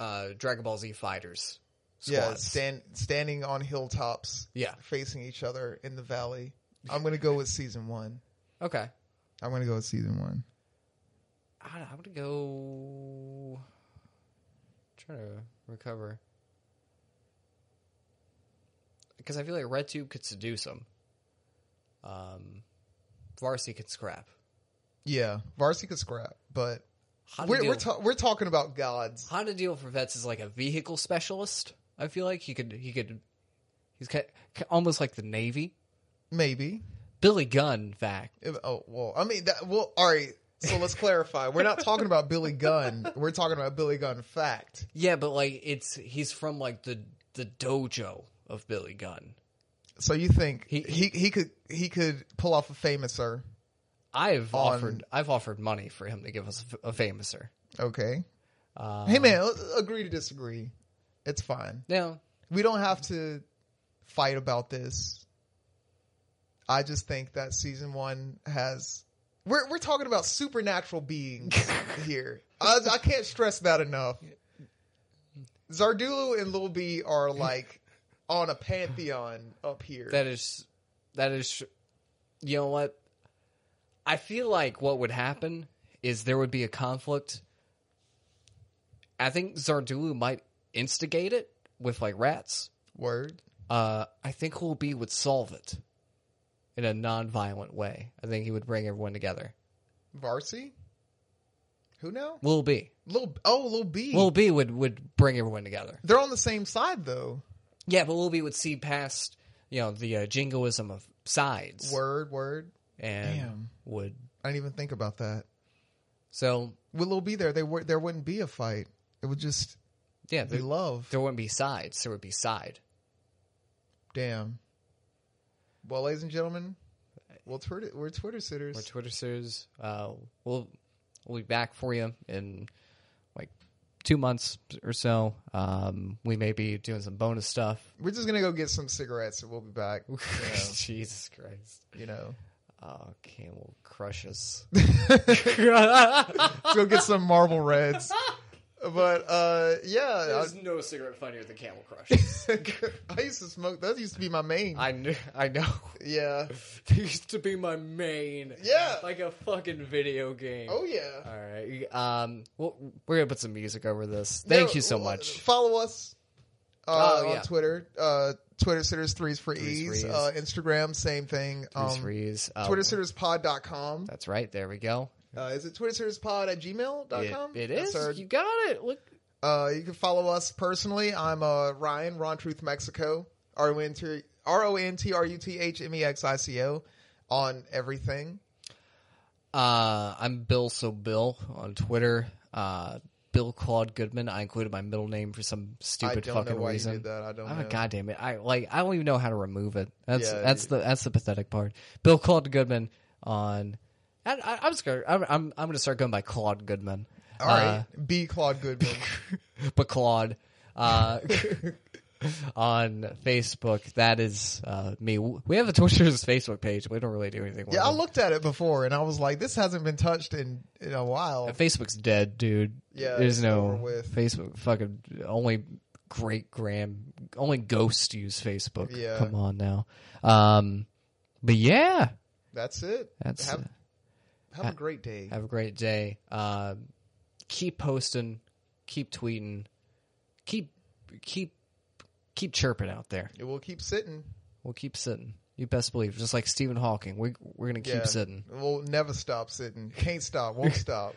uh Dragon Ball Z fighters.
yeah,
Squads.
stand, standing on hilltops,
Yeah.
facing each other in the valley. I'm gonna go with season one.
Okay.
I'm gonna go with season one.
I don't- I'm gonna go try to recover because I feel like Red Tube could seduce him. Um, Varsity could scrap.
Yeah, varsity could scrap, but
How to
we're
deal,
we're, ta- we're talking about gods.
how to deal for vets is like a vehicle specialist. I feel like he could he could he's ki ki- almost like the Navy
Maybe.
Billy Gunn vac.
If- oh well, I mean that. Well, all right. So let's clarify. We're not talking about Billy Gunn. We're talking about Billy Gunn fact.
Yeah, but like it's he's from like the the dojo of Billy Gunn.
So you think
He-
he he, could he could pull off a famouser?
I've
On-
offered I've offered money for him to give us a, f- a famouser.
Okay. hey man, let's agree to disagree. It's fine.
Now
We don't have to fight about this. I just think that season one has. We're we're talking about supernatural beings here. I, I can't stress that enough. Zardulu and Lil B are like on a pantheon up here.
That is, that is, you know what? I feel like what would happen is there would be a conflict. I think Zardulu might instigate it with like rats.
Word.
Uh, I think Hulbi would solve it in a non-violent way. I think he would bring everyone together.
Varsity. Who now?
Will B.
Lil oh Lil B.
Will B would would bring everyone together.
They're on the same side though.
Yeah, but Will B would see past you know the uh, jingoism of sides
Word word.
and
Damn.
would
I didn't even think about that.
so
With Lil B there, they were there wouldn't be a fight. It would just
yeah
be
there,
love.
there wouldn't be sides. There would be side.
Damn. Well, ladies and gentlemen, we'll Twitter, we're Twitter sitters.
We're Twitter sitters. Uh, we'll we'll be back for you in like two months or so. Um, we may be doing some bonus stuff.
we're just gonna go get some cigarettes, and we'll be back. You know,
Jesus Christ!
you know.
Oh, Campbell crush us.
Let's go get some marble reds. But uh, yeah,
no cigarette funnier than Camel Crush.
I, I used to smoke. That used to be my main.
I kn- I know.
yeah.
It used to be my main.
Yeah.
like a fucking video game.
Oh yeah.
All right. Um, well, we're gonna put some music over this. Thank
No,
you so
well,
much.
Follow us. Uh,
Oh,
on
yeah.
Twitter, uh, Twitter sitters threes for
Threes for
ease.
ease.
Uh, Instagram, same thing.
Bruce
Um,
Rees. Uh,
Twitter sitterspod.com.
That's right. There we go.
Uh, is it Twitter pod at gmail.com?
It- it
That's
is.
our-
You got it. Look.
uh, you can follow us personally. I'm uh, Ryan, Ron Truth Mexico, R O N T R O N T R U T H M E X I C O on everything.
Uh, I'm Bill, so Bill on Twitter. Uh, Bill Claude Goodman. I included my middle name for some
I
stupid
don't know
fucking
why
reason.
you did that. I don't
Oh
know.
god damn it! I like I don't even know how to remove it. That's
Yeah,
that's the that's the pathetic part. Bill Claude Goodman on. I, I, I'm scared. I'm, I'm I'm gonna start going by Claude Goodman.
All
Uh,
right. B. Claude Goodman.
but Claude uh, on Facebook. That is uh, me. We have a Twitter's Facebook page. We don't really do anything. with
yeah, I
it.
looked at it before and I was like, this hasn't been touched in, in a while.
Facebook's dead, dude.
Yeah,
there's
it's over
no
with.
Facebook. Fucking only great gram, only ghosts use Facebook.
Yeah.
come on now. Um, but yeah,
That's it.
That's-
have, have a great day.
have a great day. Uh, keep posting, keep tweeting, keep keep keep chirping out there.
It will keep sitting.
We'll keep sitting. You best believe, just like Stephen Hawking, we we're gonna keep
Yeah.
sitting.
We'll never stop sitting. Can't stop. Won't stop.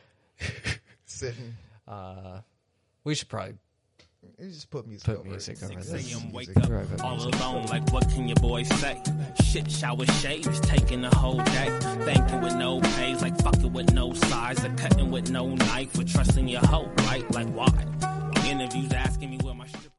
sitting.
Uh, we should probably
You just put music
put
over it.
music over
6
this.
a.m. wake
Music.
up
Right, but-
all alone. Like, what can your boy say? Shit shower shades taking the whole day. They with no pays, like fucking with no size, like cutting with no knife, for trusting your hope, right? Like why? Interviews asking me where my. Strip-